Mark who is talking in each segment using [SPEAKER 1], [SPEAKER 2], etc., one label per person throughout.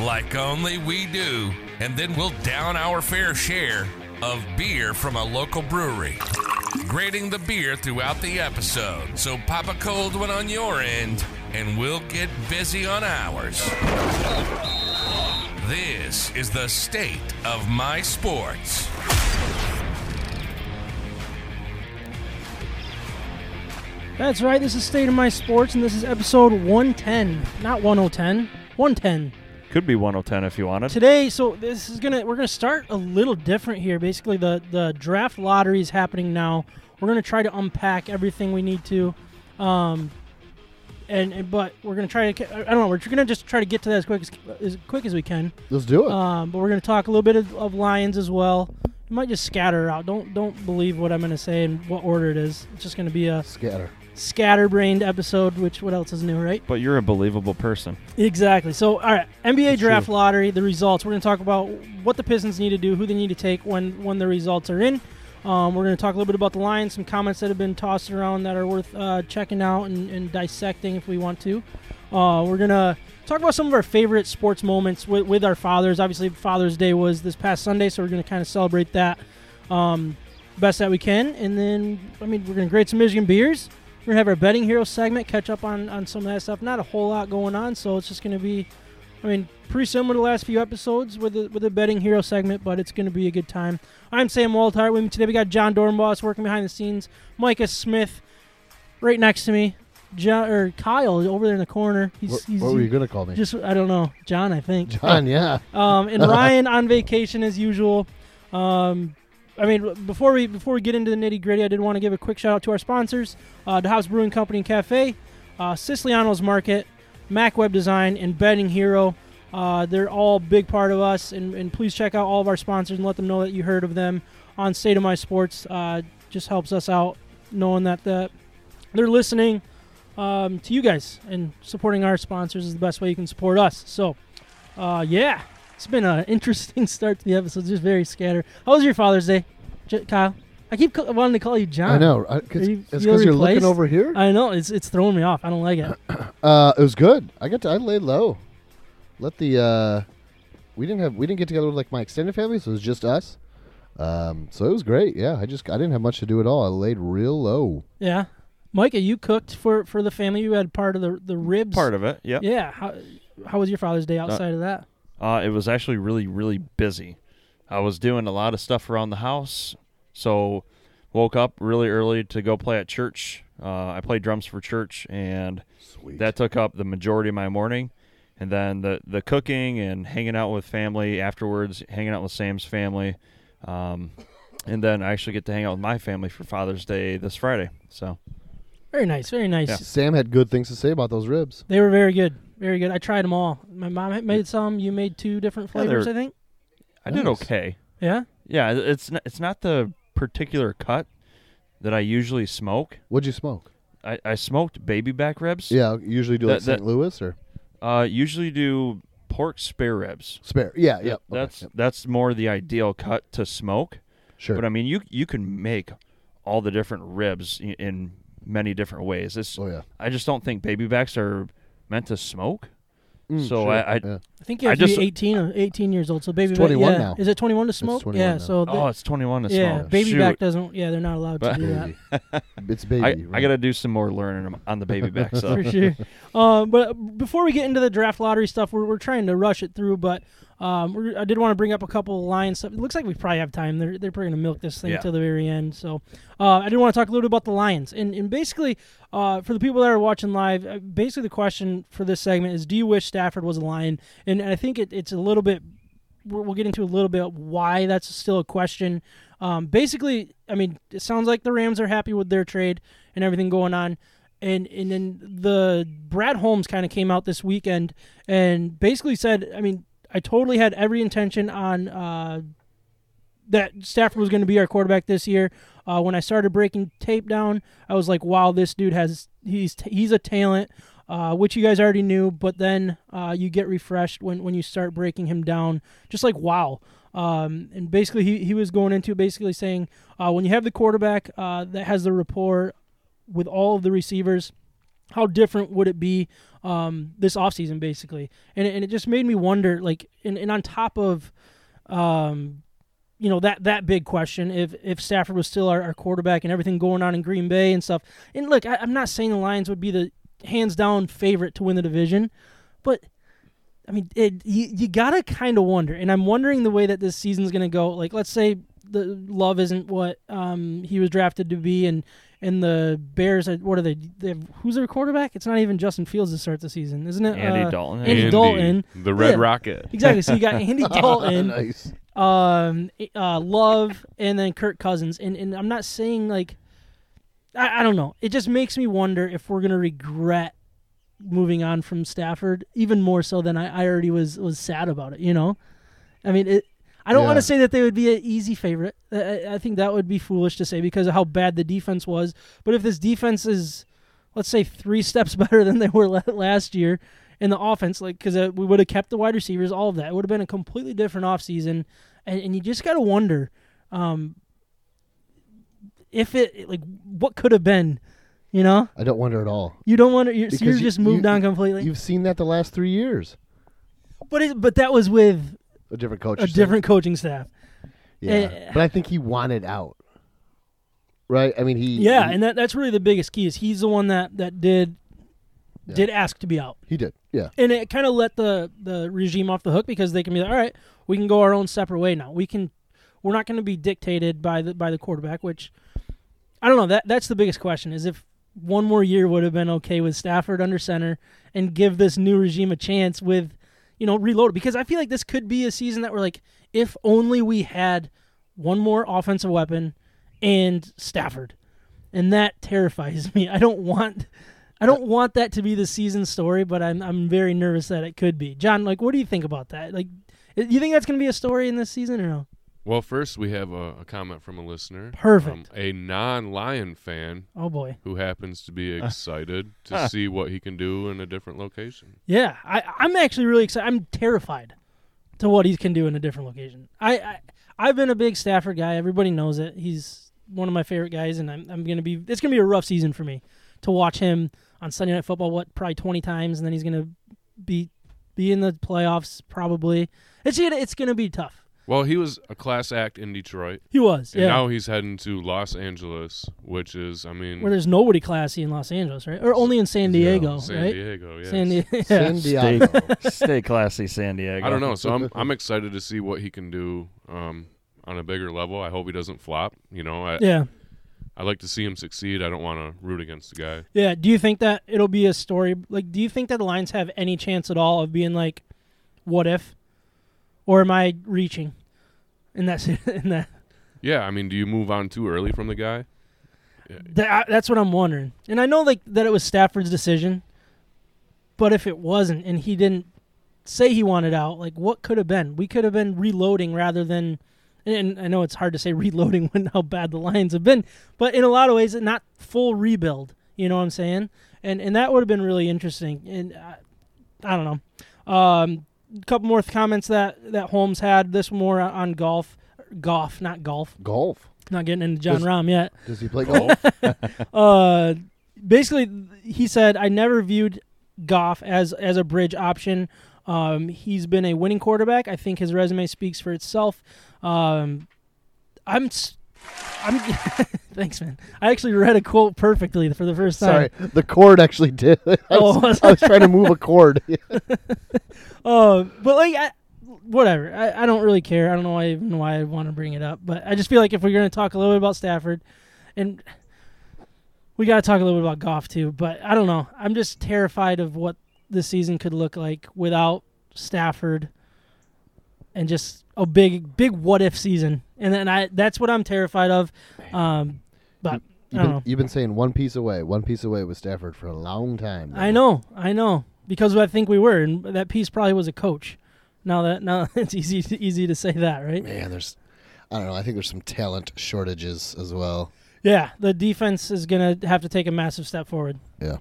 [SPEAKER 1] like only we do, and then we'll down our fair share of beer from a local brewery. Grading the beer throughout the episode, so pop a cold one on your end, and we'll get busy on ours. This is the state of my sports.
[SPEAKER 2] That's right. This is State of My Sports, and this is episode 110, not 1010, 110.
[SPEAKER 3] Could be 1010 if you wanted.
[SPEAKER 2] Today, so this is gonna we're gonna start a little different here. Basically, the the draft lottery is happening now. We're gonna try to unpack everything we need to, um, and, and but we're gonna try to I don't know. We're gonna just try to get to that as quick as as quick as we can.
[SPEAKER 4] Let's do it.
[SPEAKER 2] Um, but we're gonna talk a little bit of, of Lions as well. You might just scatter out. Don't don't believe what I'm gonna say and what order it is. It's just gonna be a
[SPEAKER 4] Scatter.
[SPEAKER 2] scatterbrained episode, which what else is new, right?
[SPEAKER 3] But you're a believable person.
[SPEAKER 2] Exactly. So, all right, NBA
[SPEAKER 3] That's
[SPEAKER 2] draft
[SPEAKER 3] true.
[SPEAKER 2] lottery, the results. We're going to talk about what the Pistons need to do, who they need to take when when the results are in. Um, we're going to talk a little bit about the Lions, some comments that have been tossed around that are worth uh, checking out and, and dissecting if we want to. Uh, we're going to talk about some of our favorite sports moments with, with our fathers. Obviously, Father's Day was this past Sunday, so we're going to kind of celebrate that um, best that we can. And then, I mean, we're going to grade some Michigan beers. We're going to have our betting hero segment, catch up on, on some of that stuff. Not a whole lot going on, so it's just going to be, I mean, pretty similar to the last few episodes with the, with the betting hero segment, but it's going to be a good time. I'm Sam Waltart. With me today, we got John Dornboss working behind the scenes, Micah Smith right next to me, John, or Kyle over there in the corner. He's,
[SPEAKER 4] What,
[SPEAKER 2] he's
[SPEAKER 4] what were you gonna call me?
[SPEAKER 2] just, I don't know, John, I think.
[SPEAKER 4] John. Yeah.
[SPEAKER 2] Um, and Ryan on vacation as usual. Um, I mean, before we before we get into the nitty gritty, I did want to give a quick shout out to our sponsors: uh, the House Brewing Company and Cafe, uh, Siciliano's Market, Mac Web Design, and Bedding Hero. Uh, they're all a big part of us, and, and please check out all of our sponsors and let them know that you heard of them on State of My Sports. Uh, just helps us out knowing that that they're listening um, to you guys and supporting our sponsors is the best way you can support us. So, uh, yeah, it's been an interesting start to the episode. Just very scattered. How was your Father's Day, J- Kyle? I keep ca- wanting to call you John.
[SPEAKER 4] I know. I, cause,
[SPEAKER 2] Are you-
[SPEAKER 4] it's
[SPEAKER 2] you
[SPEAKER 4] because you're
[SPEAKER 2] replaced?
[SPEAKER 4] looking over here.
[SPEAKER 2] I know. It's it's throwing me off. I don't like it.
[SPEAKER 4] Uh, it was good. I got to. I laid low. Let the. Uh, we didn't have. We didn't get together with like my extended family, so it was just us. Um, so it was great. Yeah, I just. I didn't have much to do at all. I laid real low.
[SPEAKER 2] yeah, Micah, you cooked for for the family. You had part of the the ribs.
[SPEAKER 3] Part of it, yep.
[SPEAKER 2] Yeah. How how was your Father's Day outside of that?
[SPEAKER 3] Uh, it was actually really, really busy. I was doing a lot of stuff around the house, so woke up really early to go play at church. Uh, I played drums for church, and
[SPEAKER 4] Sweet.
[SPEAKER 3] that took up the majority of my morning. And then the the cooking and hanging out with family afterwards, hanging out with Sam's family, um, and then I actually get to hang out with my family for Father's Day this Friday. So
[SPEAKER 2] Very nice. Very nice.
[SPEAKER 3] Yeah.
[SPEAKER 4] Sam had good things to say about those ribs.
[SPEAKER 2] They were very good. Very good. I tried them all. My mom had made some. You made two different
[SPEAKER 3] Yeah, they
[SPEAKER 2] flavors,
[SPEAKER 3] were-
[SPEAKER 2] I think.
[SPEAKER 3] I did
[SPEAKER 4] Nice.
[SPEAKER 3] okay.
[SPEAKER 2] Yeah.
[SPEAKER 3] Yeah, it- it's not, it's not the particular cut that I usually smoke.
[SPEAKER 4] What'd you smoke?
[SPEAKER 3] I, I smoked baby back ribs.
[SPEAKER 4] Yeah, usually do like
[SPEAKER 3] That- that-
[SPEAKER 4] St. Louis or
[SPEAKER 3] Uh, usually do pork spare ribs.
[SPEAKER 4] spare. Yeah, yeah. okay,
[SPEAKER 3] That's
[SPEAKER 4] yep,
[SPEAKER 3] that's more the ideal cut to smoke.
[SPEAKER 4] sure.
[SPEAKER 3] But I mean, you you can make all the different ribs i- in many different ways. It's,
[SPEAKER 4] oh yeah.
[SPEAKER 3] I just don't think baby backs are meant to smoke.
[SPEAKER 4] Mm,
[SPEAKER 3] so
[SPEAKER 4] sure,
[SPEAKER 3] I, I
[SPEAKER 4] yeah.
[SPEAKER 2] I think you have
[SPEAKER 3] I
[SPEAKER 2] to
[SPEAKER 3] just-
[SPEAKER 2] be 18, or 18 years old. So baby, back-
[SPEAKER 4] 21
[SPEAKER 2] yeah.
[SPEAKER 4] now.
[SPEAKER 2] Is it 21 to smoke?
[SPEAKER 4] 21
[SPEAKER 2] yeah.
[SPEAKER 4] now.
[SPEAKER 2] So
[SPEAKER 3] oh, it's twenty one to
[SPEAKER 2] yeah,
[SPEAKER 3] smoke.
[SPEAKER 2] baby
[SPEAKER 3] Shoot.
[SPEAKER 2] back doesn't. Yeah, they're not allowed
[SPEAKER 3] But-
[SPEAKER 2] to do that.
[SPEAKER 4] Baby. it's baby.
[SPEAKER 3] I, I
[SPEAKER 4] right?
[SPEAKER 3] gotta do some more learning on the baby back stuff.
[SPEAKER 2] for sure. Um, but before we get into the draft lottery stuff, we're, we're trying to rush it through. But um, we're, I did want to bring up a couple of Lions stuff. It looks like we probably have time. They're, they're probably going to milk this thing
[SPEAKER 3] Yeah.
[SPEAKER 2] till the very end. So uh, I did want to talk a little bit about the Lions. And, and basically, uh, for the people that are watching live, uh, basically the question for this segment is do you wish Stafford was a Lion? And, and I think it, it's a little bit we're- we'll get into a little bit why that's still a question. Um, basically, I mean, it sounds like the Rams are happy with their trade and everything going on, and and then the Brad Holmes kind of came out this weekend and basically said, I mean, I totally had every intention on uh, that Stafford was going to be our quarterback this year. Uh, when I started breaking tape down, I was like, "Wow, this dude has he's he's a talent," uh, which you guys already knew. But then uh, you get refreshed when when you start breaking him down, just like wow. Um, and basically, he, he was going into basically saying uh, when you have the quarterback uh, that has the rapport with all of the receivers, how different would it be um, this offseason, basically? And, it- and it just made me wonder, like, and, and on top of, um, you know, that, that big question, if, if Stafford was still our, our quarterback and everything going on in Green Bay and stuff. And look, I, I'm not saying the Lions would be the hands down favorite to win the division, but I mean, it, you, you gotta kind of wonder, and I'm wondering the way that this season's gonna go. Like, let's say the Love isn't what um, he was drafted to be, and and the Bears, are, what are they? they have, who's their quarterback? It's not even Justin Fields to start the season, isn't it?
[SPEAKER 3] Andy
[SPEAKER 2] Uh,
[SPEAKER 3] Dalton.
[SPEAKER 2] Andy, Dalton,
[SPEAKER 5] the Red
[SPEAKER 2] Yeah.
[SPEAKER 5] Rocket.
[SPEAKER 2] Exactly. So you got Andy Dalton,
[SPEAKER 4] nice.
[SPEAKER 2] um, uh, Love, and then Kirk Cousins. And and I'm not saying like, I, I don't know. It just makes me wonder if we're gonna regret moving on from Stafford even more so than I, I already was was sad about it. You know, I mean it. I don't want
[SPEAKER 4] Yeah.
[SPEAKER 2] to say that they would be an easy favorite. I- I, I think that would be foolish to say because of how bad the defense was. But if this defense is, let's say, three steps better than they were la- last year, and the offense, like, because uh, we would have kept the wide receivers, all of that, it would have been a completely different offseason. And, and you just got to wonder um, if it, like, what could have been, you know?
[SPEAKER 4] I don't wonder at all.
[SPEAKER 2] You don't want to. You're, so
[SPEAKER 4] Because
[SPEAKER 2] you're
[SPEAKER 4] you-
[SPEAKER 2] just moved
[SPEAKER 4] you-
[SPEAKER 2] on completely.
[SPEAKER 4] You've seen that the last three years.
[SPEAKER 2] But it, but that was with
[SPEAKER 4] A different coach.
[SPEAKER 2] a different coaching staff.
[SPEAKER 4] Yeah.
[SPEAKER 2] eh.
[SPEAKER 4] but I think he wanted out. Right. I mean, he.
[SPEAKER 2] Yeah,
[SPEAKER 4] he,
[SPEAKER 2] and that, that's really the biggest key is he's the one that that did
[SPEAKER 4] Yeah.
[SPEAKER 2] did ask to be out,
[SPEAKER 4] he did. Yeah.
[SPEAKER 2] and it kind of let the the regime off the hook because they can be like, all right, we can go our own separate way now. We can we're not going to be dictated by the by the quarterback, which I don't know. That that's the biggest question is if one more year would have been okay with Stafford under center and give this new regime a chance with you know reload because I feel like this could be a season that we're like if only we had one more offensive weapon and Stafford. And that terrifies me. I don't want I don't want that to be the season story, but I'm I'm very nervous that it could be. John, like what do you think about that? Like you think that's going to be a story in this season or no?
[SPEAKER 5] Well, first we have a, a comment from a listener.
[SPEAKER 2] Perfect.
[SPEAKER 5] Um, a non-Lion fan
[SPEAKER 2] Oh boy.
[SPEAKER 5] who happens to be excited to see what he can do in a different location.
[SPEAKER 2] Yeah, I, I'm actually really excited. I'm terrified to what he can do in a different location. I, I I've been a big Stafford guy. Everybody knows it. He's one of my favorite guys, and I'm I'm gonna be. It's gonna be a rough season for me to watch him on Sunday Night Football. What probably 20 times, and then he's gonna be be in the playoffs probably. It's gonna it's gonna be tough.
[SPEAKER 5] Well, he was a class act in Detroit,
[SPEAKER 2] He was
[SPEAKER 5] and
[SPEAKER 2] yeah.
[SPEAKER 5] now he's heading to Los Angeles, which is, I mean,
[SPEAKER 2] Where there's nobody classy in Los Angeles, right? Or only in San Diego,
[SPEAKER 5] San
[SPEAKER 2] right?
[SPEAKER 5] Diego, yes.
[SPEAKER 2] San Diego. yeah.
[SPEAKER 4] San
[SPEAKER 3] Stay,
[SPEAKER 4] Diego.
[SPEAKER 3] stay classy, San Diego.
[SPEAKER 5] I don't know. So I'm I'm excited to see what he can do um, on a bigger level. I hope he doesn't flop. You know, I
[SPEAKER 2] yeah.
[SPEAKER 5] I like to see him succeed. I don't want to root against the guy.
[SPEAKER 2] Yeah. Do you think that it'll be a story? Like, do you think that the Lions have any chance at all of being like, what if? Or am I reaching? And that's and that,
[SPEAKER 5] Yeah, I mean, do you move on too early from the guy?
[SPEAKER 2] that that's what I'm wondering. And I know like that it was Stafford's decision, but if it wasn't and he didn't say he wanted out, like what could have been? We could have been reloading rather than. And I know it's hard to say reloading when how bad the Lions have been, but in a lot of ways, not full rebuild. You know what I'm saying? And and that would have been really interesting. And I, I don't know. Um, a couple more comments that that Holmes had. This more on golf, golf, not golf.
[SPEAKER 4] golf.
[SPEAKER 2] Not getting into John
[SPEAKER 4] Does-
[SPEAKER 2] Rahm yet
[SPEAKER 4] Does he play golf?
[SPEAKER 5] Golf?
[SPEAKER 2] uh, basically, he said, "I never viewed Goff as as a bridge option. Um, he's been a winning quarterback. I think his resume speaks for itself. Um, I'm, s- I'm. thanks, man. I actually read a quote perfectly for the first time.
[SPEAKER 4] Sorry, the cord actually did. I was,
[SPEAKER 2] Oh.
[SPEAKER 4] I was trying to move a cord.
[SPEAKER 2] Uh, but like, I, whatever. I, I don't really care. I don't know why even why I want to bring it up, but I just feel like if we're going to talk a little bit about Stafford, and we got to talk a little bit about Goff too. But I don't know. I'm just terrified of what the season could look like without Stafford, and just a big big what if season. And then I that's what I'm terrified of. Um, but I
[SPEAKER 4] You've
[SPEAKER 2] don't
[SPEAKER 4] been,
[SPEAKER 2] know.
[SPEAKER 4] you've been saying one piece away, one piece away with Stafford for a long time. now.
[SPEAKER 2] I know, I know, because I think we were, and that piece probably was a coach. Now that now it's easy easy to say that, right?
[SPEAKER 6] Man, there's, I don't know. I think there's some talent shortages as well.
[SPEAKER 2] Yeah, the defense is going to have to take a massive step forward.
[SPEAKER 6] Yeah.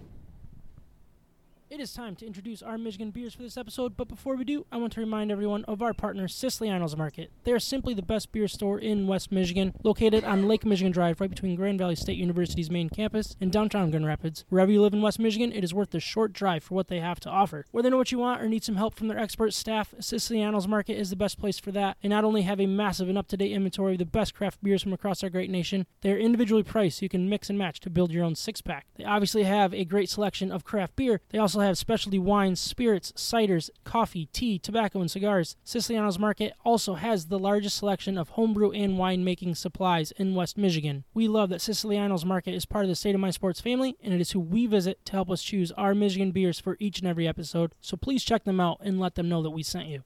[SPEAKER 2] It is time to introduce our Michigan beers for this episode, but before we do, I want to remind everyone of our partner, Siciliano's Market. They are simply the best beer store in West Michigan, located on Lake Michigan Drive, right between Grand Valley State University's main campus and downtown Grand Rapids. Wherever you live in West Michigan, it is worth the short drive for what they have to offer. Whether you know what you want or need some help from their expert staff, Siciliano's Market is the best place for that. They not only have a massive and up to date inventory of the best craft beers from across our great nation, they are individually priced so you can mix and match to build your own six pack. They obviously have a great selection of craft beer. They also have specialty wines, spirits, ciders, coffee, tea, tobacco, and cigars. Siciliano's Market also has the largest selection of homebrew and winemaking supplies in West Michigan. We love that Siciliano's Market is part of the State of My Sports family, and it is who we visit to help us choose our Michigan beers for each and every episode. So please check them out and let them know that we sent you.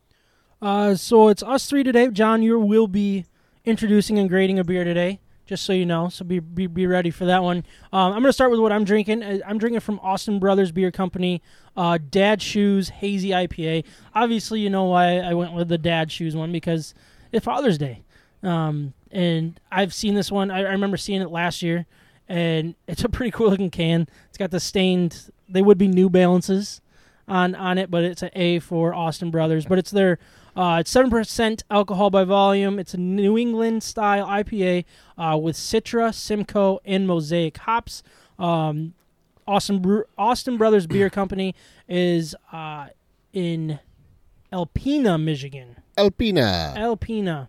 [SPEAKER 2] Uh, so it's us three today. John, you will be introducing and grading a beer today, just so you know. So be be, be ready for that one. Um, I'm going to start with what I'm drinking. Uh, I'm drinking from Austin Brothers Beer Company, uh, Dad Shoes Hazy IPA. Obviously, you know why I went with the Dad Shoes one because it's Father's Day, um, and I've seen this one. I, I remember seeing it last year, and it's a pretty cool looking can. It's got the stained. They would be New Balances on on it, but it's an A for Austin Brothers. But it's their uh, it's seven percent alcohol by volume. It's a New England style IPA uh, with Citra, Simcoe, and Mosaic hops. Um, Austin Bre- Austin Brothers Beer Company is uh, in Alpena, Michigan.
[SPEAKER 6] Alpina.
[SPEAKER 2] Uh, Alpena.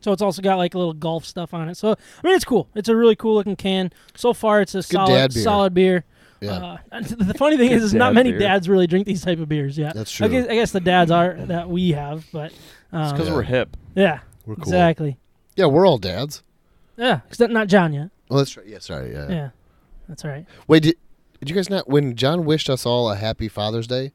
[SPEAKER 2] So it's also got like a little golf stuff on it. So I mean, it's cool. It's a really cool looking can. So far, it's a
[SPEAKER 6] good
[SPEAKER 2] solid
[SPEAKER 6] dad beer.
[SPEAKER 2] solid beer.
[SPEAKER 6] Yeah.
[SPEAKER 2] Uh, the funny thing is, is not
[SPEAKER 3] dad
[SPEAKER 2] many
[SPEAKER 3] beer.
[SPEAKER 2] dads really drink these type of beers. Yeah,
[SPEAKER 6] That's
[SPEAKER 2] I
[SPEAKER 6] true.
[SPEAKER 2] guess, I guess the dads are that we have, but um,
[SPEAKER 3] because
[SPEAKER 6] Yeah.
[SPEAKER 3] we're hip.
[SPEAKER 2] yeah,
[SPEAKER 6] We're cool.
[SPEAKER 2] exactly.
[SPEAKER 6] yeah, we're all dads.
[SPEAKER 2] Yeah, except not John yet.
[SPEAKER 6] Well, that's right. Yeah, sorry. Yeah.
[SPEAKER 2] Yeah, that's all right.
[SPEAKER 6] Wait, did, did you guys not? When John wished us all a happy Father's Day,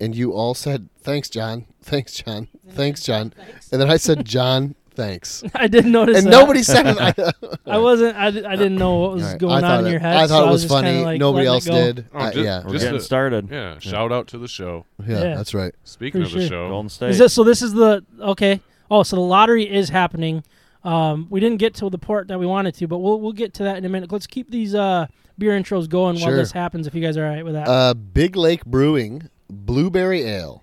[SPEAKER 6] and you all said, "Thanks, John. Thanks, John. Thanks, John," and then I said, "John, thanks,"
[SPEAKER 2] I didn't notice.
[SPEAKER 6] and
[SPEAKER 2] that.
[SPEAKER 6] nobody said it. I,
[SPEAKER 2] I wasn't. I, di- I didn't know what was
[SPEAKER 6] All right,
[SPEAKER 2] going
[SPEAKER 6] I
[SPEAKER 2] on
[SPEAKER 6] thought
[SPEAKER 2] in
[SPEAKER 6] it-
[SPEAKER 2] your head.
[SPEAKER 6] I thought
[SPEAKER 2] so
[SPEAKER 6] it was,
[SPEAKER 2] just kinda,
[SPEAKER 6] funny.
[SPEAKER 2] like,
[SPEAKER 6] Nobody
[SPEAKER 2] letting it
[SPEAKER 6] else
[SPEAKER 2] go.
[SPEAKER 6] did.
[SPEAKER 5] Oh,
[SPEAKER 6] I-
[SPEAKER 5] ju-
[SPEAKER 6] yeah,
[SPEAKER 3] We're
[SPEAKER 5] Just
[SPEAKER 3] getting
[SPEAKER 5] a-
[SPEAKER 3] started.
[SPEAKER 5] Yeah, shout out to the show.
[SPEAKER 6] yeah,
[SPEAKER 2] Yeah.
[SPEAKER 6] that's right.
[SPEAKER 5] Speaking
[SPEAKER 2] For
[SPEAKER 5] of the
[SPEAKER 2] sure.
[SPEAKER 5] show,
[SPEAKER 3] Golden State.
[SPEAKER 2] Is this, so this is the okay. Oh, so the lottery is happening. Um, we didn't get to the part that we wanted to, but we'll we'll get to that in a minute. Let's keep these uh, beer intros going while
[SPEAKER 6] Sure.
[SPEAKER 2] this happens. If you guys are all right with that,
[SPEAKER 6] Uh, Big Lake Brewing Blueberry Ale.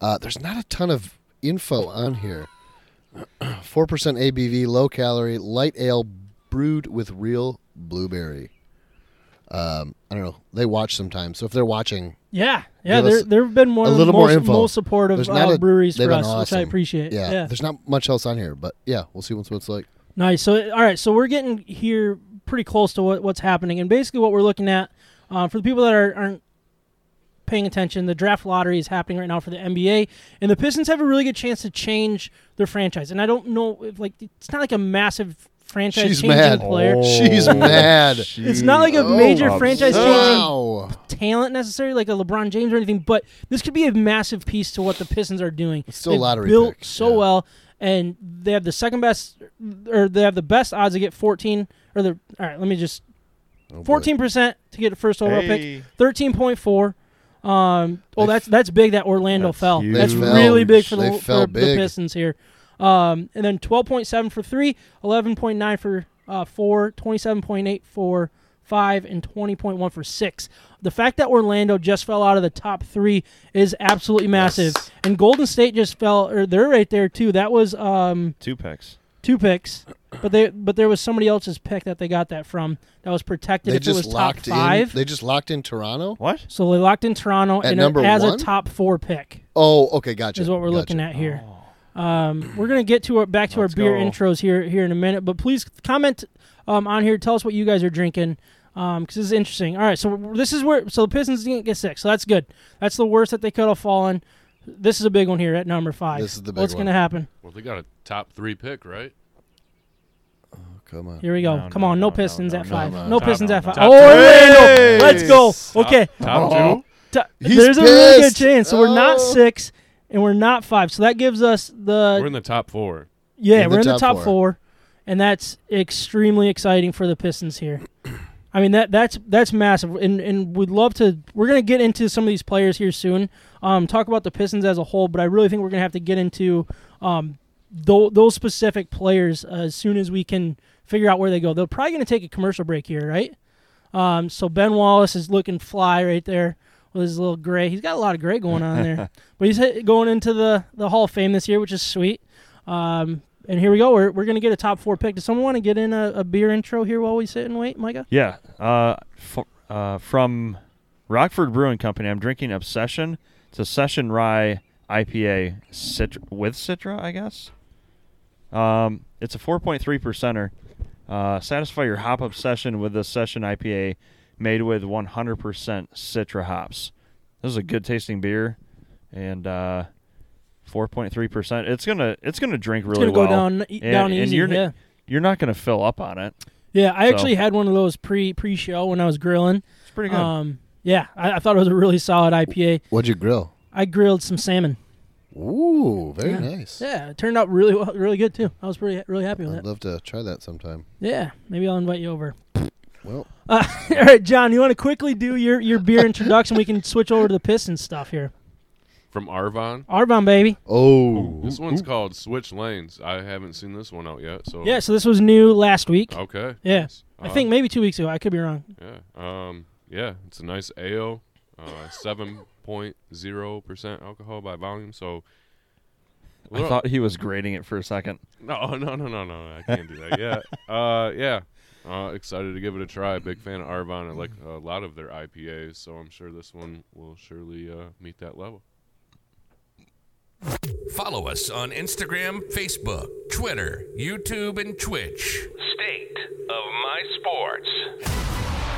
[SPEAKER 6] Uh, there's not a ton of info on here. 4% ABV, low calorie, light ale brewed with real blueberry. Um, I don't know. They watch sometimes. So if they're watching,
[SPEAKER 2] yeah, yeah.
[SPEAKER 6] give us
[SPEAKER 2] There there've been one
[SPEAKER 6] a
[SPEAKER 2] of the
[SPEAKER 6] little more
[SPEAKER 2] most,
[SPEAKER 6] info.
[SPEAKER 2] most supportive
[SPEAKER 6] There's not
[SPEAKER 2] uh,
[SPEAKER 6] a-
[SPEAKER 2] breweries
[SPEAKER 6] they've
[SPEAKER 2] for
[SPEAKER 6] been
[SPEAKER 2] us, which I
[SPEAKER 6] awesome.
[SPEAKER 2] appreciate.
[SPEAKER 6] yeah, there's not much else on here. But yeah, we'll see what's what it's like.
[SPEAKER 2] Nice. So, all right. So we're getting here pretty close to what, what's happening, and basically what we're looking at uh, for the people that are, aren't paying attention, the draft lottery is happening right now for the NBA, and the Pistons have a really good chance to change their franchise. And I don't know if like it's not like a massive franchise
[SPEAKER 6] She's
[SPEAKER 2] changing
[SPEAKER 6] mad. Oh,
[SPEAKER 2] player.
[SPEAKER 6] She's
[SPEAKER 2] Oh.
[SPEAKER 6] mad.
[SPEAKER 2] It's not like a
[SPEAKER 6] Oh,
[SPEAKER 2] major
[SPEAKER 3] upset.
[SPEAKER 2] franchise changing
[SPEAKER 6] Wow.
[SPEAKER 2] talent necessarily, like a LeBron James or anything, but this could be a massive piece to what the Pistons are doing. It's
[SPEAKER 6] still a lottery
[SPEAKER 2] built
[SPEAKER 6] pick,
[SPEAKER 2] so
[SPEAKER 6] yeah.
[SPEAKER 2] well, and they have the second best, or they have the best odds to get fourteen. Or the all right, let me just
[SPEAKER 6] Oh, boy.
[SPEAKER 2] fourteen percent to get a first overall
[SPEAKER 3] Hey.
[SPEAKER 2] pick, thirteen point four. Um, well,
[SPEAKER 6] They
[SPEAKER 2] that's that's big that Orlando
[SPEAKER 3] That's
[SPEAKER 2] fell.
[SPEAKER 3] huge.
[SPEAKER 2] That's
[SPEAKER 6] They fell.
[SPEAKER 2] really big for, the,
[SPEAKER 6] They fell
[SPEAKER 2] for the
[SPEAKER 6] big.
[SPEAKER 2] Pistons here. Um, and then twelve point seven for three, eleven point nine for uh, four, twenty seven point eight for five, and twenty point one for six. The fact that Orlando just fell out of the top three is absolutely massive.
[SPEAKER 6] Yes.
[SPEAKER 2] And Golden State just fell, or they're right there too. That was um,
[SPEAKER 3] Two picks.
[SPEAKER 2] two picks, but they but there was somebody else's pick that they got that from that was protected.
[SPEAKER 6] They
[SPEAKER 2] if it
[SPEAKER 6] just
[SPEAKER 2] was top
[SPEAKER 6] locked
[SPEAKER 2] five,
[SPEAKER 6] in. They just locked in Toronto.
[SPEAKER 3] What?
[SPEAKER 2] so they locked in Toronto
[SPEAKER 6] At
[SPEAKER 2] and
[SPEAKER 6] number
[SPEAKER 2] it has
[SPEAKER 6] one?
[SPEAKER 2] a top four pick
[SPEAKER 6] Oh, okay, gotcha.
[SPEAKER 2] is what we're
[SPEAKER 6] gotcha.
[SPEAKER 2] looking at here. Um, we're gonna get to our, back to
[SPEAKER 3] Oh. Let's
[SPEAKER 2] our beer
[SPEAKER 3] go.
[SPEAKER 2] intros here here in a minute, but please comment um, on here. Tell us what you guys are drinking because this is interesting. All right, so w- this is where so the Pistons didn't get six, so that's good. That's the worst that they could have fallen. This is a big one here at number five.
[SPEAKER 6] This is the big
[SPEAKER 2] What's
[SPEAKER 6] one.
[SPEAKER 2] gonna happen?
[SPEAKER 5] well, they got a top three pick, right?
[SPEAKER 6] Come on.
[SPEAKER 2] Here we go.
[SPEAKER 3] No,
[SPEAKER 2] Come
[SPEAKER 3] no,
[SPEAKER 2] on, no,
[SPEAKER 3] no, no,
[SPEAKER 2] Pistons
[SPEAKER 3] no,
[SPEAKER 2] at
[SPEAKER 3] no,
[SPEAKER 2] five.
[SPEAKER 6] no,
[SPEAKER 2] No,
[SPEAKER 6] no,
[SPEAKER 2] Pistons
[SPEAKER 3] no,
[SPEAKER 2] at
[SPEAKER 3] no.
[SPEAKER 2] five.
[SPEAKER 3] Top
[SPEAKER 2] Oh, Orlando,
[SPEAKER 5] three.
[SPEAKER 2] let's go.
[SPEAKER 5] Top-
[SPEAKER 2] Okay,
[SPEAKER 5] Top
[SPEAKER 3] Oh.
[SPEAKER 5] two.
[SPEAKER 2] Ta-
[SPEAKER 6] He's
[SPEAKER 2] there's a really good
[SPEAKER 6] pissed.
[SPEAKER 2] chance. So we're not
[SPEAKER 6] Oh.
[SPEAKER 2] six and we're not five. So that gives us the
[SPEAKER 3] Uh,
[SPEAKER 5] We're in the top four.
[SPEAKER 2] yeah
[SPEAKER 6] in
[SPEAKER 2] we're
[SPEAKER 6] the
[SPEAKER 2] in the top
[SPEAKER 6] top four.
[SPEAKER 2] four. and that's extremely exciting for the Pistons here. I mean that that's that's massive, and and we'd love to. We're gonna get into some of these players here soon. Um, talk about the Pistons as a whole, but I really think we're gonna have to get into um tho- those specific players as soon as we can figure out where they go. They're probably gonna take a commercial break here, right? Um, so Ben Wallace is looking fly right there with his little gray. He's got a lot of gray going on there, but he's hit- going into the the Hall of Fame this year, which is sweet. Um, and here we go. We're, we're gonna get a top four pick. Does someone want to get in a, a beer intro here while we sit and wait, Micah?
[SPEAKER 3] Yeah. Uh, f- uh, from Rockford Brewing Company, I'm drinking Obsession. It's a Session Rye IPA cit- with Citra, I guess. Um, it's a 4.3 percenter. Uh, satisfy your hop obsession with this Session IPA made with 100% Citra hops. This is a good tasting beer, and uh, 4.3 percent. It's gonna it's gonna drink really
[SPEAKER 2] gonna go
[SPEAKER 3] well.
[SPEAKER 2] down- e- down easy,
[SPEAKER 3] You're,
[SPEAKER 2] yeah.
[SPEAKER 3] you're not gonna fill up on it.
[SPEAKER 2] Yeah, I
[SPEAKER 3] So-
[SPEAKER 2] actually had one of those pre pre show when I was grilling.
[SPEAKER 3] It's pretty good.
[SPEAKER 2] Um, yeah, I, I thought it was a really solid IPA.
[SPEAKER 4] What'd you grill?
[SPEAKER 2] I grilled some salmon.
[SPEAKER 4] Ooh, very nice.
[SPEAKER 2] Yeah, it turned out really well, really good too. I was pretty really happy with
[SPEAKER 4] I'd
[SPEAKER 2] it.
[SPEAKER 4] love to try that sometime.
[SPEAKER 2] Yeah, maybe I'll invite you over.
[SPEAKER 4] Well,
[SPEAKER 2] Uh, all right, John, you want to quickly do your your beer introduction? we can switch over to the Pistons stuff here.
[SPEAKER 5] From Arvon.
[SPEAKER 2] Arbon, baby.
[SPEAKER 4] oh,
[SPEAKER 5] This one's called Switch Lanes. I haven't seen this one out yet. So
[SPEAKER 2] Yeah, so this was new last week.
[SPEAKER 5] Okay.
[SPEAKER 2] Yeah.
[SPEAKER 5] Oh, nice.
[SPEAKER 2] I
[SPEAKER 5] Uh,
[SPEAKER 2] think maybe two weeks ago. I could be wrong.
[SPEAKER 5] Yeah. Um. Yeah. It's a nice ale. Uh, seven point zero percent alcohol by volume. So.
[SPEAKER 3] I thought he was grading it for a second.
[SPEAKER 5] No, no, no, no, no. I can't do that. Yeah. Uh, yeah. Uh, excited to give it a try. Big fan of Arvon. I like a lot of their IPAs, so I'm sure this one will surely uh, meet that level.
[SPEAKER 1] Follow us on Instagram, Facebook, Twitter, YouTube, and Twitch. State of My Sports.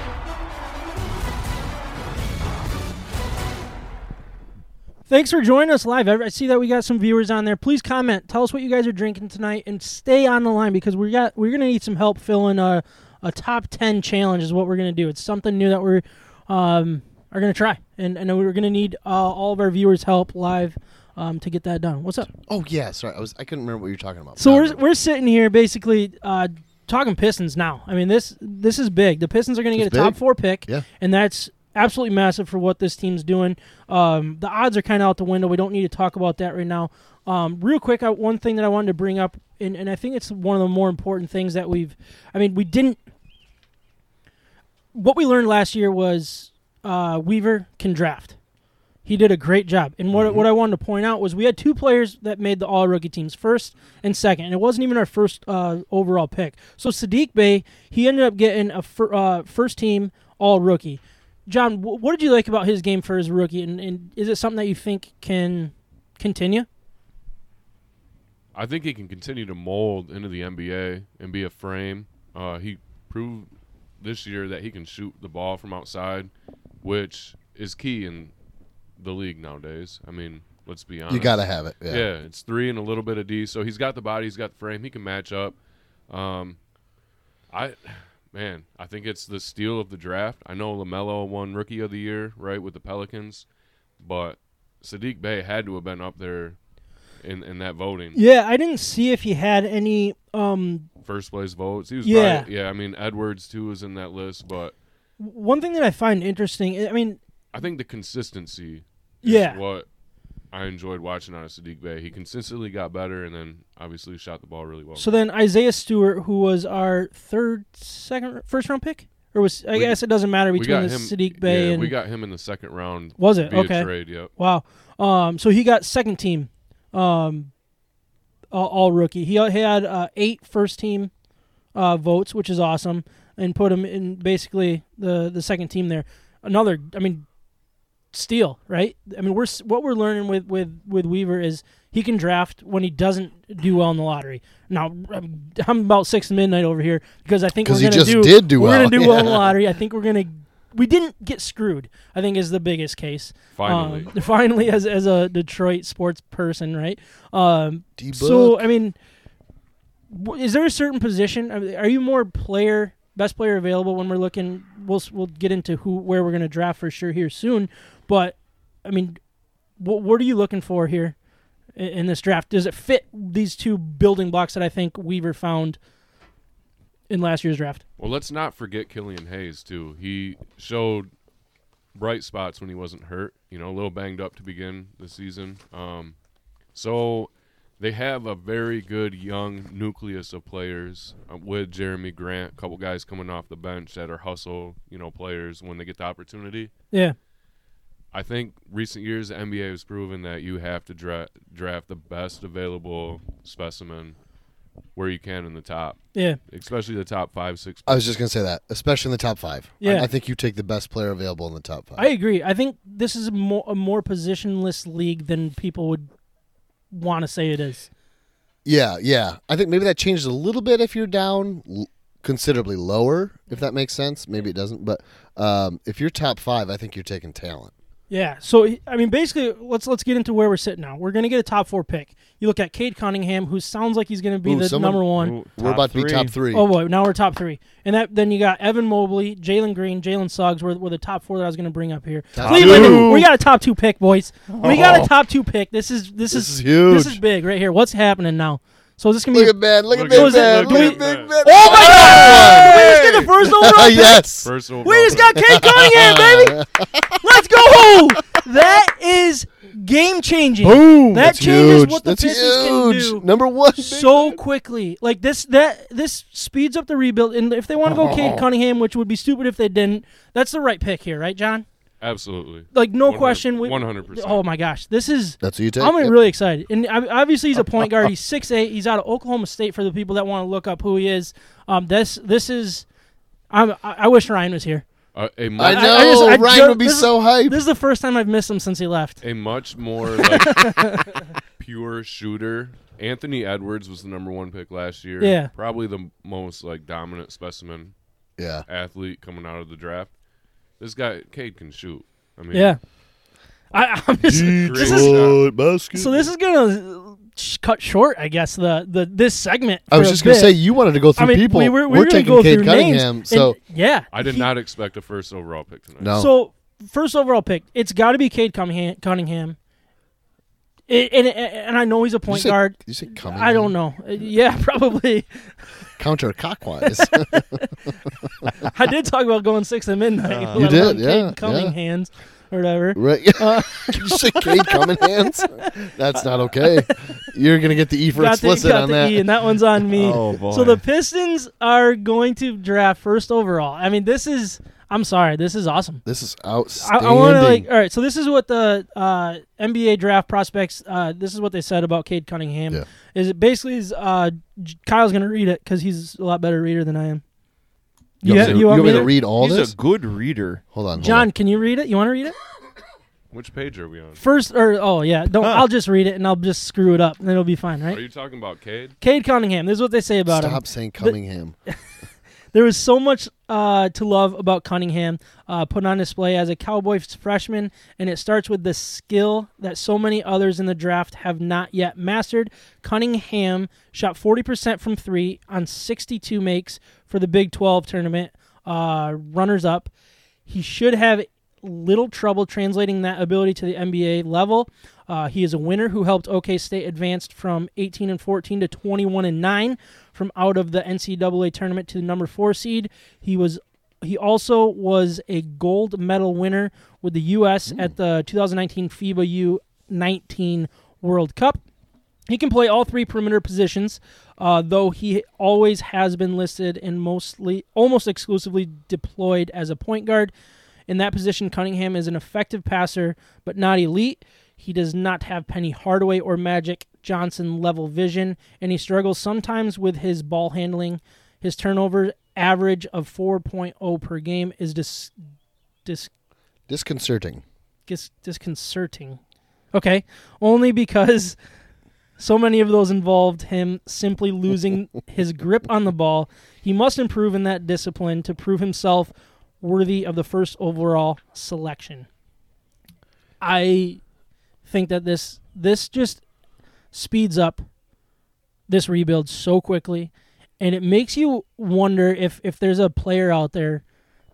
[SPEAKER 2] Thanks for joining us live. I I see that we got some viewers on there. Please comment. Tell us what you guys are drinking tonight, and stay on the line because we got we're gonna need some help filling a a top ten challenge is what we're gonna do. It's something new that we're um, are gonna try, and and we're gonna need uh, all of our viewers' help live um, to get that done. What's up?
[SPEAKER 4] oh yeah. Sorry, I was I couldn't remember what you were talking about.
[SPEAKER 2] So
[SPEAKER 4] Now I
[SPEAKER 2] we're
[SPEAKER 4] remember.
[SPEAKER 2] we're sitting here basically uh, talking Pistons now. I mean this this is big. The Pistons are going to get a
[SPEAKER 4] It's
[SPEAKER 2] top
[SPEAKER 4] big.
[SPEAKER 2] four pick,
[SPEAKER 4] Yeah.
[SPEAKER 2] and that's absolutely massive for what this team's doing. Um, the odds are kind of out the window. We don't need to talk about that right now. Um, real quick, I, one thing that I wanted to bring up, and, and I think it's one of the more important things that we've. I mean, we didn't. What we learned last year was uh, Weaver can draft. He did a great job. And what, what I wanted to point out was we had two players that made the all rookie teams, first and second. And it wasn't even our first uh, overall pick. So Sadiq Bey, he ended up getting a fir- uh, first team all rookie. John, wh- what did you like about his game for his rookie? And, and is it something that you think can continue?
[SPEAKER 5] I think he can continue to mold into the NBA and be a frame. Uh, he proved this year that he can shoot the ball from outside, which is key in the league nowadays. I mean, let's be honest.
[SPEAKER 4] you gotta have it. Yeah.
[SPEAKER 5] Yeah. it's three and a little bit of D. So he's got the body, he's got the frame, he can match up. Um, I, man, I think it's the steal of the draft. I know Lamelo won Rookie of the Year right with the Pelicans, but Sadiq Bey had to have been up there in in that voting
[SPEAKER 2] Yeah, I didn't see if he had any. Um,
[SPEAKER 5] first place votes. He was
[SPEAKER 2] Yeah.
[SPEAKER 5] probably- yeah. I mean Edwards too is in that list, but
[SPEAKER 2] one thing that I find interesting, I mean,
[SPEAKER 5] I think the consistency is
[SPEAKER 2] yeah.
[SPEAKER 5] what I enjoyed watching out of Sadiq Bey. He consistently got better, and then obviously shot the ball really well.
[SPEAKER 2] So then Isaiah Stewart, who was our third, second, first round pick, or was I
[SPEAKER 5] We-
[SPEAKER 2] guess it doesn't matter
[SPEAKER 5] we
[SPEAKER 2] between
[SPEAKER 5] got
[SPEAKER 2] the
[SPEAKER 5] him,
[SPEAKER 2] Sadiq Bay
[SPEAKER 5] yeah,
[SPEAKER 2] and
[SPEAKER 5] we got him in the second round
[SPEAKER 2] was it
[SPEAKER 5] via
[SPEAKER 2] okay?
[SPEAKER 5] trade. Yep.
[SPEAKER 2] Wow. Um, so he got second team, um, all, all rookie. He had uh, eight first team uh, votes, which is awesome, and put him in basically the the second team there. Another, I mean, steal, right? I mean, we're s- what we're learning with with with Weaver is he can draft when he doesn't do well in the lottery. Now I'm, I'm about six midnight over here because I think we're
[SPEAKER 4] 'Cause he
[SPEAKER 2] gonna
[SPEAKER 4] just
[SPEAKER 2] do
[SPEAKER 4] did do
[SPEAKER 2] we're
[SPEAKER 4] well,
[SPEAKER 2] gonna do well in the
[SPEAKER 4] yeah.
[SPEAKER 2] lottery. I think we're gonna we didn't get screwed. I think is the biggest case.
[SPEAKER 5] Finally.
[SPEAKER 2] Um, finally, as as a Detroit sports person, right? Um,
[SPEAKER 4] D-book.
[SPEAKER 2] so I mean, w- is there a certain position? I mean, Are you more player best player available when we're looking? We'll s- we'll get into who where we're going to draft for sure here soon. But I mean, what what are you looking for here i- in this draft? Does it fit these two building blocks that I think Weaver found in last year's draft.
[SPEAKER 5] Well, let's not forget Killian Hayes too. He showed bright spots when he wasn't hurt. You know, a little banged up to begin the season. Um, so they have a very good young nucleus of players uh, with Jeremy Grant, a couple guys coming off the bench that are hustle, you know, players when they get the opportunity.
[SPEAKER 2] Yeah.
[SPEAKER 5] I think recent years the NBA has proven that you have to dra- draft the best available specimen where you can in the top,
[SPEAKER 2] Yeah.
[SPEAKER 5] especially the top five, six.
[SPEAKER 6] I was just gonna say that, especially in the top five. I-
[SPEAKER 2] Yeah.
[SPEAKER 6] I, think you take the best player available in the top five.
[SPEAKER 2] I agree. I think this is a more, a more positionless league than people would want to say it is.
[SPEAKER 6] yeah, yeah. I think maybe that changes a little bit if you're down l- considerably lower, if that makes sense. Maybe it doesn't, but um, if you're top five, I think you're taking talent.
[SPEAKER 2] Yeah. So I mean, basically, let's let's get into where we're sitting now. We're gonna get a top four pick. You look at Cade Cunningham, who sounds like he's gonna be
[SPEAKER 6] Ooh,
[SPEAKER 2] the
[SPEAKER 6] someone-
[SPEAKER 2] number one.
[SPEAKER 3] Ooh,
[SPEAKER 6] We're about to be top
[SPEAKER 3] three.
[SPEAKER 6] three.
[SPEAKER 2] Oh boy, now we're top three, and that then you got Evan Mobley, Jalen Green, Jalen Suggs were, were the top four that I was going to bring up here.
[SPEAKER 6] Top
[SPEAKER 2] Cleveland,
[SPEAKER 6] two.
[SPEAKER 2] we got a top two pick, boys. We got a
[SPEAKER 3] Oh.
[SPEAKER 2] top two pick. This is this,
[SPEAKER 6] This
[SPEAKER 2] is,
[SPEAKER 6] is huge.
[SPEAKER 2] This is big right here. What's happening now? So is this gonna
[SPEAKER 6] Look
[SPEAKER 2] be?
[SPEAKER 6] at Ben. Look,
[SPEAKER 5] Look
[SPEAKER 6] at Big
[SPEAKER 2] at-
[SPEAKER 6] Ben.
[SPEAKER 2] do
[SPEAKER 6] Look at
[SPEAKER 5] we-
[SPEAKER 6] Big Ben.
[SPEAKER 2] oh my God! We just get the first overall pick.
[SPEAKER 6] yes.
[SPEAKER 5] First overall.
[SPEAKER 2] We just got Kate Cunningham, baby. Let's go! That is game changing.
[SPEAKER 6] Boom.
[SPEAKER 2] That
[SPEAKER 6] That's
[SPEAKER 2] changes
[SPEAKER 6] huge.
[SPEAKER 2] what the
[SPEAKER 6] That's
[SPEAKER 2] Pistons can
[SPEAKER 6] huge.
[SPEAKER 2] do.
[SPEAKER 6] Number one.
[SPEAKER 2] so quickly. Like this that this speeds up the rebuild and if they want to go Cade Cunningham, which would be stupid if they didn't, that's the right pick here, right, John?
[SPEAKER 5] Absolutely.
[SPEAKER 2] Like no
[SPEAKER 5] 100
[SPEAKER 2] question. we-
[SPEAKER 5] 100%.
[SPEAKER 2] Oh my gosh. This is
[SPEAKER 6] That's who you take.
[SPEAKER 2] I'm
[SPEAKER 6] Yep.
[SPEAKER 2] really excited. And ob- obviously he's a point guard. He's 6'8. He's out of Oklahoma State for the people that want to look up who he is. Um this this is I'm, I I wish Ryan was here.
[SPEAKER 5] A, Uh, a mu-
[SPEAKER 6] I know.
[SPEAKER 2] just- I
[SPEAKER 6] Ryan
[SPEAKER 2] ju-
[SPEAKER 6] would be
[SPEAKER 2] this is-
[SPEAKER 6] so hyped.
[SPEAKER 2] This is the first time I've missed him since he left.
[SPEAKER 5] a much more like pure shooter. Anthony Edwards was the number one pick last year.
[SPEAKER 2] Yeah.
[SPEAKER 5] Probably the most like dominant specimen
[SPEAKER 6] yeah.
[SPEAKER 5] athlete coming out of the draft. This guy Cade can shoot. I mean,
[SPEAKER 2] Yeah. I, I'm just, this is
[SPEAKER 6] basket.
[SPEAKER 2] So this is gonna uh, sh- cut short, I guess, the the this segment.
[SPEAKER 6] I
[SPEAKER 2] for
[SPEAKER 6] was
[SPEAKER 2] a
[SPEAKER 6] just going to
[SPEAKER 2] bit.
[SPEAKER 6] say you wanted to go through
[SPEAKER 2] I mean,
[SPEAKER 6] people.
[SPEAKER 2] we were, we
[SPEAKER 6] are
[SPEAKER 2] were gonna
[SPEAKER 6] taking
[SPEAKER 2] go
[SPEAKER 6] Cade
[SPEAKER 2] through
[SPEAKER 6] Cunningham.
[SPEAKER 2] names,
[SPEAKER 6] so
[SPEAKER 2] and- yeah,
[SPEAKER 5] I did
[SPEAKER 2] he-
[SPEAKER 5] not expect a first overall pick tonight.
[SPEAKER 6] no.
[SPEAKER 2] So first overall pick, it's got to be Cade Cunningham. Cunningham. It, and and I know he's a
[SPEAKER 6] Did you
[SPEAKER 2] point
[SPEAKER 6] say-
[SPEAKER 2] guard.
[SPEAKER 6] did you say Cunningham?
[SPEAKER 2] I don't know. Uh, Yeah, probably.
[SPEAKER 6] Counter clockwise.
[SPEAKER 2] Uh, I did talk about going six at midnight.
[SPEAKER 6] Ah. You
[SPEAKER 2] let
[SPEAKER 6] did,
[SPEAKER 2] alone
[SPEAKER 6] yeah, yeah.
[SPEAKER 2] Cade Cunningham's or whatever.
[SPEAKER 6] right? did you say Cade Cunningham? That's not okay. You're going to get the E for
[SPEAKER 2] got the,
[SPEAKER 6] explicit
[SPEAKER 2] got
[SPEAKER 6] on
[SPEAKER 2] the
[SPEAKER 6] that.
[SPEAKER 2] E, and that one's on me.
[SPEAKER 3] Oh, boy.
[SPEAKER 2] So the Pistons are going to draft first overall. I mean, this is. I'm sorry. This is awesome.
[SPEAKER 6] This is
[SPEAKER 2] I, uh,
[SPEAKER 6] outstanding.
[SPEAKER 2] I want to like all right. So this is what the uh, NBA draft prospects. Uh, this is what they said about Cade Cunningham.
[SPEAKER 6] Yeah.
[SPEAKER 2] Is it basically is uh, J- Kyle's gonna read it because he's a lot better reader than I am.
[SPEAKER 6] you
[SPEAKER 2] Yeah,
[SPEAKER 6] want me to,
[SPEAKER 2] you want me
[SPEAKER 6] me
[SPEAKER 2] to-
[SPEAKER 6] to read all
[SPEAKER 3] He's
[SPEAKER 6] this?
[SPEAKER 3] a good reader.
[SPEAKER 6] hold on, hold
[SPEAKER 2] John, can you read it? You want to read it
[SPEAKER 5] Which page are we on?
[SPEAKER 2] first? Or oh yeah, don't.
[SPEAKER 3] Huh.
[SPEAKER 2] I'll just read it and I'll just screw it up and it'll be fine,
[SPEAKER 5] Are
[SPEAKER 2] right?
[SPEAKER 5] you talking about Cade?
[SPEAKER 2] Cade Cunningham. This is what they say
[SPEAKER 6] on.
[SPEAKER 2] about him.
[SPEAKER 6] Stop saying Cunningham.
[SPEAKER 2] There was so much uh, to love about Cunningham uh, put on display as a Cowboys freshman, and it starts with the skill that so many others in the draft have not yet mastered. Cunningham shot 40% from three on 62 makes for the Big 12 tournament uh, runners up. He should have little trouble translating that ability to the NBA level. Uh, he is a winner who helped OK State advance from 18 and 14 to 21 and 9 from out of the NCAA tournament to the number four seed. He was he also was a gold medal winner with the U.S. at the 2019 FIBA U19 World Cup. He can play all three perimeter positions, uh, though he always has been listed and mostly, almost exclusively deployed as a point guard. In that position, Cunningham is an effective passer, but not elite. He does not have Penny Hardaway or Magic Johnson level vision, and he struggles sometimes with his ball handling. His turnover average of 4.0 per game is dis- dis-
[SPEAKER 6] Disconcerting.
[SPEAKER 2] dis- disconcerting. Okay, only because so many of those involved him simply losing his grip on the ball. He must improve in that discipline to prove himself worthy of the first overall selection. I think that this this just speeds up this rebuild so quickly and it makes you wonder if if there's a player out there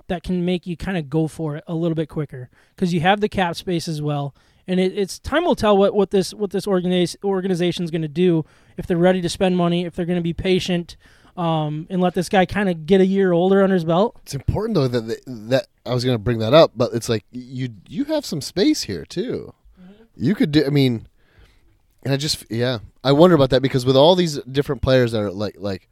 [SPEAKER 2] that can make you kind of go for it a little bit quicker because you have the cap space as well and it, it's time will tell what, what this what this organization organization's going to do if they're ready to spend money if they're going to be patient um, and let this guy kind of get a year older under his belt.
[SPEAKER 6] It's important though that that, that I was going to bring that up, but it's like you you have some space here too.
[SPEAKER 2] Mm-hmm.
[SPEAKER 6] You could do. I mean, and I just yeah, I wonder about that because with all these different players that are like like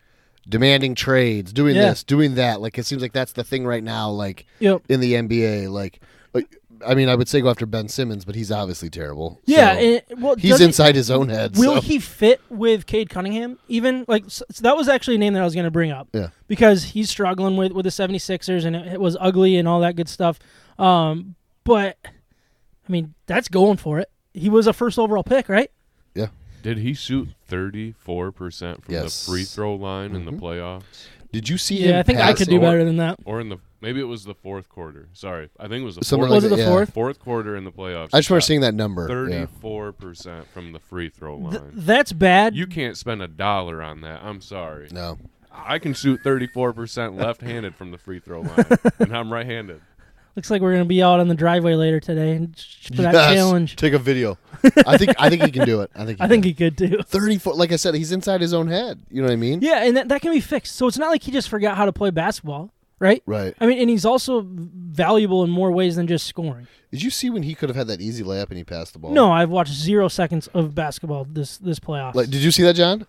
[SPEAKER 6] demanding trades, doing
[SPEAKER 2] Yeah.
[SPEAKER 6] this, doing that, like it seems like that's the thing right now. Like
[SPEAKER 2] Yep.
[SPEAKER 6] in the NBA, like. like I mean, I would say go after Ben Simmons, but he's obviously terrible.
[SPEAKER 2] Yeah,
[SPEAKER 6] So,
[SPEAKER 2] and, well,
[SPEAKER 6] he's
[SPEAKER 2] does he-
[SPEAKER 6] inside his own head.
[SPEAKER 2] Will
[SPEAKER 6] so.
[SPEAKER 2] he fit with Cade Cunningham? Even like so, so that was actually a name that I was going to bring up.
[SPEAKER 6] Yeah.
[SPEAKER 2] Because he's struggling with with the 76ers and it, it was ugly and all that good stuff. Um, but I mean, that's going for it. He was a first overall pick, right?
[SPEAKER 5] Did he shoot 34% from
[SPEAKER 6] Yes. Mm-hmm.
[SPEAKER 5] the free throw line in the playoffs?
[SPEAKER 6] Did you see him?
[SPEAKER 2] Yeah, I think I could
[SPEAKER 6] pass
[SPEAKER 2] do
[SPEAKER 6] or-
[SPEAKER 2] better than that.
[SPEAKER 5] Or in the maybe it was the fourth quarter. Sorry. I think it was the
[SPEAKER 6] Something
[SPEAKER 5] fourth,
[SPEAKER 6] like
[SPEAKER 2] was it the
[SPEAKER 6] that, yeah.
[SPEAKER 2] fourth?
[SPEAKER 5] fourth quarter in the playoffs.
[SPEAKER 6] I just remember
[SPEAKER 5] Shot
[SPEAKER 6] seeing that number. yeah.
[SPEAKER 5] 34% from the free throw line.
[SPEAKER 2] Th- that's bad.
[SPEAKER 5] you can't spend a dollar on that. I'm sorry.
[SPEAKER 6] No.
[SPEAKER 5] I can shoot 34% left-handed from the free throw line, and I'm right-handed.
[SPEAKER 2] Looks like we're going to be out on the driveway later today and sh- for that challenge.
[SPEAKER 6] Take a video. I think I think he can do it. I think he
[SPEAKER 2] I think
[SPEAKER 6] can.
[SPEAKER 2] he could too.
[SPEAKER 6] 34 like I said he's inside his own head. You know what I mean?
[SPEAKER 2] Yeah, and that, that can be fixed. So it's not like he just forgot how to play basketball, right?
[SPEAKER 6] Right.
[SPEAKER 2] I mean, and he's also valuable in more ways than just scoring.
[SPEAKER 6] Did you see when he could have had that easy layup and he passed the ball?
[SPEAKER 2] No, I've watched zero seconds of basketball this this playoffs.
[SPEAKER 6] Like did you see that, John?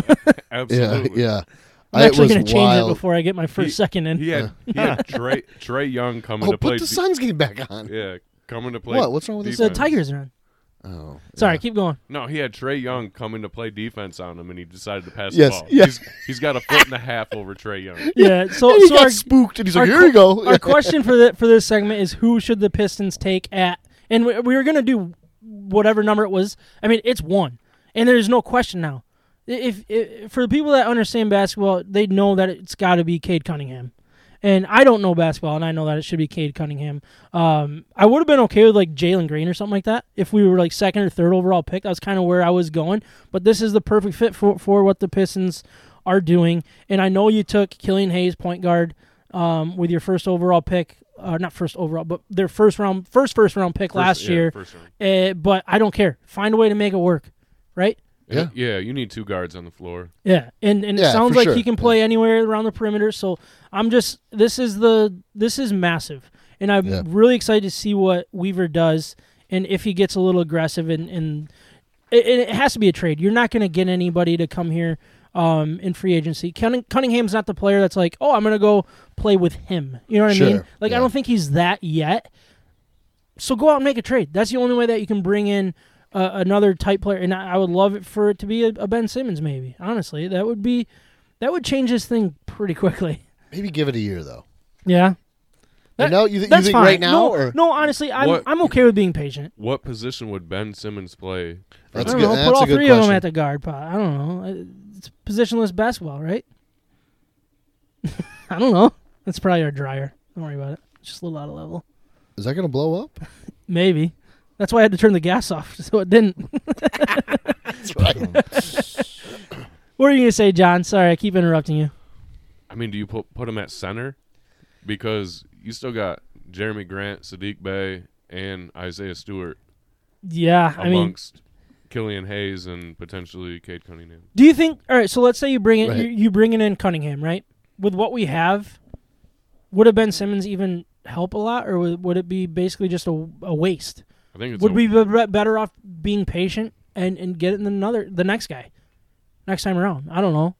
[SPEAKER 6] Yeah.
[SPEAKER 5] Absolutely.
[SPEAKER 6] Yeah.
[SPEAKER 2] I'm
[SPEAKER 6] I-
[SPEAKER 2] actually
[SPEAKER 6] was
[SPEAKER 2] going to change it
[SPEAKER 6] wild.
[SPEAKER 2] before I get my first
[SPEAKER 5] He-
[SPEAKER 2] second in.
[SPEAKER 5] He had, he had Trey, Trey Young coming
[SPEAKER 6] Oh,
[SPEAKER 5] to
[SPEAKER 6] put
[SPEAKER 5] play.
[SPEAKER 6] the
[SPEAKER 5] de-
[SPEAKER 6] Suns game back on.
[SPEAKER 5] yeah, coming to play.
[SPEAKER 6] What? What's wrong with this?
[SPEAKER 2] so the
[SPEAKER 5] defense.
[SPEAKER 2] Tigers are on.
[SPEAKER 6] Oh.
[SPEAKER 2] Sorry, keep going.
[SPEAKER 5] No, he had Trey Young coming to play defense on him, and he decided to pass
[SPEAKER 6] Yes,
[SPEAKER 5] the ball.
[SPEAKER 6] yes.
[SPEAKER 5] He's, he's got a foot and a half over Trey Young.
[SPEAKER 2] Yeah. So
[SPEAKER 6] And he
[SPEAKER 2] so
[SPEAKER 6] got
[SPEAKER 2] our,
[SPEAKER 6] spooked and he's
[SPEAKER 2] our
[SPEAKER 6] like, "Here you go."
[SPEAKER 2] our question for the, for this segment is who should the Pistons take at? And we, we were going to do whatever number it was. I mean, it's one, and there's no question now. I- If, if for the people that understand basketball, they know that it's got to be Cade Cunningham. And I don't know basketball, and I know that it should be Cade Cunningham. Um, I would have been okay with like Jalen Green or something like that if we were like second or third overall pick. That's kind of where I was going. But this is the perfect fit for for what the Pistons are doing. And I know you took Killian Hayes, point guard, um, with your first overall pick. Uh, not first overall, but their first round, first first round pick last
[SPEAKER 5] yeah,
[SPEAKER 2] year.
[SPEAKER 5] first round.
[SPEAKER 2] Uh, but I don't care. Find a way to make it work, right?
[SPEAKER 5] Yeah. yeah, you need two guards on the floor.
[SPEAKER 2] Yeah, and and it
[SPEAKER 6] Yeah,
[SPEAKER 2] sounds
[SPEAKER 6] for
[SPEAKER 2] like
[SPEAKER 6] sure.
[SPEAKER 2] he can play anywhere around the perimeter. So I'm just this is the this is massive, and I'm
[SPEAKER 6] Yeah.
[SPEAKER 2] really excited to see what Weaver does, and if he gets a little aggressive, and and it, it has to be a trade. You're not going to get anybody to come here um, in free agency. Cunning- Cunningham's not the player that's like, oh, I'm going to go play with him. You know what I mean?
[SPEAKER 6] Sure,
[SPEAKER 2] Like I
[SPEAKER 6] yeah.
[SPEAKER 2] don't think he's that yet. So go out and make a trade. That's the only way that you can bring in uh, another type player, and I, I would love it for it to be a, a Ben Simmons. Maybe honestly, that would be that would change this thing pretty quickly.
[SPEAKER 6] Maybe give it a year though.
[SPEAKER 2] Yeah,
[SPEAKER 6] You
[SPEAKER 2] That-
[SPEAKER 6] know, you, th- you
[SPEAKER 2] that's
[SPEAKER 6] think
[SPEAKER 2] fine.
[SPEAKER 6] right now
[SPEAKER 2] no,
[SPEAKER 6] or
[SPEAKER 2] no, honestly, I'm
[SPEAKER 5] What-
[SPEAKER 2] I'm okay with being patient.
[SPEAKER 5] What position would Ben Simmons play?
[SPEAKER 6] That's
[SPEAKER 2] I
[SPEAKER 6] a
[SPEAKER 2] don't
[SPEAKER 6] good-
[SPEAKER 2] know.
[SPEAKER 6] that's
[SPEAKER 2] Put all
[SPEAKER 6] a good
[SPEAKER 2] three of them
[SPEAKER 6] question.
[SPEAKER 2] at the guard pot. I don't know. Uh, It's positionless basketball, right? I don't know. That's probably our dryer. Don't worry about it. It's just a little out of level.
[SPEAKER 6] is that going to blow up?
[SPEAKER 2] Maybe. That's why I had to turn the gas off so it didn't. What are you gonna say, John? Sorry, I keep interrupting you.
[SPEAKER 5] I mean, do you put put him at center? Because you still got Jeremy Grant, Sadiq Bay, and Isaiah Stewart
[SPEAKER 2] Yeah, I mean,
[SPEAKER 5] amongst Killian Hayes and potentially Cade Cunningham.
[SPEAKER 2] do you think? All right, so let's say you bring it,
[SPEAKER 6] Right.
[SPEAKER 2] you, you bring it in Cunningham, right? With what we have, would a Ben Simmons even help a lot, or would, would it be basically just a, a waste?
[SPEAKER 5] I think it's
[SPEAKER 2] would
[SPEAKER 5] a-
[SPEAKER 2] we be be- better off being patient and and getting another the next guy, next time around? I don't know.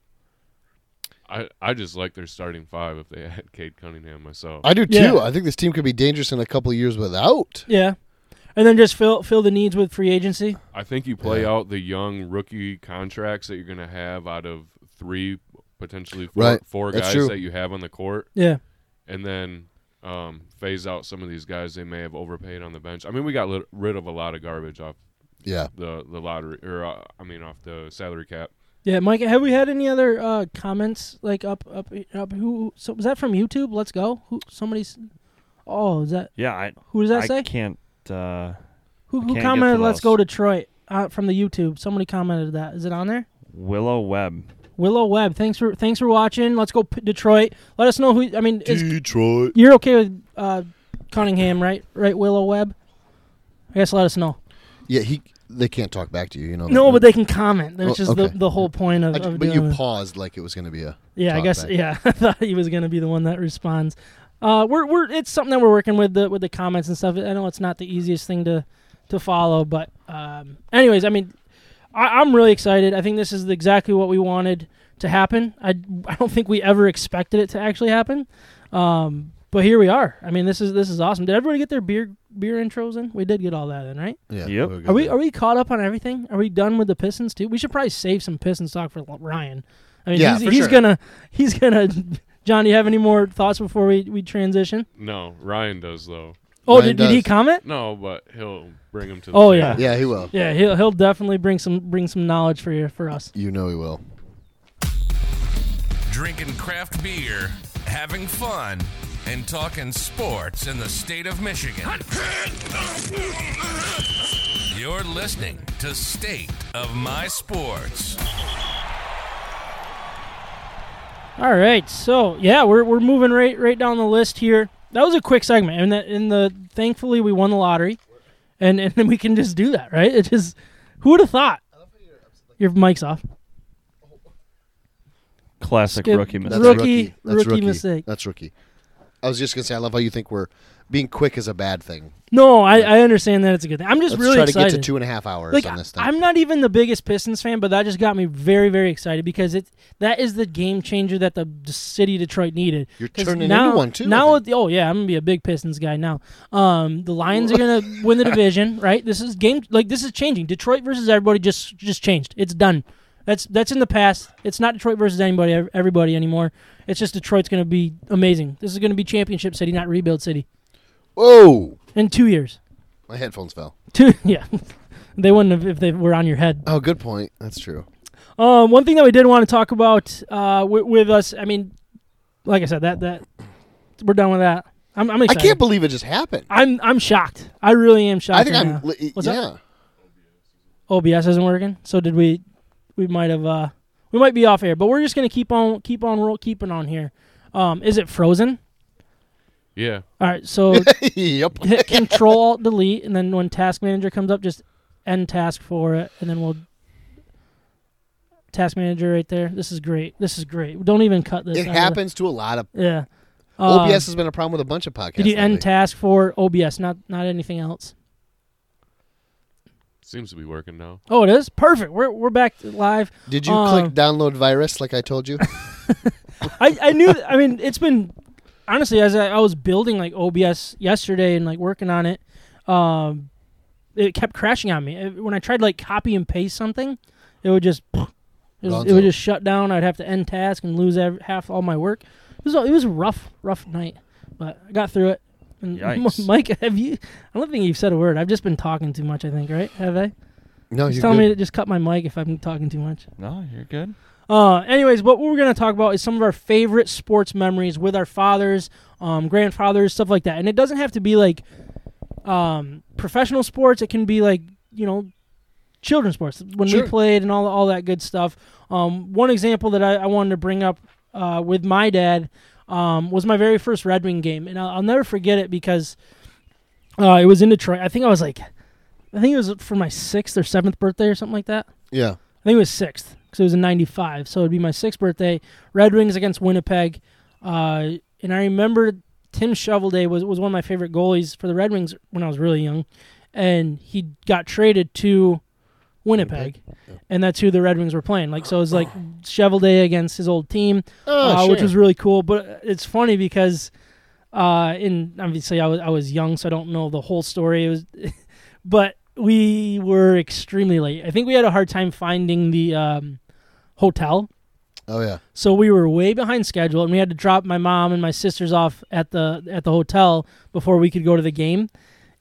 [SPEAKER 5] I, I just like their starting five if they had Cade Cunningham myself.
[SPEAKER 6] I do too.
[SPEAKER 2] Yeah.
[SPEAKER 6] I think this team could be dangerous in a couple of years without.
[SPEAKER 2] Yeah, and then just fill fill the needs with free agency.
[SPEAKER 5] I think you play out the young rookie contracts that you're going to have out of three, potentially four,
[SPEAKER 6] Right.
[SPEAKER 5] four
[SPEAKER 6] That's
[SPEAKER 5] guys
[SPEAKER 6] true.
[SPEAKER 5] that you have on the court,
[SPEAKER 2] Yeah,
[SPEAKER 5] and then um, phase out some of these guys they may have overpaid on the bench. I mean, we got lit- rid of a lot of garbage off
[SPEAKER 6] Yeah.
[SPEAKER 5] the, the lottery, or uh, I mean, off the salary cap.
[SPEAKER 2] yeah. Mike, have we had any other uh, comments like up up up? Who so was that from YouTube? Let's go. Who somebody's? Oh, is that
[SPEAKER 3] Yeah, I,
[SPEAKER 2] Who does that
[SPEAKER 3] I
[SPEAKER 2] say?
[SPEAKER 3] can't. Uh,
[SPEAKER 2] Who, who
[SPEAKER 3] can't get
[SPEAKER 2] commented?
[SPEAKER 3] to
[SPEAKER 2] Let's
[SPEAKER 3] those."
[SPEAKER 2] go Detroit uh, from the YouTube. Somebody commented that. Is it on there?
[SPEAKER 3] Willow Webb.
[SPEAKER 2] Willow Webb. Thanks for thanks for watching. Let's go P- Detroit. Let us know who. I mean, is,
[SPEAKER 6] Detroit.
[SPEAKER 2] you're okay with uh, Cunningham, right? Right, Willow Webb. I guess let us know.
[SPEAKER 6] Yeah, he they can't talk back to you. You know.
[SPEAKER 2] No, but they can comment, which
[SPEAKER 6] Oh,
[SPEAKER 2] is
[SPEAKER 6] okay.
[SPEAKER 2] the, the whole point of,
[SPEAKER 6] I ju-
[SPEAKER 2] of
[SPEAKER 6] but
[SPEAKER 2] doing
[SPEAKER 6] you
[SPEAKER 2] it.
[SPEAKER 6] paused like it was going to be a.
[SPEAKER 2] Yeah, I
[SPEAKER 6] talk
[SPEAKER 2] guess.
[SPEAKER 6] back.
[SPEAKER 2] Yeah, I thought he was going to be the one that responds. Uh, we're we're it's something that we're working with the with the comments and stuff. I know it's not the easiest thing to to follow, but um, anyways, I mean, I, I'm really excited. I think this is exactly what we wanted to happen. I I don't think we ever expected it to actually happen, um, but here we are. I mean, this is this is awesome. Did everybody get their beer beer intros in? We did get all that in, right?
[SPEAKER 6] Yeah.
[SPEAKER 3] Yep.
[SPEAKER 6] we're good
[SPEAKER 2] Are we
[SPEAKER 6] there.
[SPEAKER 2] are we caught up on everything? Are we done with the Pistons too? We should probably save some Pistons talk for L- Ryan. I mean,
[SPEAKER 6] Yeah,
[SPEAKER 2] he's,
[SPEAKER 6] for
[SPEAKER 2] he's
[SPEAKER 6] sure.
[SPEAKER 2] gonna he's gonna. John, do you have any more thoughts before we, we transition?
[SPEAKER 5] No, Ryan does though.
[SPEAKER 2] Oh,
[SPEAKER 6] Ryan
[SPEAKER 2] did, did he
[SPEAKER 6] does.
[SPEAKER 2] comment?
[SPEAKER 5] No, but he'll bring him to. The
[SPEAKER 2] Oh,
[SPEAKER 5] table.
[SPEAKER 2] yeah.
[SPEAKER 6] Yeah, he will.
[SPEAKER 2] Yeah, he'll he'll definitely bring some bring some knowledge for you for us.
[SPEAKER 6] You know he will.
[SPEAKER 1] drinking craft beer, having fun, and talking sports in the state of Michigan. You're listening to State of My Sports.
[SPEAKER 2] All right, so yeah, we're, we're moving right right down the list here. That was a quick segment, and that in the thankfully we won the lottery, and and then we can just do that, right? It just who would have thought? Your mic's off.
[SPEAKER 3] Classic
[SPEAKER 2] Skip-
[SPEAKER 3] rookie
[SPEAKER 2] That's
[SPEAKER 3] mistake.
[SPEAKER 2] Rookie- rookie mistake.
[SPEAKER 6] That's rookie. I was just gonna say, I love how you think we're being quick is a bad thing.
[SPEAKER 2] No, I, I understand that it's a good thing. I'm just
[SPEAKER 6] Let's
[SPEAKER 2] really
[SPEAKER 6] try to
[SPEAKER 2] excited.
[SPEAKER 6] get to two and a half hours
[SPEAKER 2] like
[SPEAKER 6] on this thing.
[SPEAKER 2] I'm not even the biggest Pistons fan, but that just got me very, very excited because it that is the game changer that the, the city of Detroit needed.
[SPEAKER 6] You're
[SPEAKER 2] 'Cause
[SPEAKER 6] turning
[SPEAKER 2] now,
[SPEAKER 6] into one, too, I
[SPEAKER 2] Now,
[SPEAKER 6] think.
[SPEAKER 2] it- oh yeah, I'm gonna be a big Pistons guy now. Um, the Lions are gonna win the division, right? This is game like this is changing. Detroit versus everybody just just changed. It's done. That's that's in the past. It's not Detroit versus anybody ev- everybody anymore. It's just Detroit's gonna be amazing. This is gonna be championship city, not rebuild city,
[SPEAKER 6] Whoa!
[SPEAKER 2] in two years.
[SPEAKER 6] My headphones fell.
[SPEAKER 2] Two, yeah. They wouldn't have if they were on your head.
[SPEAKER 6] Oh, good point. That's true.
[SPEAKER 2] Um, one thing that we did want to talk about uh, with, with us, I mean, like I said, that that we're done with that. I'm, I'm
[SPEAKER 6] I
[SPEAKER 2] excited.
[SPEAKER 6] can't believe it just happened.
[SPEAKER 2] I'm I'm shocked. I really am shocked.
[SPEAKER 6] I think
[SPEAKER 2] right
[SPEAKER 6] I'm.
[SPEAKER 2] now.
[SPEAKER 6] li-
[SPEAKER 2] What's
[SPEAKER 6] yeah.
[SPEAKER 2] up? OBS isn't working. So did we? We might have. Uh, we might be off air, but we're just gonna keep on keep on roll keeping on here. Um, is it frozen?
[SPEAKER 5] Yeah.
[SPEAKER 2] All right. So
[SPEAKER 6] yep.
[SPEAKER 2] hit Control Alt Delete, and then when Task Manager comes up, just end task for it, and then we'll Task Manager right there. This is great. This is great. Don't even cut this.
[SPEAKER 6] It
[SPEAKER 2] out of the-
[SPEAKER 6] happens to a lot of.
[SPEAKER 2] Yeah. Uh,
[SPEAKER 6] OBS has been a problem with a bunch of podcasts.
[SPEAKER 2] Did you end
[SPEAKER 6] lately.
[SPEAKER 2] task for OBS, not not anything else?
[SPEAKER 5] Seems to be working now.
[SPEAKER 2] Oh, it is perfect. We're we're back to live.
[SPEAKER 6] Did you
[SPEAKER 2] Um,
[SPEAKER 6] click download virus like I told you?
[SPEAKER 2] I I knew. I mean, it's been honestly as I, I was building like OBS yesterday and like working on it. Um, it kept crashing on me It- when I tried to, like copy and paste something. It would just it, was, it
[SPEAKER 6] Gonzo.
[SPEAKER 2] would just shut down. I'd have to end task and lose ev- half all my work. It was a- it was a rough rough night, but I got through it. And
[SPEAKER 3] Yikes.
[SPEAKER 2] Mike, have you? I don't think you've said a word. I've just been talking too much. I think, right? Have I?
[SPEAKER 6] No,
[SPEAKER 2] Just
[SPEAKER 6] you.
[SPEAKER 2] telling me
[SPEAKER 6] good.
[SPEAKER 2] to just cut my mic if I'm talking too much.
[SPEAKER 3] No, you're good.
[SPEAKER 2] Uh, anyways, what we're going to talk about is some of our favorite sports memories with our fathers, um, grandfathers, stuff like that. And it doesn't have to be like um, professional sports. It can be like you know, children's sports when
[SPEAKER 6] Sure.
[SPEAKER 2] we played and all all that good stuff. Um, one example that I, I wanted to bring up uh, with my dad um, was my very first Red Wing game, and I'll, I'll never forget it because uh, it was in Detroit. I think I was like, I think it was for my sixth or seventh birthday or something like that.
[SPEAKER 6] Yeah.
[SPEAKER 2] I think it was sixth because it was in '95, so it'd be my sixth birthday. Red Wings against Winnipeg, uh, and I remember Tim Shovelday was was one of my favorite goalies for the Red Wings when I was really young, and he got traded to Winnipeg, and that's who the Red Wings were playing. Like so, it was like Shovelday against his old team,
[SPEAKER 6] Oh,
[SPEAKER 2] uh,
[SPEAKER 6] sure.
[SPEAKER 2] which was really cool. But it's funny because, uh, in obviously I was I was young, so I don't know the whole story. It was, but we were extremely late. I think we had a hard time finding the um, hotel,
[SPEAKER 6] oh yeah.
[SPEAKER 2] so we were way behind schedule, and we had to drop my mom and my sisters off at the at the hotel before we could go to the game.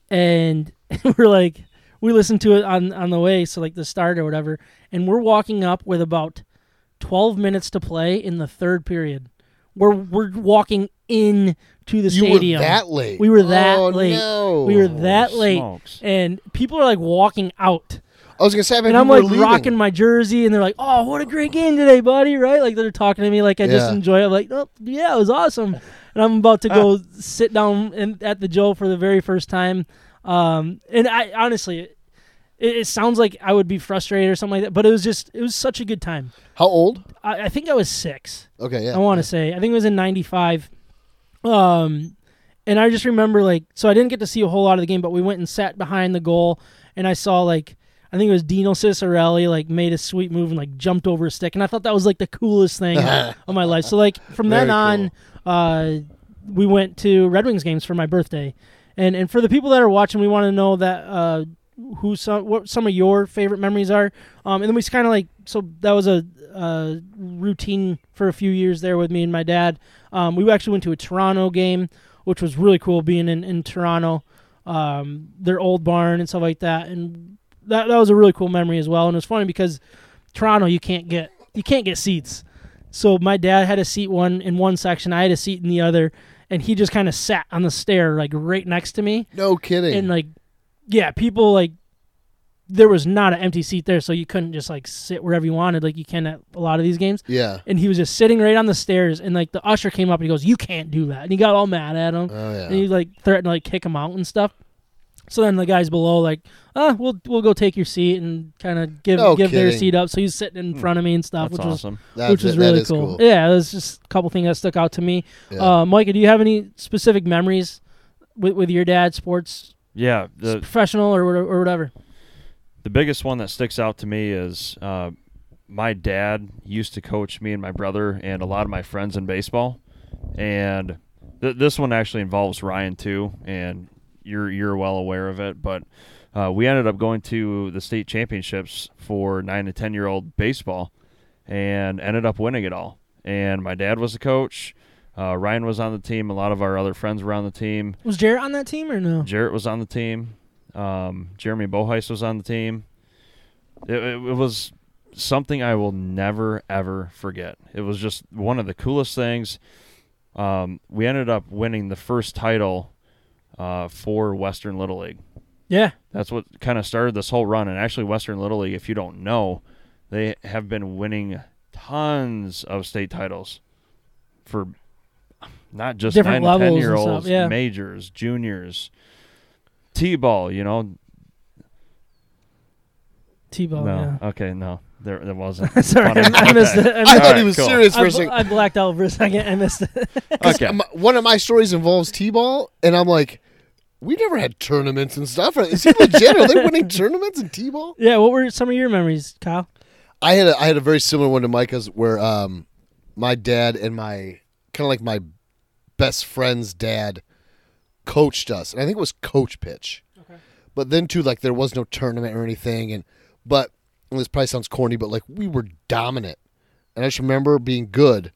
[SPEAKER 2] And we're like, we listened to it on on the way, so like the start or whatever. And we're walking up with about twelve minutes to play in the third period. We're we're walking in to the
[SPEAKER 6] You
[SPEAKER 2] stadium.
[SPEAKER 6] were that late.
[SPEAKER 2] We were that
[SPEAKER 6] Oh,
[SPEAKER 2] late.
[SPEAKER 6] No.
[SPEAKER 2] We were that late,
[SPEAKER 3] smokes.
[SPEAKER 2] and people are like walking out
[SPEAKER 6] I was gonna say, I mean,
[SPEAKER 2] and I'm
[SPEAKER 6] we were
[SPEAKER 2] like
[SPEAKER 6] leaving.
[SPEAKER 2] rocking my jersey, and they're like, "Oh, what a great game today, buddy!" Right? Like they're talking to me, like I just
[SPEAKER 6] Yeah.
[SPEAKER 2] enjoy. It. I'm like, "Oh, yeah, it was awesome." And I'm about to go sit down in, at the Joe for the very first time, um, and I honestly, It, it sounds like I would be frustrated or something like that, but it was just it was such a good time.
[SPEAKER 6] How old?
[SPEAKER 2] I, I think I was six.
[SPEAKER 6] Okay, yeah.
[SPEAKER 2] I want to say. I think it was in '95. Um, and I just remember like, so I didn't get to see a whole lot of the game, but we went and sat behind the goal, and I saw like, I think it was Dino Cicerelli like made a sweet move and like jumped over a stick, and I thought that was like the coolest thing of my life. So like from then
[SPEAKER 6] Very
[SPEAKER 2] on, uh, we went to Red Wings games for my birthday, and and for the people that are watching, we want to know that. Uh, who some what some of your favorite memories are. Um, and then we kind of like so that was a uh, routine for a few years there with me and my dad. Um, we actually went to a Toronto game, which was really cool being in in Toronto, um, their old barn and stuff like that. And that that was a really cool memory as well. And it was funny because Toronto you can't get you can't get seats. So my dad had a seat one in one section, I had a seat in the other, and he just kind of sat on the stair like right next to me
[SPEAKER 6] No kidding.
[SPEAKER 2] and like yeah people like there was not an empty seat there so you couldn't just like sit wherever you wanted like you can at a lot of these games
[SPEAKER 6] yeah.
[SPEAKER 2] and he was just sitting right on the stairs and like the usher came up and he goes you can't do that and he got all mad at him
[SPEAKER 6] Oh yeah.
[SPEAKER 2] and he like threatened to like kick him out and stuff so then the guys below like uh we'll we'll go take your seat and kind of give
[SPEAKER 6] No
[SPEAKER 2] give their
[SPEAKER 6] kidding.
[SPEAKER 2] seat up so he's sitting in front of me and stuff
[SPEAKER 6] Uh,
[SPEAKER 3] That's
[SPEAKER 2] which was
[SPEAKER 3] awesome.
[SPEAKER 6] That's
[SPEAKER 2] which was
[SPEAKER 6] it.
[SPEAKER 2] really
[SPEAKER 6] that is
[SPEAKER 2] cool.
[SPEAKER 6] cool.
[SPEAKER 2] Yeah, it was just a couple things that stuck out to me.
[SPEAKER 6] Yeah.
[SPEAKER 2] Uh, Micah, do you have any specific memories with, with your dad, sports
[SPEAKER 3] yeah,
[SPEAKER 2] s-
[SPEAKER 3] the
[SPEAKER 2] professional or whatever, or whatever?
[SPEAKER 3] the biggest one that sticks out to me is uh, my dad used to coach me and my brother and a lot of my friends in baseball, and th- this one actually involves Ryan too, and you're you're well aware of it. But uh, we ended up going to the state championships for nine to ten year old baseball, and ended up winning it all. And my dad was the coach. Uh, Ryan was on the team. A lot of our other friends were on the team.
[SPEAKER 2] Was Jarrett on that team or no?
[SPEAKER 3] Jarrett was on the team. Um, Jeremy Boheis was on the team. It, it, it was something I will never ever forget. It was just one of the coolest things. Um, we ended up winning the first title uh, for Western Little League.
[SPEAKER 2] Yeah,
[SPEAKER 3] That's what kind of started this whole run. And actually, Western Little League, if you don't know, they have been winning tons of state titles for not just
[SPEAKER 2] Different
[SPEAKER 3] nine to
[SPEAKER 2] levels
[SPEAKER 3] ten
[SPEAKER 2] and
[SPEAKER 3] year olds,
[SPEAKER 2] stuff, yeah.
[SPEAKER 3] majors, juniors, t-ball. You know,
[SPEAKER 2] T-ball.
[SPEAKER 3] no,
[SPEAKER 2] Oh, Yeah.
[SPEAKER 3] okay, no, there, there wasn't.
[SPEAKER 2] Sorry,
[SPEAKER 3] Funny.
[SPEAKER 2] I missed
[SPEAKER 3] Okay.
[SPEAKER 2] it. I,
[SPEAKER 6] I
[SPEAKER 2] missed
[SPEAKER 6] thought
[SPEAKER 3] Alright,
[SPEAKER 6] he was
[SPEAKER 3] cool.
[SPEAKER 6] serious for
[SPEAKER 2] I,
[SPEAKER 6] a
[SPEAKER 2] bl-
[SPEAKER 6] second.
[SPEAKER 2] I blacked out for a second. I missed it.
[SPEAKER 3] Okay,
[SPEAKER 6] Um, One of my stories involves t-ball, and I'm like, we never had tournaments and stuff. Is he legit? Are they winning tournaments in t-ball?
[SPEAKER 2] yeah, what were some of your memories, Kyle?
[SPEAKER 6] I had a, I had a very similar one to Micah's where um my dad and my kind of like my best friend's dad coached us, and I think it was coach pitch. But then too, like there was no tournament or anything, and but and this probably sounds corny, but like we were dominant, and I just remember being good,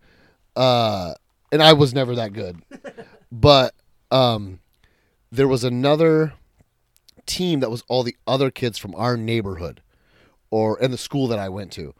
[SPEAKER 6] uh, and I was never that good, but um, there was another team that was all the other kids from our neighborhood or in the school that I went to.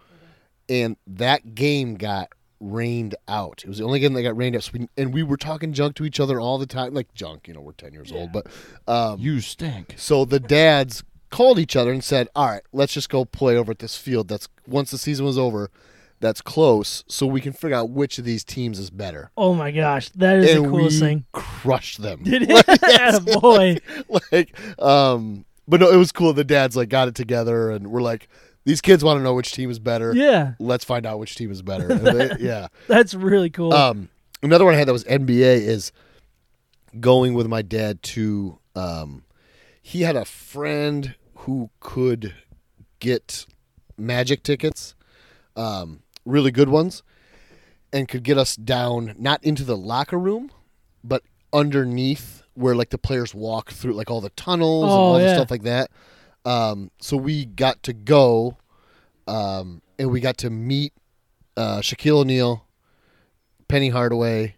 [SPEAKER 6] And that game got rained out. It was the only game that got rained out. So we, and we were talking junk to each other all the time, like junk. You know, we're ten years old, but um,
[SPEAKER 3] you stink.
[SPEAKER 6] so the dads called each other and said, "All right, let's just go play over at this field. That's once the season was over, that's close, so we can figure out which of these teams is better."
[SPEAKER 2] Oh my gosh, that is
[SPEAKER 6] and
[SPEAKER 2] the coolest
[SPEAKER 6] we
[SPEAKER 2] thing.
[SPEAKER 6] crushed them.
[SPEAKER 2] Did it? boy.
[SPEAKER 6] like, um, but no, it was cool. The dads like got it together, and we're like, "These kids want to know which team is better.
[SPEAKER 2] Yeah,
[SPEAKER 6] Let's find out which team is better." And they- yeah.
[SPEAKER 2] that's really cool.
[SPEAKER 6] Um, another one I had that was NBA is going with my dad to. Um, he had a friend who could get magic tickets, um, really good ones, and could get us down not into the locker room, but underneath where like the players walk through, like all the tunnels and
[SPEAKER 2] Oh,
[SPEAKER 6] all
[SPEAKER 2] yeah.
[SPEAKER 6] the stuff like that. Um, so we got to go, um, and we got to meet uh, Shaquille O'Neal, Penny Hardaway,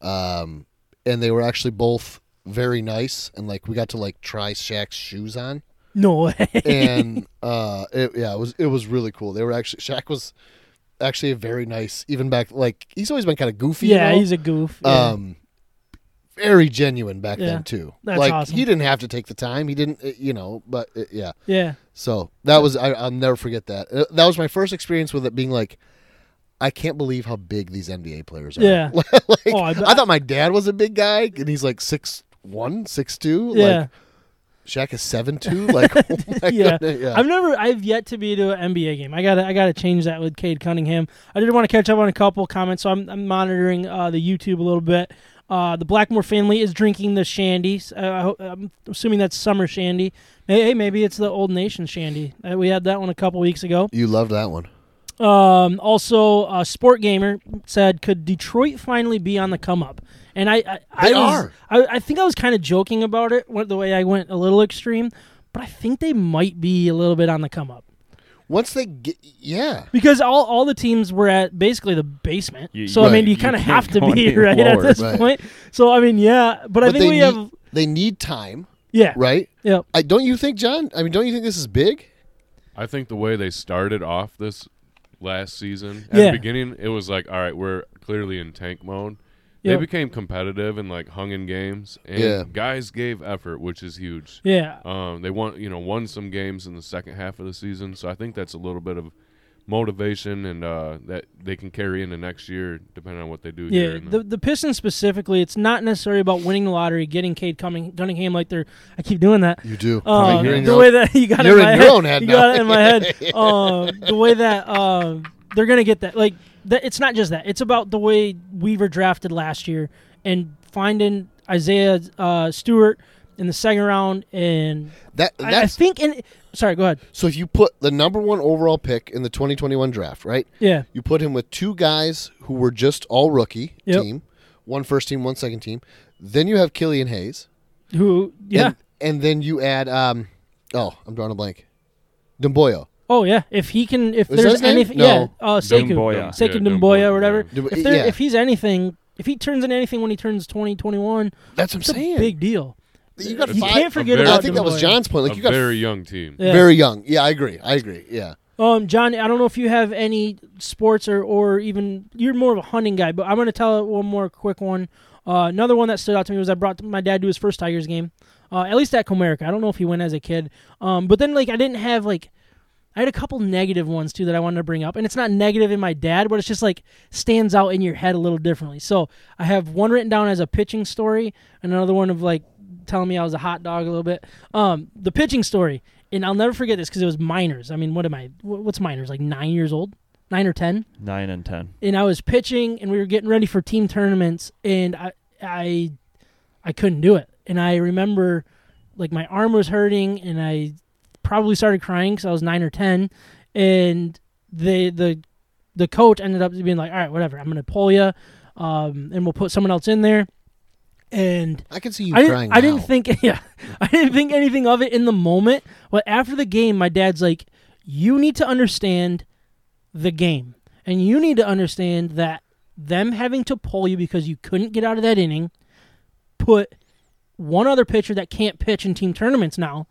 [SPEAKER 6] um, and they were actually both very nice, and like we got to like try Shaq's shoes on,
[SPEAKER 2] no way.
[SPEAKER 6] and uh, it, yeah, it was it was really cool. They were actually Shaq was actually a very nice, even back like he's always been kind of goofy. you
[SPEAKER 2] yeah,
[SPEAKER 6] know?
[SPEAKER 2] he's a goof. Yeah.
[SPEAKER 6] um, very genuine back
[SPEAKER 2] Yeah,
[SPEAKER 6] then too.
[SPEAKER 2] that's
[SPEAKER 6] like
[SPEAKER 2] awesome.
[SPEAKER 6] he didn't have to take the time. He didn't, uh, you know, but uh, yeah.
[SPEAKER 2] yeah.
[SPEAKER 6] So that was I, I'll never forget that. Uh, That was my first experience with it being like, I can't believe how big these NBA players are.
[SPEAKER 2] Yeah.
[SPEAKER 6] like,
[SPEAKER 2] Oh, I
[SPEAKER 6] I,
[SPEAKER 2] bet-
[SPEAKER 6] thought my dad was a big guy, and he's like six one, six two.
[SPEAKER 2] Yeah.
[SPEAKER 6] Like, Shaq is seven two. Like, oh my
[SPEAKER 2] Yeah.
[SPEAKER 6] goodness, yeah.
[SPEAKER 2] I've never, I've yet to be to an NBA game. I gotta, I gotta change that with Cade Cunningham. I did want to catch up on a couple comments, so I'm, I'm monitoring uh, the YouTube a little bit. Uh, the Blackmore family is drinking the shandy. Uh, I ho- I'm assuming that's summer shandy. Hey, hey, maybe it's the Old Nation shandy. Uh, we had that one a couple weeks ago.
[SPEAKER 6] you loved that one.
[SPEAKER 2] Um, also, uh, Sport Gamer said, "Could Detroit finally be on the come up?" And I, I, I
[SPEAKER 6] They
[SPEAKER 2] was-
[SPEAKER 6] are.
[SPEAKER 2] I, I think I was kind of joking about it, went the way I went a little extreme, but I think they might be a little bit on the come up
[SPEAKER 6] Once they get, yeah,
[SPEAKER 2] because all, all the teams were at basically the basement.
[SPEAKER 3] You-
[SPEAKER 2] so I
[SPEAKER 6] Right.
[SPEAKER 2] mean, you
[SPEAKER 3] you
[SPEAKER 2] kind of
[SPEAKER 3] can't
[SPEAKER 2] have to
[SPEAKER 3] go
[SPEAKER 2] be
[SPEAKER 3] any
[SPEAKER 2] right at
[SPEAKER 3] lower.
[SPEAKER 2] this
[SPEAKER 6] Right.
[SPEAKER 2] point. So I mean, yeah, but, I
[SPEAKER 6] but
[SPEAKER 2] think
[SPEAKER 6] they
[SPEAKER 2] we
[SPEAKER 6] need,
[SPEAKER 2] have
[SPEAKER 6] they need time,
[SPEAKER 2] yeah,
[SPEAKER 6] right?
[SPEAKER 2] yeah.
[SPEAKER 6] I don't you think, John? I mean, don't you think this is big?
[SPEAKER 5] I think the way they started off this last season at
[SPEAKER 2] Yeah.
[SPEAKER 5] the beginning, it was like, all right, we're clearly in tank mode.
[SPEAKER 2] Yeah.
[SPEAKER 5] They became competitive and like hung in games, and
[SPEAKER 6] Yeah.
[SPEAKER 5] guys gave effort, which is huge.
[SPEAKER 2] Yeah,
[SPEAKER 3] Oh,
[SPEAKER 5] Um, they won, you know, won some games in the second half of the season, so I think that's a little bit of motivation and uh, that they can carry into next year, depending on what they do. here
[SPEAKER 2] Yeah,
[SPEAKER 5] in the-
[SPEAKER 2] the the Pistons specifically, it's not necessarily about winning the lottery, getting Cade Cumming, Cunningham like they're. I keep doing that.
[SPEAKER 6] You do.
[SPEAKER 2] Um,
[SPEAKER 6] you're in
[SPEAKER 2] the
[SPEAKER 6] your
[SPEAKER 2] way
[SPEAKER 6] own-
[SPEAKER 2] that you got
[SPEAKER 6] you're
[SPEAKER 2] it in
[SPEAKER 6] in
[SPEAKER 2] my
[SPEAKER 6] your
[SPEAKER 2] head,
[SPEAKER 6] own head
[SPEAKER 2] you
[SPEAKER 6] now.
[SPEAKER 2] got it in my head. Um, the way that um, they're gonna get that, like that, it's not just that. It's about the way Weaver drafted last year and finding Isaiah uh, Stewart in the second round, and
[SPEAKER 6] that
[SPEAKER 2] I, I
[SPEAKER 6] that's
[SPEAKER 2] think in. Sorry, go ahead.
[SPEAKER 6] so. If you put the number one overall pick in the 2021 draft, right?
[SPEAKER 2] Yeah,
[SPEAKER 6] You put him with two guys who were just all rookie
[SPEAKER 2] Yep.
[SPEAKER 6] team, one first team, one second team. Then you have Killian Hayes.
[SPEAKER 2] who? Yeah.
[SPEAKER 6] And, and then you add um oh, I'm drawing a blank. Demboyo.
[SPEAKER 2] Oh yeah, if he can, if
[SPEAKER 6] Is that
[SPEAKER 2] there's
[SPEAKER 6] his name?
[SPEAKER 2] anything,
[SPEAKER 6] No.
[SPEAKER 2] yeah, uh, Sekou,
[SPEAKER 3] Dumboya.
[SPEAKER 2] Sekou
[SPEAKER 5] Yeah,
[SPEAKER 2] Dumboya or
[SPEAKER 5] Dumboya,
[SPEAKER 2] whatever.
[SPEAKER 5] yeah.
[SPEAKER 2] If there,
[SPEAKER 6] Yeah.
[SPEAKER 2] if he's anything, if he turns into anything when he turns 20, 21,
[SPEAKER 6] That's what I'm
[SPEAKER 2] it's a
[SPEAKER 6] saying.
[SPEAKER 2] big deal.
[SPEAKER 6] you got
[SPEAKER 2] You
[SPEAKER 6] five.
[SPEAKER 2] can't forget
[SPEAKER 5] very-
[SPEAKER 2] about.
[SPEAKER 6] I think that was
[SPEAKER 2] Dumboya.
[SPEAKER 6] John's point. Like
[SPEAKER 5] a
[SPEAKER 6] you got
[SPEAKER 5] very young team.
[SPEAKER 2] Yeah.
[SPEAKER 6] very young. Yeah, I agree. I agree. Yeah.
[SPEAKER 2] Um, John, I don't know if you have any sports or, or even you're more of a hunting guy, but I'm going to tell one more quick one. Uh, another one that stood out to me was I brought my dad to his first Tigers game, uh, at least at Comerica. I don't know if he went as a kid, um, but then like I didn't have like I had a couple negative ones too that I wanted to bring up, and it's not negative in my dad, but it's just like stands out in your head a little differently. So I have one written down as a pitching story, and another one of like telling me I was a hot dog a little bit. Um, the pitching story, and I'll never forget this because it was minors. I mean, what am I? wh- What's minors? Like nine years old, nine or ten
[SPEAKER 3] Nine and ten.
[SPEAKER 2] and I was pitching and we were getting ready for team tournaments and I I I couldn't do it. And I remember like my arm was hurting and I probably started crying cuz I was 9 or 10 and the the the coach ended up being like, "All right, whatever. I'm going to pull you um, and we'll put someone else in there." And
[SPEAKER 6] I can see you
[SPEAKER 2] I didn't,
[SPEAKER 6] crying.
[SPEAKER 2] I didn't
[SPEAKER 6] now.
[SPEAKER 2] think yeah. I didn't think anything of it in the moment. But after the game, my dad's like, You need to understand the game. And you need to understand that them having to pull you because you couldn't get out of that inning put one other pitcher that can't pitch in team tournaments now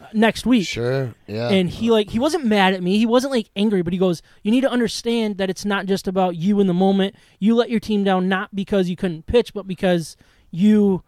[SPEAKER 2] uh, next week.
[SPEAKER 6] Sure. Yeah.
[SPEAKER 2] And he like he wasn't mad at me. He wasn't like angry, but he goes, "You need to understand that it's not just about you in the moment. You let your team down not because you couldn't pitch, but because you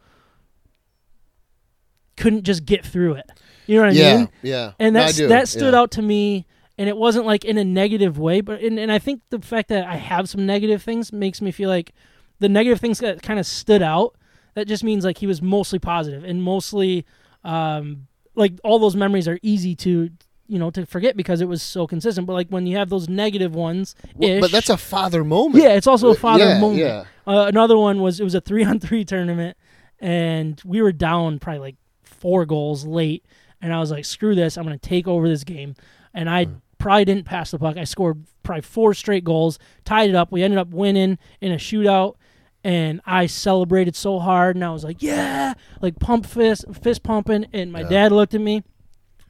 [SPEAKER 2] couldn't just get through it." You know what I
[SPEAKER 6] yeah.
[SPEAKER 2] mean?
[SPEAKER 6] Yeah.
[SPEAKER 2] And
[SPEAKER 6] No, I
[SPEAKER 2] that's
[SPEAKER 6] do.
[SPEAKER 2] that stood
[SPEAKER 6] Yeah.
[SPEAKER 2] out to me and it wasn't like in a negative way, but and, and I think the fact that I have some negative things makes me feel like the negative things that kind of stood out, that just means like he was mostly positive and mostly um like all those memories are easy to you know to forget because it was so consistent. But like when you have those negative ones,
[SPEAKER 6] Well, But that's a father moment.
[SPEAKER 2] yeah, it's also a father
[SPEAKER 6] yeah,
[SPEAKER 2] moment.
[SPEAKER 6] yeah.
[SPEAKER 2] Uh, another one was it was a three on three tournament, and we were down probably like four goals late, and I was like, "Screw this! I'm gonna take over this game," and I.
[SPEAKER 6] Hmm.
[SPEAKER 2] Probably didn't pass the puck. I scored probably four straight goals, tied it up. We ended up winning in a shootout, and I celebrated so hard. And I was like, "Yeah!" Like pump fist, fist pumping. And my dad looked at me.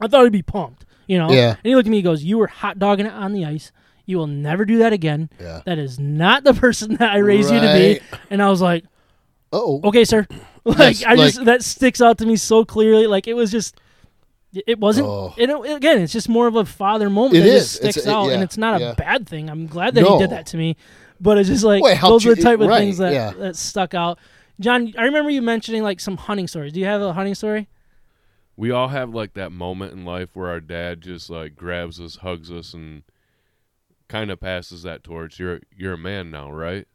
[SPEAKER 2] I thought he'd be pumped, you know.
[SPEAKER 6] Yeah.
[SPEAKER 2] And he looked at me. He goes, "You were hot dogging it on the ice. You will never do that again.
[SPEAKER 6] Yeah.
[SPEAKER 2] That is not the person that I raised you to be."
[SPEAKER 6] Right.
[SPEAKER 2] And I was like,
[SPEAKER 6] Oh.
[SPEAKER 2] "Okay, sir." Like
[SPEAKER 6] Yes,
[SPEAKER 2] I just
[SPEAKER 6] like-
[SPEAKER 2] that sticks out to me so clearly. Like it was just, it wasn't.
[SPEAKER 6] Oh.
[SPEAKER 2] And it, again, it's just more of a father moment.
[SPEAKER 6] It
[SPEAKER 2] that
[SPEAKER 6] is.
[SPEAKER 2] just
[SPEAKER 6] It's-
[SPEAKER 2] sticks
[SPEAKER 6] it-
[SPEAKER 2] out, and
[SPEAKER 6] yeah,
[SPEAKER 2] it's not
[SPEAKER 6] yeah.
[SPEAKER 2] a bad thing. I'm glad that he
[SPEAKER 6] No.
[SPEAKER 2] did that to me, but it's just like
[SPEAKER 6] Well, it helped
[SPEAKER 2] those are the
[SPEAKER 6] you-
[SPEAKER 2] type of
[SPEAKER 6] right,
[SPEAKER 2] things that
[SPEAKER 6] yeah.
[SPEAKER 2] that stuck out. John, I remember you mentioning like some hunting stories. Do you have a hunting story?
[SPEAKER 5] we all have like that moment in life where our dad just like grabs us, hugs us, and kind of passes that torch. You're you're a man now, right?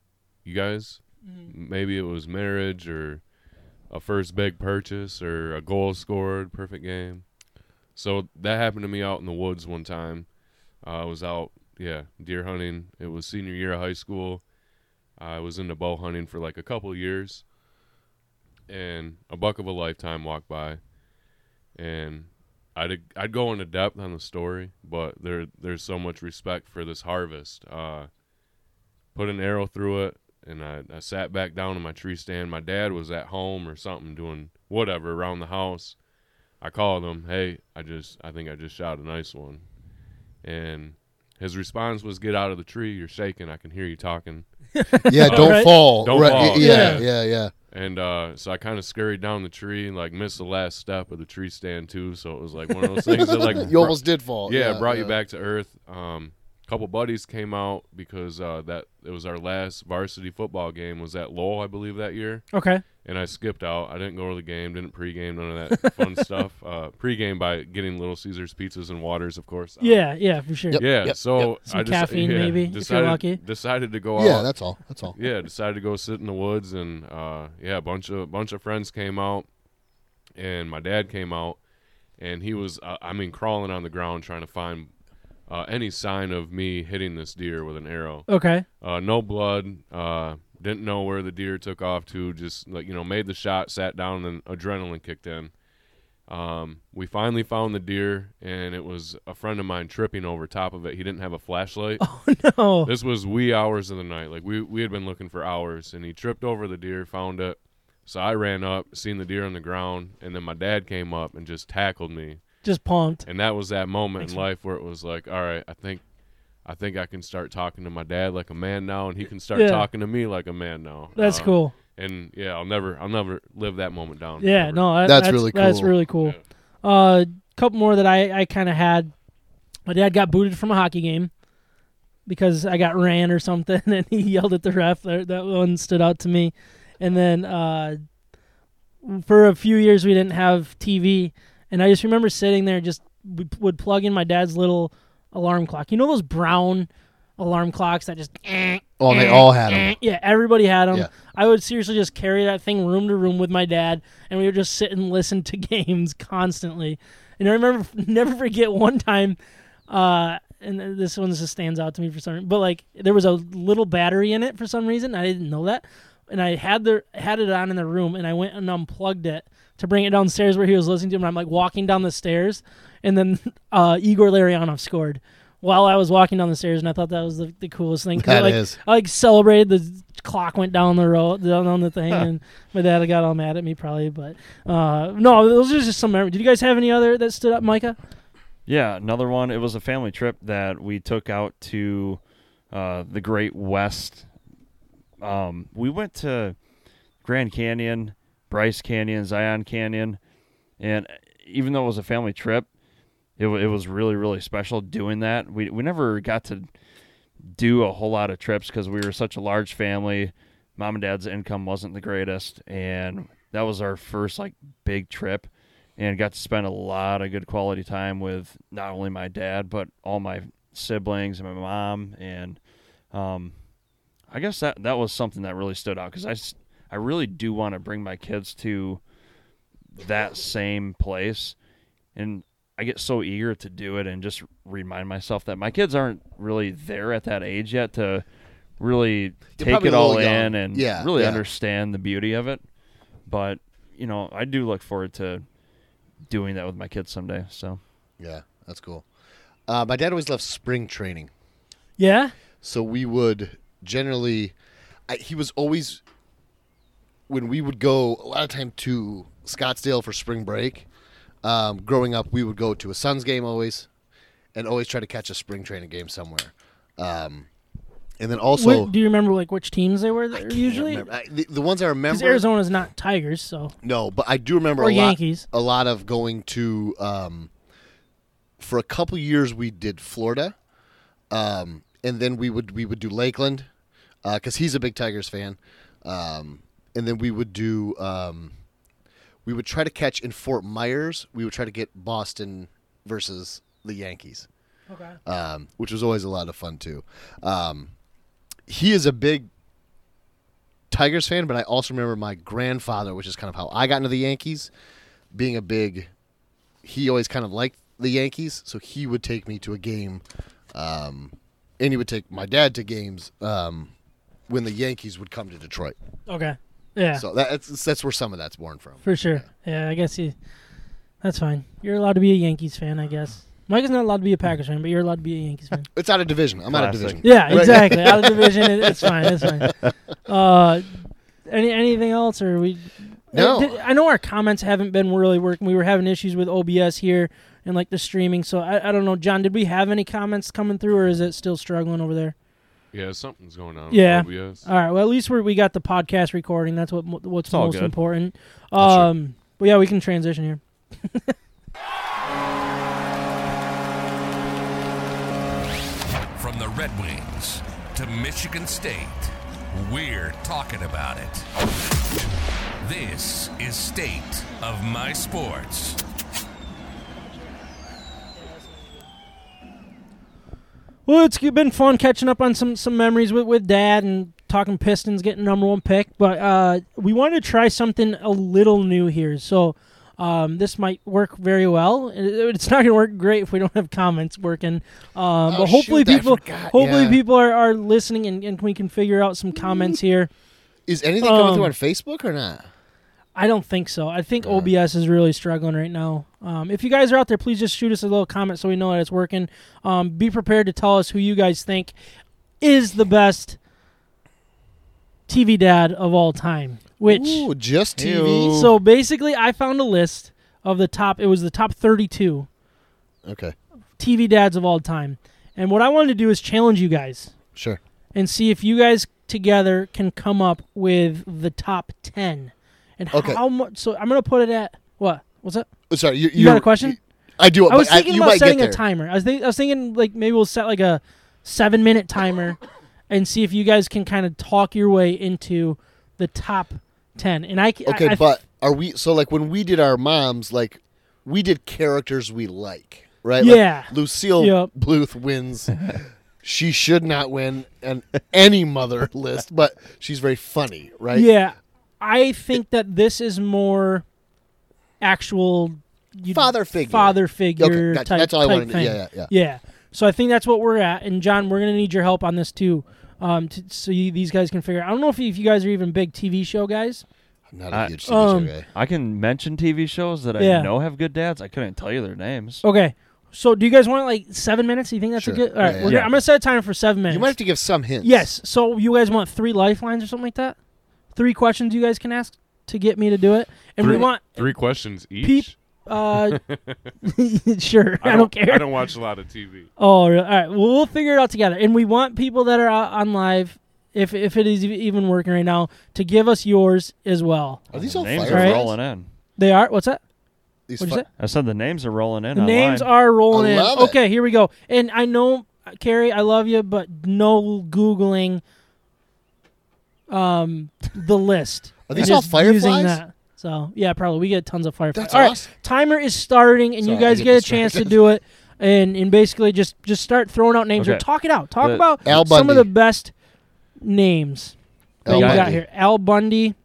[SPEAKER 5] You guys, maybe it was marriage or a first big purchase or a goal scored, perfect game. So that happened to me out in the woods one time. Uh, I was out, yeah, deer hunting. It was senior year of high school. I was into bow hunting for like a couple years, and a buck of a lifetime walked by, and I'd I'd go into depth on the story, but there there's so much respect for this harvest. Uh, put an arrow through it, and I, I sat back down in my tree stand. My dad was at home or something doing whatever around the house. I called him, "Hey, I just I think I just shot a nice one," and his response was, "Get out of the tree. You're shaking. I can hear you talking."
[SPEAKER 6] Yeah, don't
[SPEAKER 2] Right.
[SPEAKER 6] fall.
[SPEAKER 5] Don't
[SPEAKER 6] right.
[SPEAKER 5] fall,
[SPEAKER 6] y- Yeah,
[SPEAKER 5] yeah.
[SPEAKER 6] yeah, yeah.
[SPEAKER 5] And uh, so I kind of scurried down the tree and like missed the last step of the tree stand too. So it was like one of those things that like
[SPEAKER 6] you almost did fall.
[SPEAKER 5] yeah, it brought you
[SPEAKER 6] Oh, yeah.
[SPEAKER 5] back to earth. Um, couple buddies came out because uh, that it was our last varsity football game was at Lowell, I believe, that year.
[SPEAKER 6] Uh,
[SPEAKER 2] Okay.
[SPEAKER 5] And I skipped out. I didn't go to the game, didn't pregame none of that fun stuff. Uh, pregame by getting Little Caesars pizzas and waters, of course.
[SPEAKER 2] Yeah, yeah, for sure.
[SPEAKER 5] yeah. So
[SPEAKER 2] Some
[SPEAKER 5] I just,
[SPEAKER 2] caffeine,
[SPEAKER 5] yeah,
[SPEAKER 2] maybe, if you're
[SPEAKER 5] decided,
[SPEAKER 2] lucky.
[SPEAKER 5] Decided to go out.
[SPEAKER 6] Yeah, that's all. That's all.
[SPEAKER 5] yeah, decided to go sit in the woods, and uh, yeah, a bunch of bunch of friends came out, and my dad came out, and he was, uh, I mean, crawling on the ground trying to find uh, any sign of me hitting this deer with an arrow.
[SPEAKER 2] Okay.
[SPEAKER 5] Uh, no blood. Uh, didn't know where the deer took off to. Just like you know, made the shot, sat down, and adrenaline kicked in. Um, we finally found the deer, and it was a friend of mine tripping over top of it. He didn't have a flashlight.
[SPEAKER 2] Oh,
[SPEAKER 5] This was wee hours of the night. Like we we had been looking for hours, and he tripped over the deer, found it. So I ran up, seen the deer on the ground, and then my dad came up and just tackled me.
[SPEAKER 2] just pumped.
[SPEAKER 5] And that was that moment
[SPEAKER 2] Thanks,
[SPEAKER 5] in life where it was like, all right, I think, I think I can start talking to my dad like a man now, and he can start
[SPEAKER 2] Yeah.
[SPEAKER 5] talking to me like a man now.
[SPEAKER 2] That's
[SPEAKER 5] Uh,
[SPEAKER 2] cool.
[SPEAKER 5] And yeah, I'll never, I'll never live that moment down.
[SPEAKER 2] Yeah,
[SPEAKER 5] Never.
[SPEAKER 2] no, that,
[SPEAKER 6] That's
[SPEAKER 2] that's
[SPEAKER 6] really
[SPEAKER 2] That's
[SPEAKER 6] cool.
[SPEAKER 2] really cool. Uh, couple more that I, I kind of had. My dad got booted from a hockey game because I got ran or something, and he yelled at the ref. That, that one stood out to me. And then uh, for a few years, we didn't have TV, and I just remember sitting there, just we p- would plug in my dad's little alarm clock. You know those brown alarm clocks that just
[SPEAKER 6] Oh, they all had them.
[SPEAKER 2] yeah, everybody had them.
[SPEAKER 6] Yeah.
[SPEAKER 2] I would seriously just carry that thing room to room with my dad, and we would just sit and listen to games constantly. And I remember, never forget one time, uh, and this one just stands out to me for some reason. But like, there was a little battery in it for some reason. I didn't know that, and I had the had it on in the room, and I went and unplugged it to bring it downstairs where he was listening to. Him, and I'm like walking down the stairs, and then uh, Igor Larionov scored. While I was walking down the stairs, and I thought that was the, the coolest thing. 'cause
[SPEAKER 6] That
[SPEAKER 2] like,
[SPEAKER 6] is.
[SPEAKER 2] I like celebrated the clock went down the road down on the thing and my dad got all mad at me probably but uh no those are just some memories. Did you guys have any other that stood up, Micah?
[SPEAKER 3] Yeah, another one. It was a family trip that we took out to uh, the Great West. Um, we went to Grand Canyon, Bryce Canyon, Zion Canyon, and even though it was a family trip, it, wa it was really really special doing that. We we never got to do a whole lot of trips because we were such a large family. Mom and dad's income wasn't the greatest, and that was our first like big trip, and got to spend a lot of good quality time with not only my dad but all my siblings and my mom, and um, I guess that that was something that really stood out because I s- I really do want to bring my kids to that same place, and I get so eager to do it and just remind myself that my kids aren't really there at that age yet to really take
[SPEAKER 6] probably
[SPEAKER 3] it
[SPEAKER 6] a
[SPEAKER 3] all
[SPEAKER 6] little young.
[SPEAKER 3] in and
[SPEAKER 6] Yeah,
[SPEAKER 3] really
[SPEAKER 6] yeah.
[SPEAKER 3] understand the beauty of it. But you know, I do look forward to doing that with my kids someday. So
[SPEAKER 6] Yeah, that's cool. Uh, my dad always left spring training.
[SPEAKER 2] Yeah?
[SPEAKER 6] So we would generally, I, he was always, when we would go a lot of time to Scottsdale for spring break, um, growing up, we would go to a Suns game always and always try to catch a spring training game somewhere. Um, and then also,
[SPEAKER 2] What- do you remember like which teams they were there
[SPEAKER 6] I can't
[SPEAKER 2] usually?
[SPEAKER 6] remember. I- the, the ones I remember.
[SPEAKER 2] Cuz Arizona's not Tigers, so
[SPEAKER 6] No, but I do remember
[SPEAKER 2] Or
[SPEAKER 6] a lot,
[SPEAKER 2] Yankees.
[SPEAKER 6] a lot of going to. Um, for a couple years, we did Florida, um, and then we would we would do Lakeland, because he's a big Tigers fan, um, and then we would do. Um, we would try to catch in Fort Myers. We would try to get Boston versus the Yankees
[SPEAKER 2] okay.
[SPEAKER 6] um, which was always a lot of fun too. Um, he is a big Tigers fan, but I also remember my grandfather, which is kind of how I got into the Yankees, being a big. He always kind of liked the Yankees, so he would take me to a game, um, and he would take my dad to games um, when the Yankees would come to Detroit.
[SPEAKER 2] Okay. Yeah.
[SPEAKER 6] So that, that's that's where some of that's born from.
[SPEAKER 2] For sure. Yeah, I guess he. That's fine. You're allowed to be a Yankees fan, I guess. Mike is not allowed to be a Packers fan, but you're allowed to be a Yankees fan.
[SPEAKER 6] It's out of division. I'm out of
[SPEAKER 3] Classic.
[SPEAKER 6] division.
[SPEAKER 2] Yeah,
[SPEAKER 6] Right.
[SPEAKER 2] exactly. Out of division, it, it's fine. It's fine. Uh, any anything else, or we?
[SPEAKER 6] No.
[SPEAKER 2] I, did- I know our comments haven't been really working. We were having issues with OBS here and like the streaming. So I, I don't know, John. Did we have any comments coming through, or is it still struggling over there?
[SPEAKER 5] Yeah, something's going on.
[SPEAKER 2] Yeah. Uh,
[SPEAKER 5] With OBS.
[SPEAKER 2] All right. Well, at least we we got the podcast recording. That's what mo- what's
[SPEAKER 3] It's all
[SPEAKER 2] most
[SPEAKER 3] good.
[SPEAKER 2] important.
[SPEAKER 6] That's right.
[SPEAKER 2] Um. But yeah, we can transition here.
[SPEAKER 1] From the Red Wings to Michigan State, we're talking about it. This is State of My Sports.
[SPEAKER 2] Well, it's been fun catching up on some some memories with, with Dad and talking Pistons getting number one pick. But uh, we wanted to try something a little new here, so um, this might work very well. It- It's not going to work great if we don't have comments working, um,
[SPEAKER 6] Oh,
[SPEAKER 2] but hopefully
[SPEAKER 6] shoot, I
[SPEAKER 2] people
[SPEAKER 6] forgot,
[SPEAKER 2] hopefully
[SPEAKER 6] yeah.
[SPEAKER 2] people are, are listening and, and we can figure out some comments here.
[SPEAKER 6] Is anything coming
[SPEAKER 2] Um,
[SPEAKER 6] through on Facebook or not?
[SPEAKER 2] I don't think so. I think OBS is really struggling right now. Um, if you guys are out there, please just shoot us a little comment so we know that it's working. Um, be prepared to tell us who you guys think is the best TV dad of all time. Which
[SPEAKER 6] Ooh, just TV.
[SPEAKER 2] so basically, I found a list of the top. It was the top 32
[SPEAKER 6] Okay,
[SPEAKER 2] TV dads of all time, and what I wanted to do is challenge you guys
[SPEAKER 6] sure.
[SPEAKER 2] and see if you guys together can come up with the top 10 and
[SPEAKER 6] Okay.
[SPEAKER 2] how much. So I'm gonna put it at what? What's that?
[SPEAKER 6] Oh, Sorry, you,
[SPEAKER 2] You got a question?
[SPEAKER 6] I do.
[SPEAKER 2] I was
[SPEAKER 6] but uh,
[SPEAKER 2] thinking
[SPEAKER 6] you
[SPEAKER 2] about
[SPEAKER 6] might get
[SPEAKER 2] setting a
[SPEAKER 6] there.
[SPEAKER 2] timer. I was, think, I was thinking like maybe we'll set like a seven minute timer and see if you guys can kind of talk your way into the top ten. And I c- I-
[SPEAKER 6] Okay,
[SPEAKER 2] I-
[SPEAKER 6] but are we? So like when we did our moms, like we did characters we like, right? Like,
[SPEAKER 2] Yeah.
[SPEAKER 6] Lucille
[SPEAKER 2] Yep.
[SPEAKER 6] Bluth wins. she should not win an any mother list, but she's very funny, right?
[SPEAKER 2] yeah, I think that this is more actual you-
[SPEAKER 6] Father figure.
[SPEAKER 2] father figure
[SPEAKER 6] Okay, gotcha.
[SPEAKER 2] type,
[SPEAKER 6] That's all I
[SPEAKER 2] type
[SPEAKER 6] wanted to-
[SPEAKER 2] thing.
[SPEAKER 6] yeah, yeah,
[SPEAKER 2] So I think that's what we're at. And John, we're gonna need your help on this too. Um, to, so you, these guys can figure. I don't know if, you- if you guys are even big TV show guys.
[SPEAKER 6] I'm not a
[SPEAKER 3] I-
[SPEAKER 6] huge TV
[SPEAKER 2] um,
[SPEAKER 6] show guy.
[SPEAKER 3] I can mention TV shows that I
[SPEAKER 2] Yeah. Oh,
[SPEAKER 3] know have good dads. I couldn't tell you their names.
[SPEAKER 2] Okay. So do you guys want like seven minutes? Do you think that's a
[SPEAKER 6] Sure.
[SPEAKER 2] good? All right. we're
[SPEAKER 6] Yeah,
[SPEAKER 3] yeah.
[SPEAKER 2] Gonna, I'm gonna set a timer for seven minutes.
[SPEAKER 6] You might have to give some hints.
[SPEAKER 2] yes. So you guys want three lifelines or something like that? Three questions you guys can ask to get me to do it, and we
[SPEAKER 5] Three-
[SPEAKER 2] want
[SPEAKER 5] Three questions each.
[SPEAKER 2] Peep- uh, sure. I don't, care.
[SPEAKER 5] I don't watch a lot of TV.
[SPEAKER 2] Oh, really? all right. Well, we'll figure it out together. And we want people that are out on live, if if it is e- even working right now, to give us yours as well.
[SPEAKER 6] Are these all
[SPEAKER 3] names
[SPEAKER 6] fire?
[SPEAKER 3] are
[SPEAKER 2] Right.
[SPEAKER 3] rolling in.
[SPEAKER 2] They are. What's that?
[SPEAKER 6] These
[SPEAKER 2] What'd you
[SPEAKER 6] fi-
[SPEAKER 2] say?
[SPEAKER 3] I said the names are rolling in.
[SPEAKER 2] The
[SPEAKER 3] online.
[SPEAKER 2] names are rolling
[SPEAKER 6] I
[SPEAKER 2] in.
[SPEAKER 6] love it.
[SPEAKER 2] Okay, here we go. And I know, Carrie, I love you, but no googling. Um, the list.
[SPEAKER 6] Are these
[SPEAKER 2] Just
[SPEAKER 6] all fireflies?
[SPEAKER 2] Using that. So yeah, probably we get tons of fireflies.
[SPEAKER 6] That's
[SPEAKER 2] All right,
[SPEAKER 6] awesome.
[SPEAKER 2] timer is starting, and you
[SPEAKER 6] Sorry,
[SPEAKER 2] guys
[SPEAKER 6] I
[SPEAKER 2] get
[SPEAKER 6] get
[SPEAKER 2] a chance to
[SPEAKER 6] distracted.
[SPEAKER 2] do it, and and basically just just start throwing out names or
[SPEAKER 3] Okay.
[SPEAKER 2] talk it out. Talk
[SPEAKER 3] The-
[SPEAKER 2] about
[SPEAKER 6] Al
[SPEAKER 2] some of
[SPEAKER 6] Bundy.
[SPEAKER 2] the best names that
[SPEAKER 6] Al
[SPEAKER 2] you got
[SPEAKER 6] Bundy.
[SPEAKER 2] here. Al Bundy.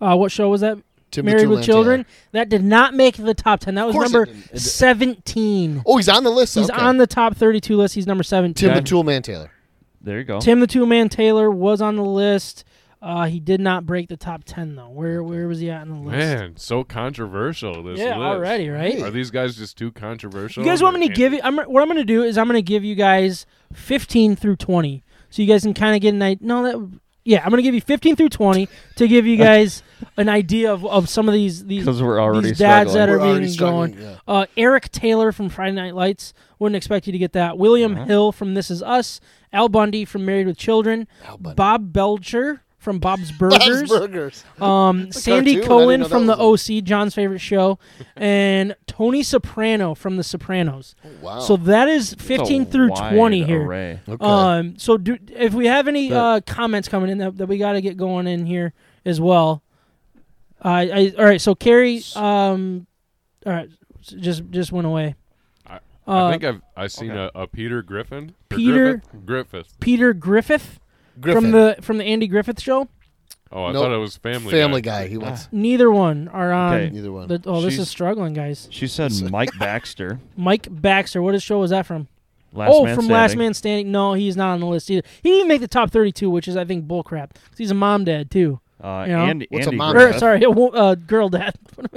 [SPEAKER 2] Uh, what show was that?
[SPEAKER 6] Timothy
[SPEAKER 2] Married with
[SPEAKER 6] Lantier.
[SPEAKER 2] Children. That did not make the top ten. That was
[SPEAKER 6] course it
[SPEAKER 2] number
[SPEAKER 6] didn't. It did-
[SPEAKER 2] seventeen.
[SPEAKER 6] Oh, he's on the list.
[SPEAKER 2] He's
[SPEAKER 6] okay.
[SPEAKER 2] on the top thirty-two list. He's number seventeen.
[SPEAKER 6] Tim
[SPEAKER 3] Okay.
[SPEAKER 6] the Tool Man Taylor.
[SPEAKER 3] There you go.
[SPEAKER 2] Tim the Two Man Taylor was on the list. Uh, he did not break the top ten though. Where where was he at on the list?
[SPEAKER 5] Man, so controversial this
[SPEAKER 2] yeah,
[SPEAKER 5] list.
[SPEAKER 2] already right.
[SPEAKER 5] Are these guys just too controversial?
[SPEAKER 2] You guys want me to give you? I'm, what I'm going to do is I'm going to give you guys 15 through 20, so you guys can kind of get an idea. No, that yeah, I'm going to give you 15 through 20 to give you guys an idea of, of some of these these
[SPEAKER 3] Because we're already
[SPEAKER 2] these dads that
[SPEAKER 3] struggling.
[SPEAKER 2] are
[SPEAKER 6] We're already
[SPEAKER 2] being
[SPEAKER 6] struggling,
[SPEAKER 2] going.
[SPEAKER 6] yeah.
[SPEAKER 2] Uh, Eric Taylor from Friday Night Lights wouldn't expect you to get that. William
[SPEAKER 6] Uh-huh.
[SPEAKER 2] Hill from This Is Us. Al Bundy from Married with Children. Bob Belcher from Bob's Burgers.
[SPEAKER 6] Burgers.
[SPEAKER 2] Um, Sandy
[SPEAKER 6] cartoon. I didn't
[SPEAKER 2] Cohen
[SPEAKER 6] know
[SPEAKER 2] from
[SPEAKER 6] that
[SPEAKER 2] the
[SPEAKER 6] was
[SPEAKER 2] OC, John's favorite show, and Tony Soprano from The Sopranos.
[SPEAKER 6] Wow.
[SPEAKER 2] So that is 15
[SPEAKER 3] It's Oh. a
[SPEAKER 2] through
[SPEAKER 3] wide
[SPEAKER 2] 20 here.
[SPEAKER 3] array.
[SPEAKER 6] okay.
[SPEAKER 2] Um, so do, if we have any
[SPEAKER 3] That-
[SPEAKER 2] uh, comments coming in that, that we got to get going in here as well. I I all right. So Carrie, um, all right, s- just just went away.
[SPEAKER 5] I-
[SPEAKER 2] uh,
[SPEAKER 5] I think I've I seen a, a Peter Griffin. or
[SPEAKER 2] Peter-
[SPEAKER 5] Griffith. Griffith.
[SPEAKER 2] Peter Griffith,
[SPEAKER 6] Griffin.
[SPEAKER 2] from the from the Andy Griffith show.
[SPEAKER 5] Oh, I
[SPEAKER 6] Nope.
[SPEAKER 5] thought it was Family.
[SPEAKER 6] Family guy. He wants
[SPEAKER 2] Neither one are on.
[SPEAKER 3] Okay.
[SPEAKER 6] either one.
[SPEAKER 2] The, oh, this
[SPEAKER 3] She's-
[SPEAKER 2] is struggling, guys.
[SPEAKER 3] She said Mike Baxter.
[SPEAKER 2] Mike Baxter. What show was that from?
[SPEAKER 3] Last
[SPEAKER 2] oh,
[SPEAKER 3] man
[SPEAKER 2] from
[SPEAKER 3] standing.
[SPEAKER 2] Last Man Standing. No, he's not on the list either. He didn't even make the top 32, which is, I think, bullcrap. 'Cause He's a mom dad, too.
[SPEAKER 3] Uh,
[SPEAKER 2] You know?
[SPEAKER 3] Andy,
[SPEAKER 6] What's a
[SPEAKER 3] Andy
[SPEAKER 6] mom
[SPEAKER 2] Or,
[SPEAKER 3] Griffith.
[SPEAKER 2] sorry, a wo- uh, girl dad.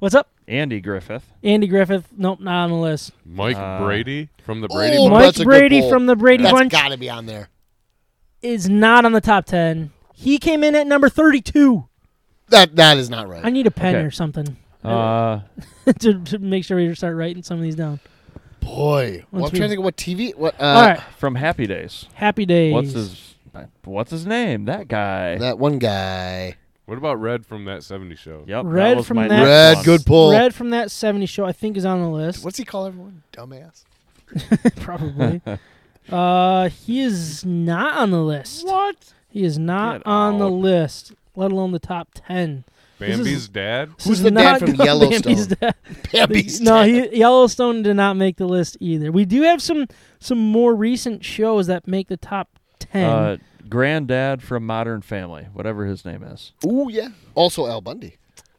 [SPEAKER 2] What's up?
[SPEAKER 3] Andy Griffith.
[SPEAKER 2] Andy Griffith. Nope, not on the list.
[SPEAKER 5] Mike
[SPEAKER 3] Uh,
[SPEAKER 5] Brady from the Brady.
[SPEAKER 6] Oh,
[SPEAKER 5] Bunch.
[SPEAKER 2] Mike
[SPEAKER 6] that's a good
[SPEAKER 2] Brady
[SPEAKER 6] poll.
[SPEAKER 2] from the Brady
[SPEAKER 6] That's
[SPEAKER 2] Bunch
[SPEAKER 6] got to be on there.
[SPEAKER 2] is not on the top 10. He came in at number 32.
[SPEAKER 6] That that is not
[SPEAKER 2] I
[SPEAKER 6] right.
[SPEAKER 2] need a pen
[SPEAKER 3] Okay.
[SPEAKER 2] or something
[SPEAKER 3] Uh,
[SPEAKER 2] to, to make sure we start writing some of these down.
[SPEAKER 6] Boy, well, I'm
[SPEAKER 2] Once we-
[SPEAKER 6] trying to think of what TV. What? Uh,
[SPEAKER 2] All right,
[SPEAKER 3] from Happy Days.
[SPEAKER 2] Happy Days.
[SPEAKER 3] What's his What's his name? That guy.
[SPEAKER 6] That one guy.
[SPEAKER 5] What about Red from that '70s show?
[SPEAKER 3] yep.
[SPEAKER 2] Red
[SPEAKER 3] oh, that was
[SPEAKER 2] from
[SPEAKER 3] my
[SPEAKER 2] that-
[SPEAKER 3] next
[SPEAKER 6] Red,
[SPEAKER 3] one.
[SPEAKER 6] good pull.
[SPEAKER 2] Red from that 70s show, I think, is on the list.
[SPEAKER 6] What's he call everyone? Dumbass.
[SPEAKER 2] Probably. uh, he is not on the list. What? He is not
[SPEAKER 3] Get
[SPEAKER 2] on the
[SPEAKER 3] out.
[SPEAKER 2] list, let alone the top 10. This
[SPEAKER 5] Bambi's
[SPEAKER 2] is-
[SPEAKER 5] dad.
[SPEAKER 2] This
[SPEAKER 6] Who's
[SPEAKER 2] is
[SPEAKER 6] the dad
[SPEAKER 2] not
[SPEAKER 6] from
[SPEAKER 2] good.
[SPEAKER 6] Yellowstone?
[SPEAKER 2] Bambi's dad.
[SPEAKER 6] Bambi's
[SPEAKER 2] no,
[SPEAKER 6] dad.
[SPEAKER 2] he, Yellowstone did not make the list either. We do have some some more recent shows that make the top 10.
[SPEAKER 3] Uh, granddad from Modern Family, whatever his name is.
[SPEAKER 6] Ooh yeah. Also Al Bundy.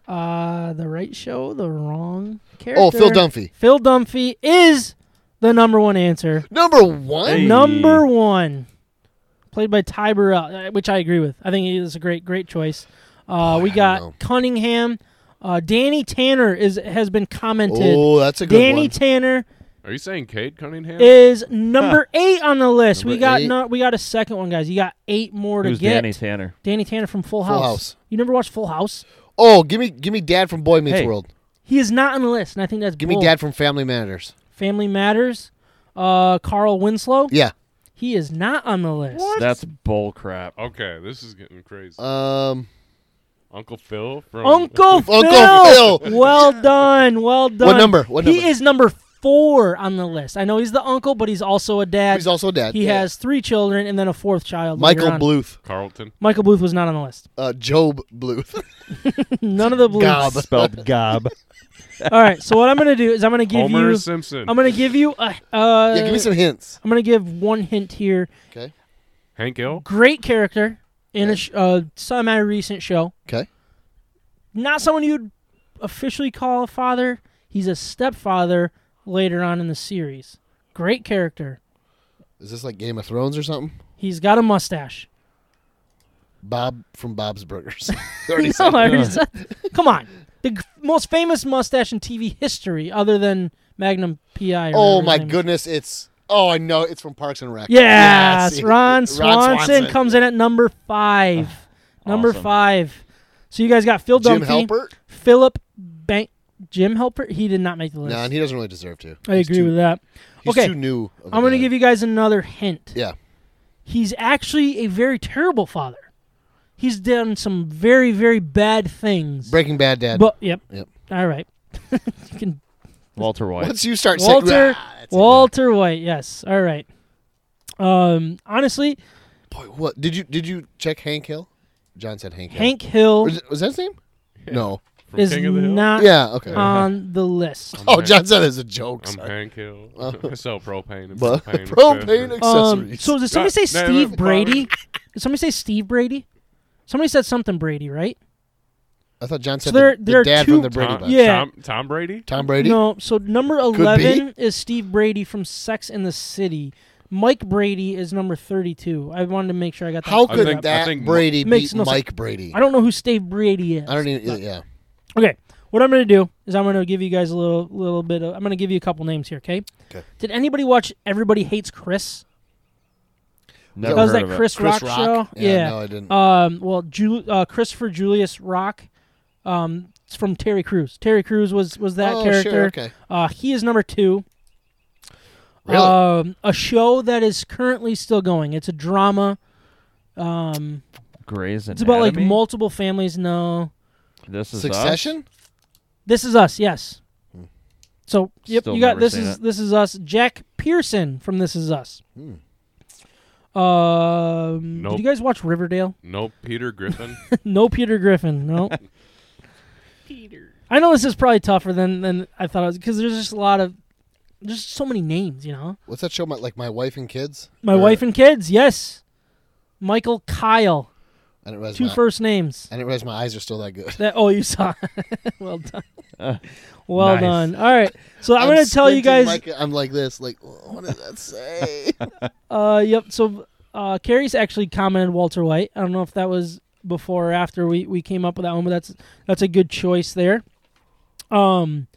[SPEAKER 2] Uh, the right show, the wrong character.
[SPEAKER 6] Oh, Phil Dunphy.
[SPEAKER 2] Phil Dunphy is the number one answer.
[SPEAKER 6] Number one.
[SPEAKER 3] Hey.
[SPEAKER 2] Number one, played by Ty Burrell, uh, which I agree with. I think he is a great, great choice. Uh, we
[SPEAKER 6] Oh, I don't know.
[SPEAKER 2] got Cunningham. Uh, Danny Tanner is has been commented.
[SPEAKER 6] Oh, that's a good
[SPEAKER 2] Danny
[SPEAKER 6] one.
[SPEAKER 2] Tanner
[SPEAKER 5] Are you saying Kate Cunningham?
[SPEAKER 2] is number eight on the list. we
[SPEAKER 6] Number
[SPEAKER 2] got
[SPEAKER 6] eight.
[SPEAKER 2] no, we got a second one, guys. You got eight more to
[SPEAKER 3] Who's
[SPEAKER 2] get.
[SPEAKER 3] Danny Tanner?
[SPEAKER 2] Danny Tanner from Full House.
[SPEAKER 6] Full House.
[SPEAKER 2] You never watched Full House?
[SPEAKER 6] oh, give me give me Dad from Boy Meets
[SPEAKER 3] Hey.
[SPEAKER 6] World.
[SPEAKER 2] He is not on the list, and I think that's
[SPEAKER 6] Give me
[SPEAKER 2] bull.
[SPEAKER 6] Dad from Family Matters.
[SPEAKER 2] Family Matters. Uh, Carl Winslow.
[SPEAKER 6] Yeah.
[SPEAKER 2] He is not on the list.
[SPEAKER 3] That's bull crap.
[SPEAKER 5] Okay, this is getting crazy.
[SPEAKER 6] Um.
[SPEAKER 5] Uncle Phil from
[SPEAKER 2] Uncle Phil.
[SPEAKER 6] Uncle Phil.
[SPEAKER 2] Well done. Well done.
[SPEAKER 6] number? What
[SPEAKER 2] he
[SPEAKER 6] number?
[SPEAKER 2] is number four on the list. I know he's the uncle, but he's also a dad.
[SPEAKER 6] He's also a dad.
[SPEAKER 2] he
[SPEAKER 6] Yeah.
[SPEAKER 2] has three children and then a fourth child. later
[SPEAKER 6] Michael
[SPEAKER 2] on.
[SPEAKER 6] Bluth.
[SPEAKER 5] Carlton.
[SPEAKER 2] Michael Bluth was not on the list.
[SPEAKER 6] Uh, Job Bluth.
[SPEAKER 2] None of the Bluths.
[SPEAKER 6] Gob.
[SPEAKER 3] Spelled gob.
[SPEAKER 2] All right. So what I'm gonna do is I'm gonna give
[SPEAKER 5] Homer
[SPEAKER 2] you.
[SPEAKER 5] Simpson.
[SPEAKER 2] I'm gonna give you a. Uh,
[SPEAKER 6] yeah, give me some hints.
[SPEAKER 2] I'm gonna give one hint here.
[SPEAKER 6] Okay.
[SPEAKER 5] Hank Hill.
[SPEAKER 2] Great character in a sh- uh, semi-recent show.
[SPEAKER 6] Okay.
[SPEAKER 2] not someone you'd officially call a father. He's a stepfather later on in the series. Great character.
[SPEAKER 6] Is this like Game of Thrones or something?
[SPEAKER 2] He's got a mustache.
[SPEAKER 6] Bob from Bob's Burgers.
[SPEAKER 2] No, I already said- Come on. The g- most famous mustache in TV history, other than Magnum PI. or
[SPEAKER 6] oh
[SPEAKER 2] whatever
[SPEAKER 6] my
[SPEAKER 2] his name is.
[SPEAKER 6] goodness! It's oh I know it's from Parks and Rec.
[SPEAKER 2] Yes,
[SPEAKER 6] Yes.
[SPEAKER 2] Ron, Swanson comes in at number five.
[SPEAKER 5] Ah,
[SPEAKER 2] number
[SPEAKER 3] awesome.
[SPEAKER 2] five. So you guys got Phil
[SPEAKER 6] Jim
[SPEAKER 2] Dunphy,
[SPEAKER 6] Halpert.
[SPEAKER 2] Philip Bank, Jim Helper. He did not make the list.
[SPEAKER 6] No, and he doesn't really deserve to.
[SPEAKER 2] I agree with that.
[SPEAKER 6] He's
[SPEAKER 2] okay,
[SPEAKER 6] too new. of a
[SPEAKER 2] I'm going to
[SPEAKER 6] dad.
[SPEAKER 2] give you guys another hint.
[SPEAKER 6] Yeah.
[SPEAKER 2] He's actually a very terrible father. He's done some very, very bad things.
[SPEAKER 6] Breaking Bad dad.
[SPEAKER 2] But yep.
[SPEAKER 6] Yep.
[SPEAKER 2] All right. you can
[SPEAKER 3] Walter White.
[SPEAKER 6] Once you start saying,
[SPEAKER 2] Walter
[SPEAKER 6] "Ah, that's a
[SPEAKER 2] Walter White, yes. All right. Um honestly,
[SPEAKER 6] dad." Boy, what did you did you check Hank Hill? John said Hank. Hill.
[SPEAKER 2] Hank Hill Uh,
[SPEAKER 6] Was, was that his name? No.
[SPEAKER 5] From
[SPEAKER 2] is
[SPEAKER 5] King of the Hill.
[SPEAKER 2] not
[SPEAKER 6] Yeah. Okay.
[SPEAKER 2] on the list.
[SPEAKER 6] oh, John said it's a joke.
[SPEAKER 5] I'm
[SPEAKER 6] sorry. Uh,
[SPEAKER 5] Hank Hill. I sell propane and
[SPEAKER 6] But
[SPEAKER 5] propane.
[SPEAKER 6] propane
[SPEAKER 2] Um,
[SPEAKER 6] accessories.
[SPEAKER 2] so did somebody say
[SPEAKER 5] Not- no,
[SPEAKER 2] Steve
[SPEAKER 5] no,
[SPEAKER 2] Brady? Did somebody say Steve Brady? Somebody said something Brady, right?
[SPEAKER 6] I thought John said
[SPEAKER 2] there-
[SPEAKER 6] the,
[SPEAKER 2] there are
[SPEAKER 6] the dad
[SPEAKER 2] two-
[SPEAKER 6] from the Brady
[SPEAKER 5] Tom,
[SPEAKER 6] Bunch.
[SPEAKER 2] Yeah.
[SPEAKER 5] Tom, Tom Brady.
[SPEAKER 6] Tom Brady.
[SPEAKER 2] No, so number
[SPEAKER 6] be.
[SPEAKER 2] 11 is Steve Brady from Sex and the City. Mike Brady is number 32. I wanted to make sure I got that.
[SPEAKER 6] How
[SPEAKER 5] I
[SPEAKER 6] could
[SPEAKER 5] think- I
[SPEAKER 6] that
[SPEAKER 5] think-
[SPEAKER 6] Brady
[SPEAKER 2] Makes
[SPEAKER 6] beat
[SPEAKER 2] no sense.
[SPEAKER 6] Mike Brady?
[SPEAKER 2] I don't know who Steve Brady is.
[SPEAKER 6] I don't e- even. Yeah.
[SPEAKER 2] Okay, what I'm going to do is I'm going to give you guys a little little bit of I'm going to give you a couple names here, okay?
[SPEAKER 6] 'Kay.
[SPEAKER 2] Did anybody watch Everybody Hates Chris?
[SPEAKER 3] Never
[SPEAKER 2] that was
[SPEAKER 3] heard
[SPEAKER 2] that
[SPEAKER 3] of it.
[SPEAKER 2] Chris, Rock,
[SPEAKER 6] Chris Rock?
[SPEAKER 2] show.
[SPEAKER 6] Yeah,
[SPEAKER 2] yeah.
[SPEAKER 6] no, I didn't.
[SPEAKER 2] Um, well, Ju- uh, Christopher Julius Rock um it's from Terry Crews. Terry Crews was was that
[SPEAKER 6] oh,
[SPEAKER 2] character.
[SPEAKER 6] Sure, okay.
[SPEAKER 2] Uh, he is number two.
[SPEAKER 6] Really?
[SPEAKER 2] Um, a show that is currently still going. It's a drama. Um,
[SPEAKER 3] Grey's
[SPEAKER 2] it's about like
[SPEAKER 3] Anatomy?
[SPEAKER 2] multiple families. No,
[SPEAKER 3] This is Us?
[SPEAKER 6] Succession.
[SPEAKER 2] this is us. Yes.
[SPEAKER 6] Hmm.
[SPEAKER 2] So yep,
[SPEAKER 3] Still
[SPEAKER 2] you got
[SPEAKER 3] never
[SPEAKER 2] this
[SPEAKER 3] seen
[SPEAKER 2] is
[SPEAKER 3] it.
[SPEAKER 2] this is us. Jack Pearson from This Is Us.
[SPEAKER 6] Hmm.
[SPEAKER 2] Um,
[SPEAKER 5] Nope.
[SPEAKER 2] did you guys watch Riverdale?
[SPEAKER 5] No, Peter Griffin.
[SPEAKER 2] no, Peter Griffin. No. Peter. I know this is probably tougher than than I thought it was because there's just a lot of there's so many names, you know.
[SPEAKER 6] What's that show? My, like my wife and kids.
[SPEAKER 2] My wife and kids, yes. Michael Kyle
[SPEAKER 6] I didn't realize
[SPEAKER 2] Two
[SPEAKER 6] my,
[SPEAKER 2] first names.
[SPEAKER 6] I didn't realize my eyes are still that good.
[SPEAKER 2] That oh, you saw. well done.
[SPEAKER 3] Uh,
[SPEAKER 2] well
[SPEAKER 3] nice.
[SPEAKER 2] done. All right. So I'm, gonna tell you
[SPEAKER 6] squinting
[SPEAKER 2] guys.
[SPEAKER 6] Like, I'm like this. Like, what did that say?
[SPEAKER 2] Uh, yep. So uh, Carrie's actually commented Walter White. I don't know if that was before or after we, we came up with that one, but that's that's a good choice there. Um,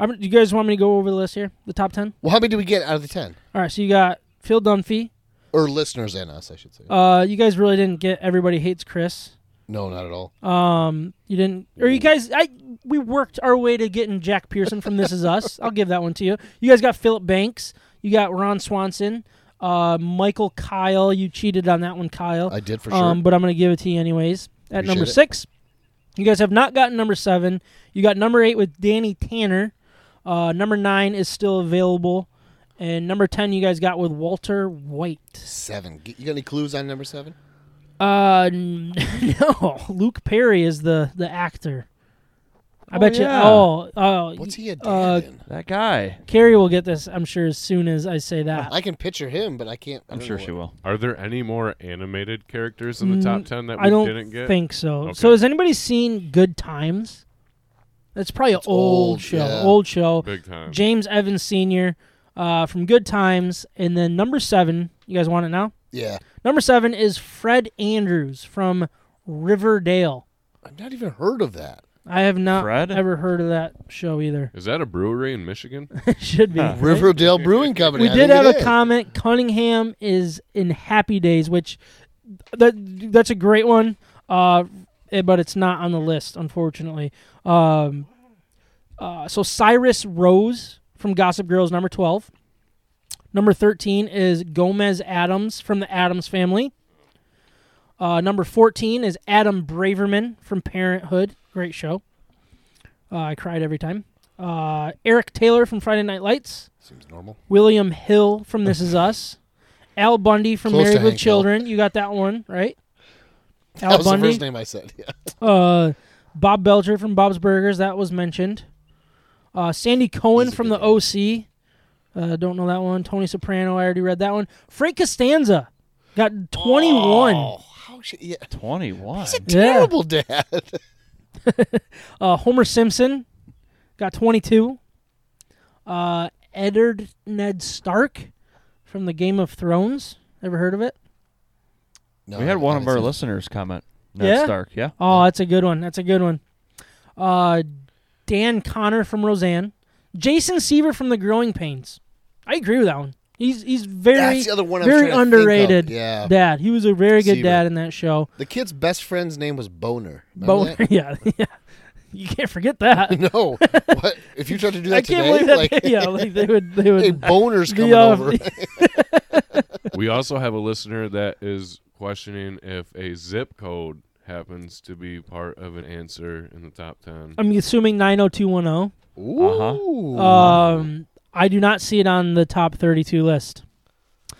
[SPEAKER 2] I'm, do you guys want me to go over the list here, the top ten?
[SPEAKER 6] well, how many do we get out of the ten?
[SPEAKER 2] All right. So you got Phil Dunphy.
[SPEAKER 6] Or listeners and us, I should say.
[SPEAKER 2] Uh, you guys really didn't get. Everybody hates Chris.
[SPEAKER 6] no, not at all.
[SPEAKER 2] Um, you didn't, or you guys, I we worked our way to getting Jack Pearson from This Is Us. I'll give that one to you. You guys got Philip Banks. You got Ron Swanson. Uh, Michael Kyle. You cheated on that one, Kyle.
[SPEAKER 6] I did for sure.
[SPEAKER 2] Um, but I'm gonna give it to you anyways. At
[SPEAKER 6] Appreciate
[SPEAKER 2] number
[SPEAKER 6] it.
[SPEAKER 2] six, you guys have not gotten number seven. You got number eight with Danny Tanner. Uh, number nine is still available, and number ten you guys got with Walter White.
[SPEAKER 6] seven. G- You got any clues on number seven?
[SPEAKER 2] Uh, n- no. Luke Perry is the the actor. I
[SPEAKER 3] Oh,
[SPEAKER 2] bet
[SPEAKER 3] yeah.
[SPEAKER 2] you. Oh, oh.
[SPEAKER 6] What's he a dad
[SPEAKER 2] Uh,
[SPEAKER 6] in?
[SPEAKER 3] That guy.
[SPEAKER 2] Carrie will get this, I'm sure, as soon as I say that.
[SPEAKER 6] I can picture him, but I can't. I
[SPEAKER 3] I'm
[SPEAKER 6] don't
[SPEAKER 3] sure
[SPEAKER 6] know
[SPEAKER 3] she
[SPEAKER 6] what-
[SPEAKER 3] will.
[SPEAKER 5] Are there any more animated characters in the top
[SPEAKER 2] Mm,
[SPEAKER 5] ten that we
[SPEAKER 2] I don't
[SPEAKER 5] didn't get?
[SPEAKER 2] think so.
[SPEAKER 5] Okay.
[SPEAKER 2] So has anybody seen Good Times? That's probably an old,
[SPEAKER 6] old,
[SPEAKER 2] show.
[SPEAKER 6] yeah.
[SPEAKER 2] Old show.
[SPEAKER 5] Big time.
[SPEAKER 2] James Evans Sr. Uh, from Good Times, and then number seven. You guys want it now?
[SPEAKER 6] Yeah,
[SPEAKER 2] Number seven is Fred Andrews from Riverdale.
[SPEAKER 6] I've not even heard of that.
[SPEAKER 2] I have not
[SPEAKER 3] Fred?
[SPEAKER 2] ever heard of that show either.
[SPEAKER 5] Is that a brewery in Michigan?
[SPEAKER 2] Should be. right?
[SPEAKER 6] Riverdale Brewing Company.
[SPEAKER 2] We
[SPEAKER 6] I
[SPEAKER 2] did
[SPEAKER 6] think
[SPEAKER 2] have
[SPEAKER 6] it
[SPEAKER 2] a
[SPEAKER 6] is.
[SPEAKER 2] comment. Cunningham is in Happy Days, which that that's a great one, uh, eh, but it's not on the list, unfortunately. Um, uh, so Cyrus Rose from Gossip Girls, number twelve. Number thirteen is Gomez Adams from the Adams Family. Uh, number fourteen is Adam Braverman from Parenthood. Great show. Uh, I cried every time. Uh, Eric Taylor from Friday Night Lights.
[SPEAKER 6] Seems normal.
[SPEAKER 2] William Hill from This Is Us, Al Bundy from
[SPEAKER 6] Close to
[SPEAKER 2] Married with
[SPEAKER 6] Hank Hill.
[SPEAKER 2] Children. You got that one right.
[SPEAKER 6] that
[SPEAKER 2] Al
[SPEAKER 6] was the
[SPEAKER 2] Bundy,
[SPEAKER 6] first name I said. Yeah.
[SPEAKER 2] uh, Bob Belcher from Bob's Burgers. That was mentioned. Uh, Sandy Cohen
[SPEAKER 6] He's a
[SPEAKER 2] from
[SPEAKER 6] good
[SPEAKER 2] the OC. Uh, don't know that one. Tony Soprano. I already read that one. Frank Costanza got twenty-one.
[SPEAKER 6] Oh, how should, yeah.
[SPEAKER 3] 21.
[SPEAKER 2] Yeah.
[SPEAKER 6] Terrible dad.
[SPEAKER 2] Uh, Homer Simpson got 22. Uh, Eddard Ned Stark from the Game of Thrones. Ever heard of it?
[SPEAKER 6] No,
[SPEAKER 3] We had one
[SPEAKER 6] I
[SPEAKER 3] of our
[SPEAKER 6] didn't
[SPEAKER 3] listeners comment. Ned
[SPEAKER 2] Yeah?
[SPEAKER 3] Stark, yeah.
[SPEAKER 2] Oh, that's a good one. That's a good one. Uh, Dan Connor from Roseanne. Jason Seaver from The Growing Pains. I agree with that one. He's he's very
[SPEAKER 6] That's the other one I'm
[SPEAKER 2] very
[SPEAKER 6] trying to think of.
[SPEAKER 2] underrated
[SPEAKER 6] Yeah.
[SPEAKER 2] dad. He was a very good
[SPEAKER 6] Seaver.
[SPEAKER 2] dad in that show.
[SPEAKER 6] see- The kid's best friend's name was Boner. Remember
[SPEAKER 2] But yeah, yeah, you can't forget that.
[SPEAKER 6] that? No. What? If you tried to do that
[SPEAKER 2] I can't
[SPEAKER 6] today,
[SPEAKER 2] believe that.
[SPEAKER 6] like,
[SPEAKER 2] yeah, like they would they
[SPEAKER 6] hey,
[SPEAKER 2] would.
[SPEAKER 6] Boner's
[SPEAKER 2] the,
[SPEAKER 6] coming
[SPEAKER 2] uh,
[SPEAKER 6] over.
[SPEAKER 5] we also have a listener that is questioning if a zip code happens to be part of an answer in the top ten.
[SPEAKER 2] I'm assuming 90210.
[SPEAKER 6] Ooh.
[SPEAKER 2] Um, I do not see it on the top 32 list.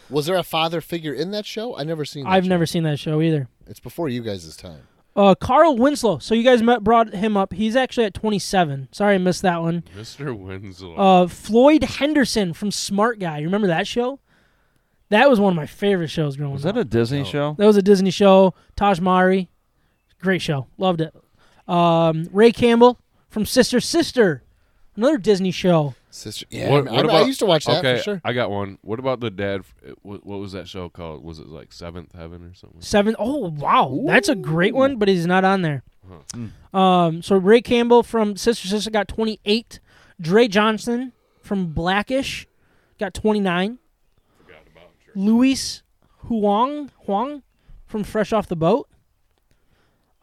[SPEAKER 6] was there a father figure in that show? I never seen. That
[SPEAKER 2] I've
[SPEAKER 6] show.
[SPEAKER 2] never seen that show either.
[SPEAKER 6] It's before you guys' time.
[SPEAKER 2] Uh, Carl Winslow. So you guys met, brought him up. He's actually at 27. Sorry, I missed that one.
[SPEAKER 5] Mr. Winslow.
[SPEAKER 2] Uh, Floyd Henderson from Smart Guy. You remember that show? That was one of my favorite shows growing
[SPEAKER 3] Was
[SPEAKER 2] up.
[SPEAKER 3] that a Disney show?
[SPEAKER 2] that was a Disney show. Taj Mahari, great show. Loved it. Um, Ray Campbell from Sister Sister, another Disney show.
[SPEAKER 6] Sister. Yeah.
[SPEAKER 5] What-
[SPEAKER 6] I,
[SPEAKER 5] what
[SPEAKER 6] I
[SPEAKER 5] about-
[SPEAKER 6] used to watch that
[SPEAKER 5] okay,
[SPEAKER 6] for sure.
[SPEAKER 5] I got one. What about the dad? f- uh, What, what was that show called? Was it like Seventh Heaven or something?
[SPEAKER 2] Seven oh wow, that's a great one, but he's not on there. Um, so Ray Campbell from Sister Sister got 28. Dre Johnson from Blackish got 29. Luis Huang Huang from Fresh Off the Boat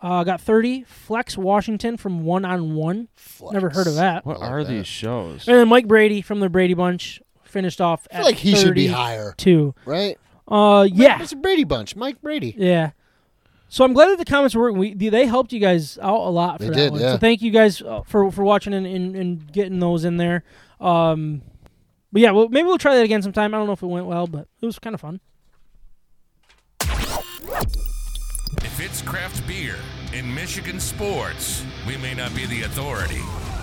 [SPEAKER 2] uh, got 30. Flex Washington from One on One. Never heard of that.
[SPEAKER 3] What
[SPEAKER 6] like
[SPEAKER 3] are
[SPEAKER 6] that.
[SPEAKER 3] these shows?
[SPEAKER 2] And then Mike Brady from the Brady Bunch finished off
[SPEAKER 6] I
[SPEAKER 2] at
[SPEAKER 6] feel like he should be
[SPEAKER 2] 32.
[SPEAKER 6] higher, right?
[SPEAKER 2] Uh, yeah.
[SPEAKER 6] It's a Brady bunch. Mike Brady.
[SPEAKER 2] Yeah. So I'm glad that the comments were working. We, they helped you guys out a lot for
[SPEAKER 6] They
[SPEAKER 2] that
[SPEAKER 6] did,
[SPEAKER 2] one.
[SPEAKER 6] yeah.
[SPEAKER 2] So thank you guys uh, for for watching and, and, and getting those in there. Um, but yeah, well, maybe we'll try that again sometime. I don't know if it went well, but it was kind of fun.
[SPEAKER 1] If it's craft beer and Michigan sports, we may not be the authority,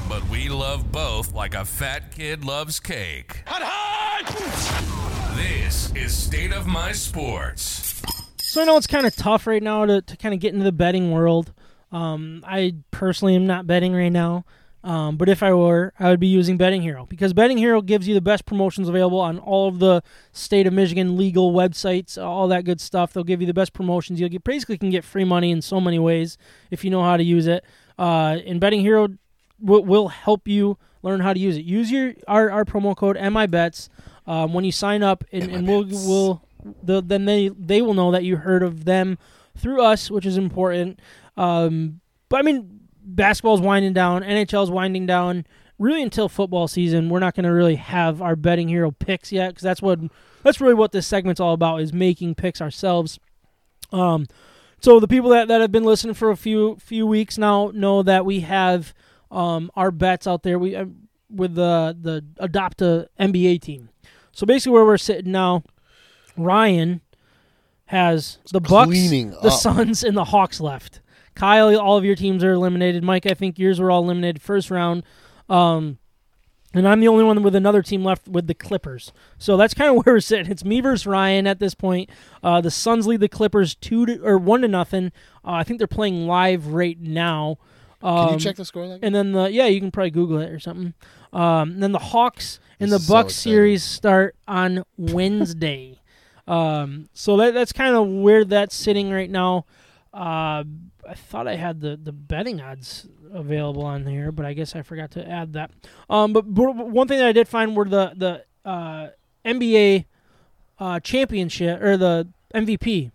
[SPEAKER 1] but we love both like a fat kid loves cake. Hot, hot! This is State of My Sports.
[SPEAKER 2] So I know it's kind of tough right now to, to kind of get into the betting world. Um, I personally am not betting right now, um, but if I were, I would be using Betting Hero because Betting Hero gives you the best promotions available on all of the state of Michigan legal websites, all that good stuff. They'll give you the best promotions. You'll get basically can get free money in so many ways if you know how to use it. Uh, and Betting Hero will, will help you learn how to use it. Use your our, our promo code MIBETS um, when you sign up, and, and we'll, we'll the, then they they will know that you heard of them through us, which is important. Um, but I mean, basketball's winding down, NHL's winding down. Really, until football season, we're not going to really have our betting hero picks yet because that's what that's really what this segment's all about is making picks ourselves. Um, so the people that, that have been listening for a few few weeks now know that we have um, our bets out there. We uh, with the the adopt a NBA team. So basically, where we're sitting now, Ryan has the Bucks,
[SPEAKER 6] cleaning
[SPEAKER 2] the
[SPEAKER 6] up.
[SPEAKER 2] Suns, and the Hawks left. Kyle, all of your teams are eliminated. Mike, I think yours were all eliminated first round. Um, and I'm the only one with another team left with the Clippers. So that's kind of where we're sitting. It's me versus Ryan at this point. Uh, the Suns lead the Clippers two to, or one to nothing. Uh, I think they're playing live right now. Um,
[SPEAKER 6] Can you check the score? Like
[SPEAKER 2] and then the yeah, you can probably Google it or something. Um, and then the Hawks and
[SPEAKER 6] This
[SPEAKER 2] the
[SPEAKER 6] is so
[SPEAKER 2] Bucks
[SPEAKER 6] exciting.
[SPEAKER 2] series start on Wednesday. um, so that that's kind of where that's sitting right now. Uh, I thought I had the the betting odds available on here, but I guess I forgot to add that. Um, but, but one thing that I did find were the the uh, NBA uh, championship or the MVP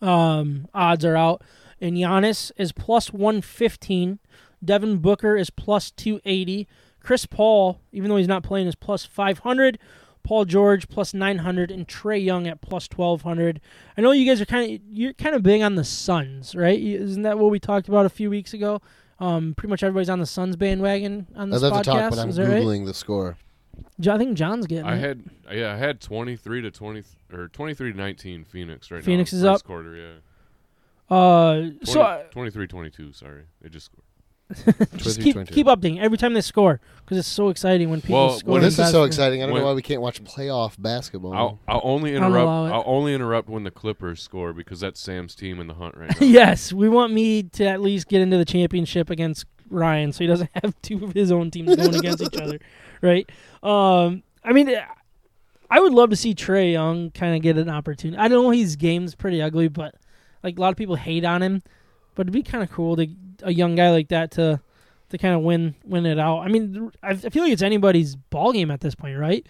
[SPEAKER 2] um, odds are out, and Giannis is plus one fifteen. Devin Booker is plus two eighty. Chris Paul, even though he's not playing, is plus five hundred. Paul George plus nine hundred, and Trey Young at plus twelve hundred. I know you guys are kind of you're kind of big on the Suns, right? You- Isn't that what we talked about a few weeks ago? Um, pretty much everybody's on the Suns bandwagon on
[SPEAKER 6] I
[SPEAKER 2] this
[SPEAKER 6] love
[SPEAKER 2] podcast.
[SPEAKER 6] to talk, but I'm
[SPEAKER 2] is that right?
[SPEAKER 6] googling the score.
[SPEAKER 2] Jo- I think John's getting.
[SPEAKER 5] I
[SPEAKER 2] it.
[SPEAKER 5] had yeah, I had twenty three to twenty or twenty three to nineteen Phoenix right
[SPEAKER 2] Phoenix
[SPEAKER 5] now.
[SPEAKER 2] is
[SPEAKER 5] first
[SPEAKER 2] up.
[SPEAKER 5] quarter, yeah.
[SPEAKER 2] Uh,
[SPEAKER 5] 20,
[SPEAKER 2] so I-
[SPEAKER 5] 23-22, sorry. They just scored.
[SPEAKER 2] just
[SPEAKER 6] 23,
[SPEAKER 2] keep
[SPEAKER 6] 22.
[SPEAKER 2] keep updating every time they score because it's so exciting when people
[SPEAKER 5] Well,
[SPEAKER 2] score.
[SPEAKER 5] well,
[SPEAKER 2] in
[SPEAKER 6] This is so
[SPEAKER 2] basketball.
[SPEAKER 6] exciting. I don't
[SPEAKER 5] When-
[SPEAKER 6] know why we can't watch playoff basketball.
[SPEAKER 5] I'll, I'll only
[SPEAKER 2] I'll
[SPEAKER 5] interrupt
[SPEAKER 2] allow it.
[SPEAKER 5] I'll only interrupt when the Clippers score because that's Sam's team in the hunt right now.
[SPEAKER 2] yes, we want me to at least get into the championship against Ryan, so he doesn't have two of his own teams going against each other, right? Um, I mean, I would love to see Trey Young kind of get an opportunity. I know his game's pretty ugly, but like a lot of people hate on him, but it'd be kind of cool to a young guy like that to to kind of win win it out. I mean, I I feel like it's anybody's ball game at this point, right?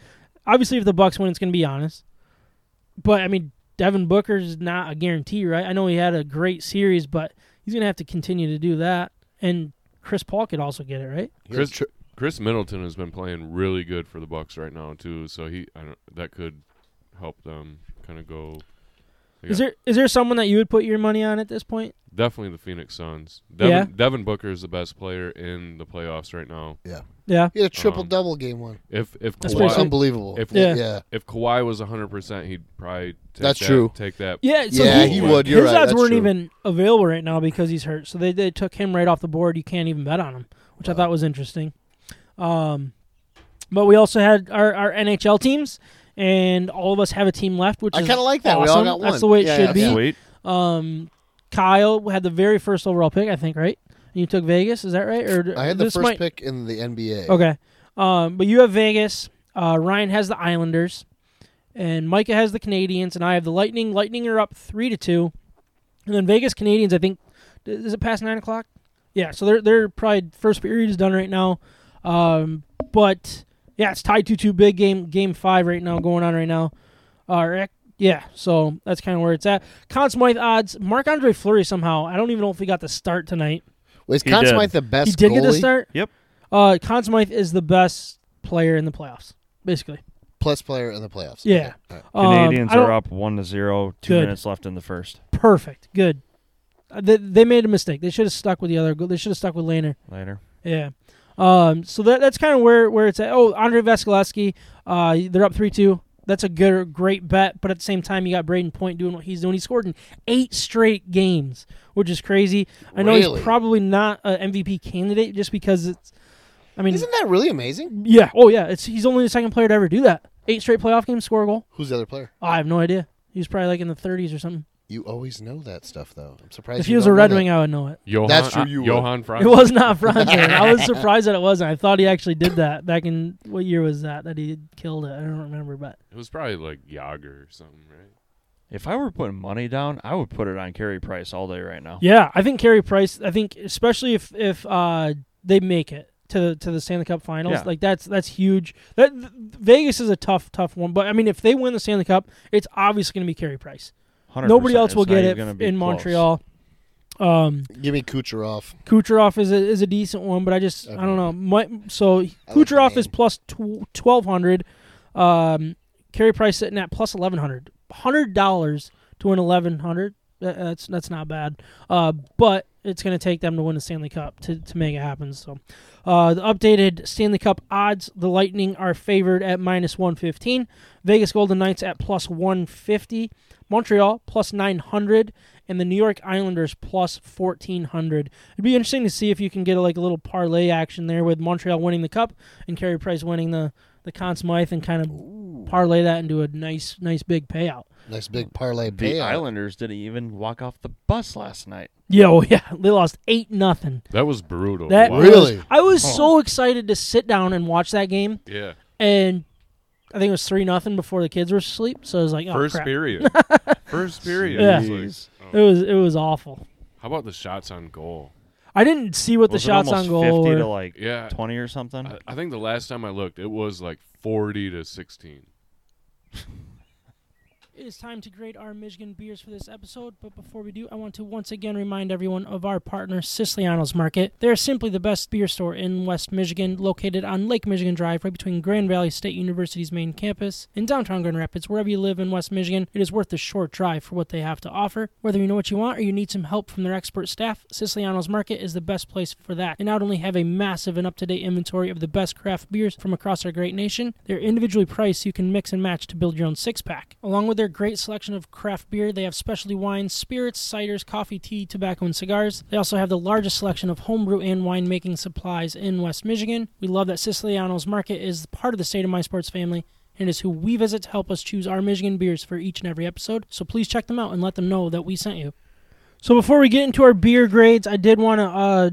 [SPEAKER 2] Obviously, if the Bucks win, it's going to be honest. But I mean, Devin Booker's not a guarantee, right? I know he had a great series, but he's going to have to continue to do that. And Chris Paul could also get it, right?
[SPEAKER 6] Yeah,
[SPEAKER 5] Chris-
[SPEAKER 6] tr-
[SPEAKER 5] Chris Middleton has been playing really good for the Bucks right now too, so he I don't, that could help them kind of go
[SPEAKER 2] Is
[SPEAKER 5] Yeah.
[SPEAKER 2] there is there someone that you would put your money on at this point?
[SPEAKER 5] definitely the Phoenix Suns. Devin,
[SPEAKER 2] Yeah.
[SPEAKER 5] Devin Booker is the best player in the playoffs right now.
[SPEAKER 2] Yeah.
[SPEAKER 6] he had a triple double game one.
[SPEAKER 5] If if
[SPEAKER 2] That's
[SPEAKER 6] It's
[SPEAKER 2] pretty
[SPEAKER 5] Kawhi,
[SPEAKER 2] sick.
[SPEAKER 6] unbelievable.
[SPEAKER 5] If-
[SPEAKER 2] Yeah.
[SPEAKER 6] yeah.
[SPEAKER 5] if Kawhi was 100%, he'd probably take
[SPEAKER 6] That's
[SPEAKER 5] that,
[SPEAKER 6] true.
[SPEAKER 5] Take that.
[SPEAKER 2] Yeah, so
[SPEAKER 6] Yeah,
[SPEAKER 5] he would.
[SPEAKER 6] You're
[SPEAKER 2] his
[SPEAKER 6] right.
[SPEAKER 2] odds
[SPEAKER 6] That's
[SPEAKER 2] weren't
[SPEAKER 6] true.
[SPEAKER 2] even available right now because he's hurt. So they, they took him right off the board. You can't even bet on him, which I thought was interesting. Um, but we also had our, our NHL teams, and all of us have a team left, which
[SPEAKER 6] I
[SPEAKER 2] is
[SPEAKER 6] kinda like that. We all
[SPEAKER 2] Awesome.
[SPEAKER 6] got
[SPEAKER 2] That's
[SPEAKER 6] one.
[SPEAKER 2] the way it
[SPEAKER 6] Yeah,
[SPEAKER 2] should
[SPEAKER 6] yeah,
[SPEAKER 2] be.
[SPEAKER 6] yeah.
[SPEAKER 3] Sweet.
[SPEAKER 2] Um, Kyle had the very first overall pick, I think, right? And you took Vegas, is that right? Or
[SPEAKER 6] I had the
[SPEAKER 2] this
[SPEAKER 6] first
[SPEAKER 2] might-
[SPEAKER 6] pick in the NBA.
[SPEAKER 2] Okay, um, but you have Vegas. Uh, Ryan has the Islanders, and Micah has the Canadians, and I have the Lightning. Lightning are up three to two, and then Vegas Canadians. I think is it past nine o'clock? Yeah, so they're they're probably first period is done right now, um, but yeah, it's tied two two big game game five right now going on right now. Uh, rec- yeah, so that's kind of where it's at. Conn Smythe odds. Marc Andre Fleury somehow. I don't even know if he got the start tonight.
[SPEAKER 6] Was
[SPEAKER 3] He
[SPEAKER 6] Conn
[SPEAKER 3] did.
[SPEAKER 6] Smythe the best
[SPEAKER 2] He did
[SPEAKER 6] goalie?
[SPEAKER 2] get the start.
[SPEAKER 3] Yep.
[SPEAKER 2] Uh, Conn Smythe is the best player in the playoffs, basically.
[SPEAKER 6] Plus player in the playoffs.
[SPEAKER 2] Yeah.
[SPEAKER 6] Okay. All right.
[SPEAKER 2] Um,
[SPEAKER 3] Canadians
[SPEAKER 2] I don't-
[SPEAKER 3] are up one to zero. Two
[SPEAKER 2] Good.
[SPEAKER 3] minutes left in the first.
[SPEAKER 2] Perfect. Good. Uh, they, they made a mistake. They should have stuck with the other. go- They should have stuck with Laner.
[SPEAKER 3] Later.
[SPEAKER 2] Yeah. Um. So that that's kind of where where it's at. Oh, Andre Vasilevsky. Uh, they're up three two. That's a good, great bet. But at the same time, you got Braden Point doing what he's doing. He scored in eight straight games, which is crazy. I know
[SPEAKER 6] Really?
[SPEAKER 2] he's probably not an MVP candidate just because it's. I mean,
[SPEAKER 6] Isn't that really amazing?
[SPEAKER 2] yeah. Oh, yeah. It's he's only the second player to ever do that. Eight straight playoff games, score a goal.
[SPEAKER 6] Who's the other player?
[SPEAKER 2] I have no idea. He was probably like in the 30s or something.
[SPEAKER 6] You always know that stuff, though. I'm surprised.
[SPEAKER 2] If
[SPEAKER 6] you
[SPEAKER 2] he was
[SPEAKER 6] don't
[SPEAKER 2] a
[SPEAKER 6] know
[SPEAKER 2] Red
[SPEAKER 6] that.
[SPEAKER 2] Wing, I would know it.
[SPEAKER 5] Johann,
[SPEAKER 6] That's true,
[SPEAKER 5] I-
[SPEAKER 6] you would.
[SPEAKER 5] Johann Franz.
[SPEAKER 2] It was not Franz. I was surprised that it wasn't. I thought he actually did that back in what year was that that he killed it? I don't remember, but
[SPEAKER 5] It was probably like Yager or something, right?
[SPEAKER 3] If I were putting money down, I would put it on Carey Price all day right now.
[SPEAKER 2] yeah, I think Carey Price. I think especially if if uh, they make it to to the Stanley Cup Finals,
[SPEAKER 3] Yeah.
[SPEAKER 2] like that's that's huge. That Vegas is a tough tough one, but I mean, if they win the Stanley Cup, it's obviously going to be Carey Price.
[SPEAKER 3] 100%.
[SPEAKER 2] Nobody else
[SPEAKER 3] It's
[SPEAKER 2] will
[SPEAKER 3] not
[SPEAKER 2] get
[SPEAKER 3] even
[SPEAKER 2] it
[SPEAKER 3] gonna
[SPEAKER 2] in
[SPEAKER 3] be close.
[SPEAKER 2] Montreal. Um,
[SPEAKER 6] Give me Kucherov.
[SPEAKER 2] Kucherov is a, is a decent one, but I just I don't know. My, so Kucherov
[SPEAKER 6] name.
[SPEAKER 2] is plus tw- twelve hundred. Um, Carey Price sitting at plus eleven hundred. Hundred dollars to win eleven hundred. That's that's not bad. Uh, but it's going to take them to win the Stanley Cup to, to make it happen. So, uh, the updated Stanley Cup odds: the Lightning are favored at minus one fifteen. Vegas Golden Knights at plus one fifty. Montreal plus 900 and the New York Islanders plus 1400. It'd be interesting to see if you can get a, like a little parlay action there with Montreal winning the cup and Carey Price winning the the Conn Smythe and kind of parlay that into a nice nice big payout.
[SPEAKER 6] Nice big parlay
[SPEAKER 3] The
[SPEAKER 6] payout.
[SPEAKER 3] Islanders didn't even walk off the bus last night.
[SPEAKER 2] Yo, yeah, they lost 8 nothing.
[SPEAKER 5] That was brutal.
[SPEAKER 2] That
[SPEAKER 5] Wow.
[SPEAKER 2] was-
[SPEAKER 6] Really?
[SPEAKER 2] I was so excited to sit down and watch that game
[SPEAKER 5] Yeah.
[SPEAKER 2] and I think it was 3 nothing before the kids were asleep, so I was like, oh
[SPEAKER 5] First
[SPEAKER 2] crap.
[SPEAKER 5] period. First period.
[SPEAKER 2] Yeah.
[SPEAKER 5] It was like,
[SPEAKER 2] It was it was awful.
[SPEAKER 5] how about the shots on goal?
[SPEAKER 2] I didn't see what
[SPEAKER 3] Was
[SPEAKER 2] the
[SPEAKER 3] it
[SPEAKER 2] shots on
[SPEAKER 3] almost
[SPEAKER 2] goal
[SPEAKER 3] 50
[SPEAKER 2] were.
[SPEAKER 3] to like
[SPEAKER 5] Yeah.
[SPEAKER 3] 20 or something?
[SPEAKER 5] I, I think the last time I looked, it was like 40 to 16.
[SPEAKER 2] It is time to grade our Michigan beers for this episode, but before we do, I want to once again remind everyone of our partner, Siciliano's Market. They're simply the best beer store in West Michigan, located on Lake Michigan Drive, right between Grand Valley State University's main campus in downtown Grand Rapids. Wherever you live in West Michigan, it is worth the short drive for what they have to offer. Whether you know what you want or you need some help from their expert staff, Siciliano's Market is the best place for that. They not only have a massive and up to date inventory of the best craft beers from across our great nation, they're individually priced so you can mix and match to build your own six pack. Along with their great selection of craft beer, they have specialty wines, spirits, ciders, coffee, tea, tobacco, and cigars. They also have the largest selection of homebrew and winemaking supplies in West Michigan. We love that Siciliano's Market is part of the State of My Sports family and is who we visit to help us choose our Michigan beers for each and every episode. So please check them out and let them know that we sent you. So before we get into our beer grades, I did want to uh,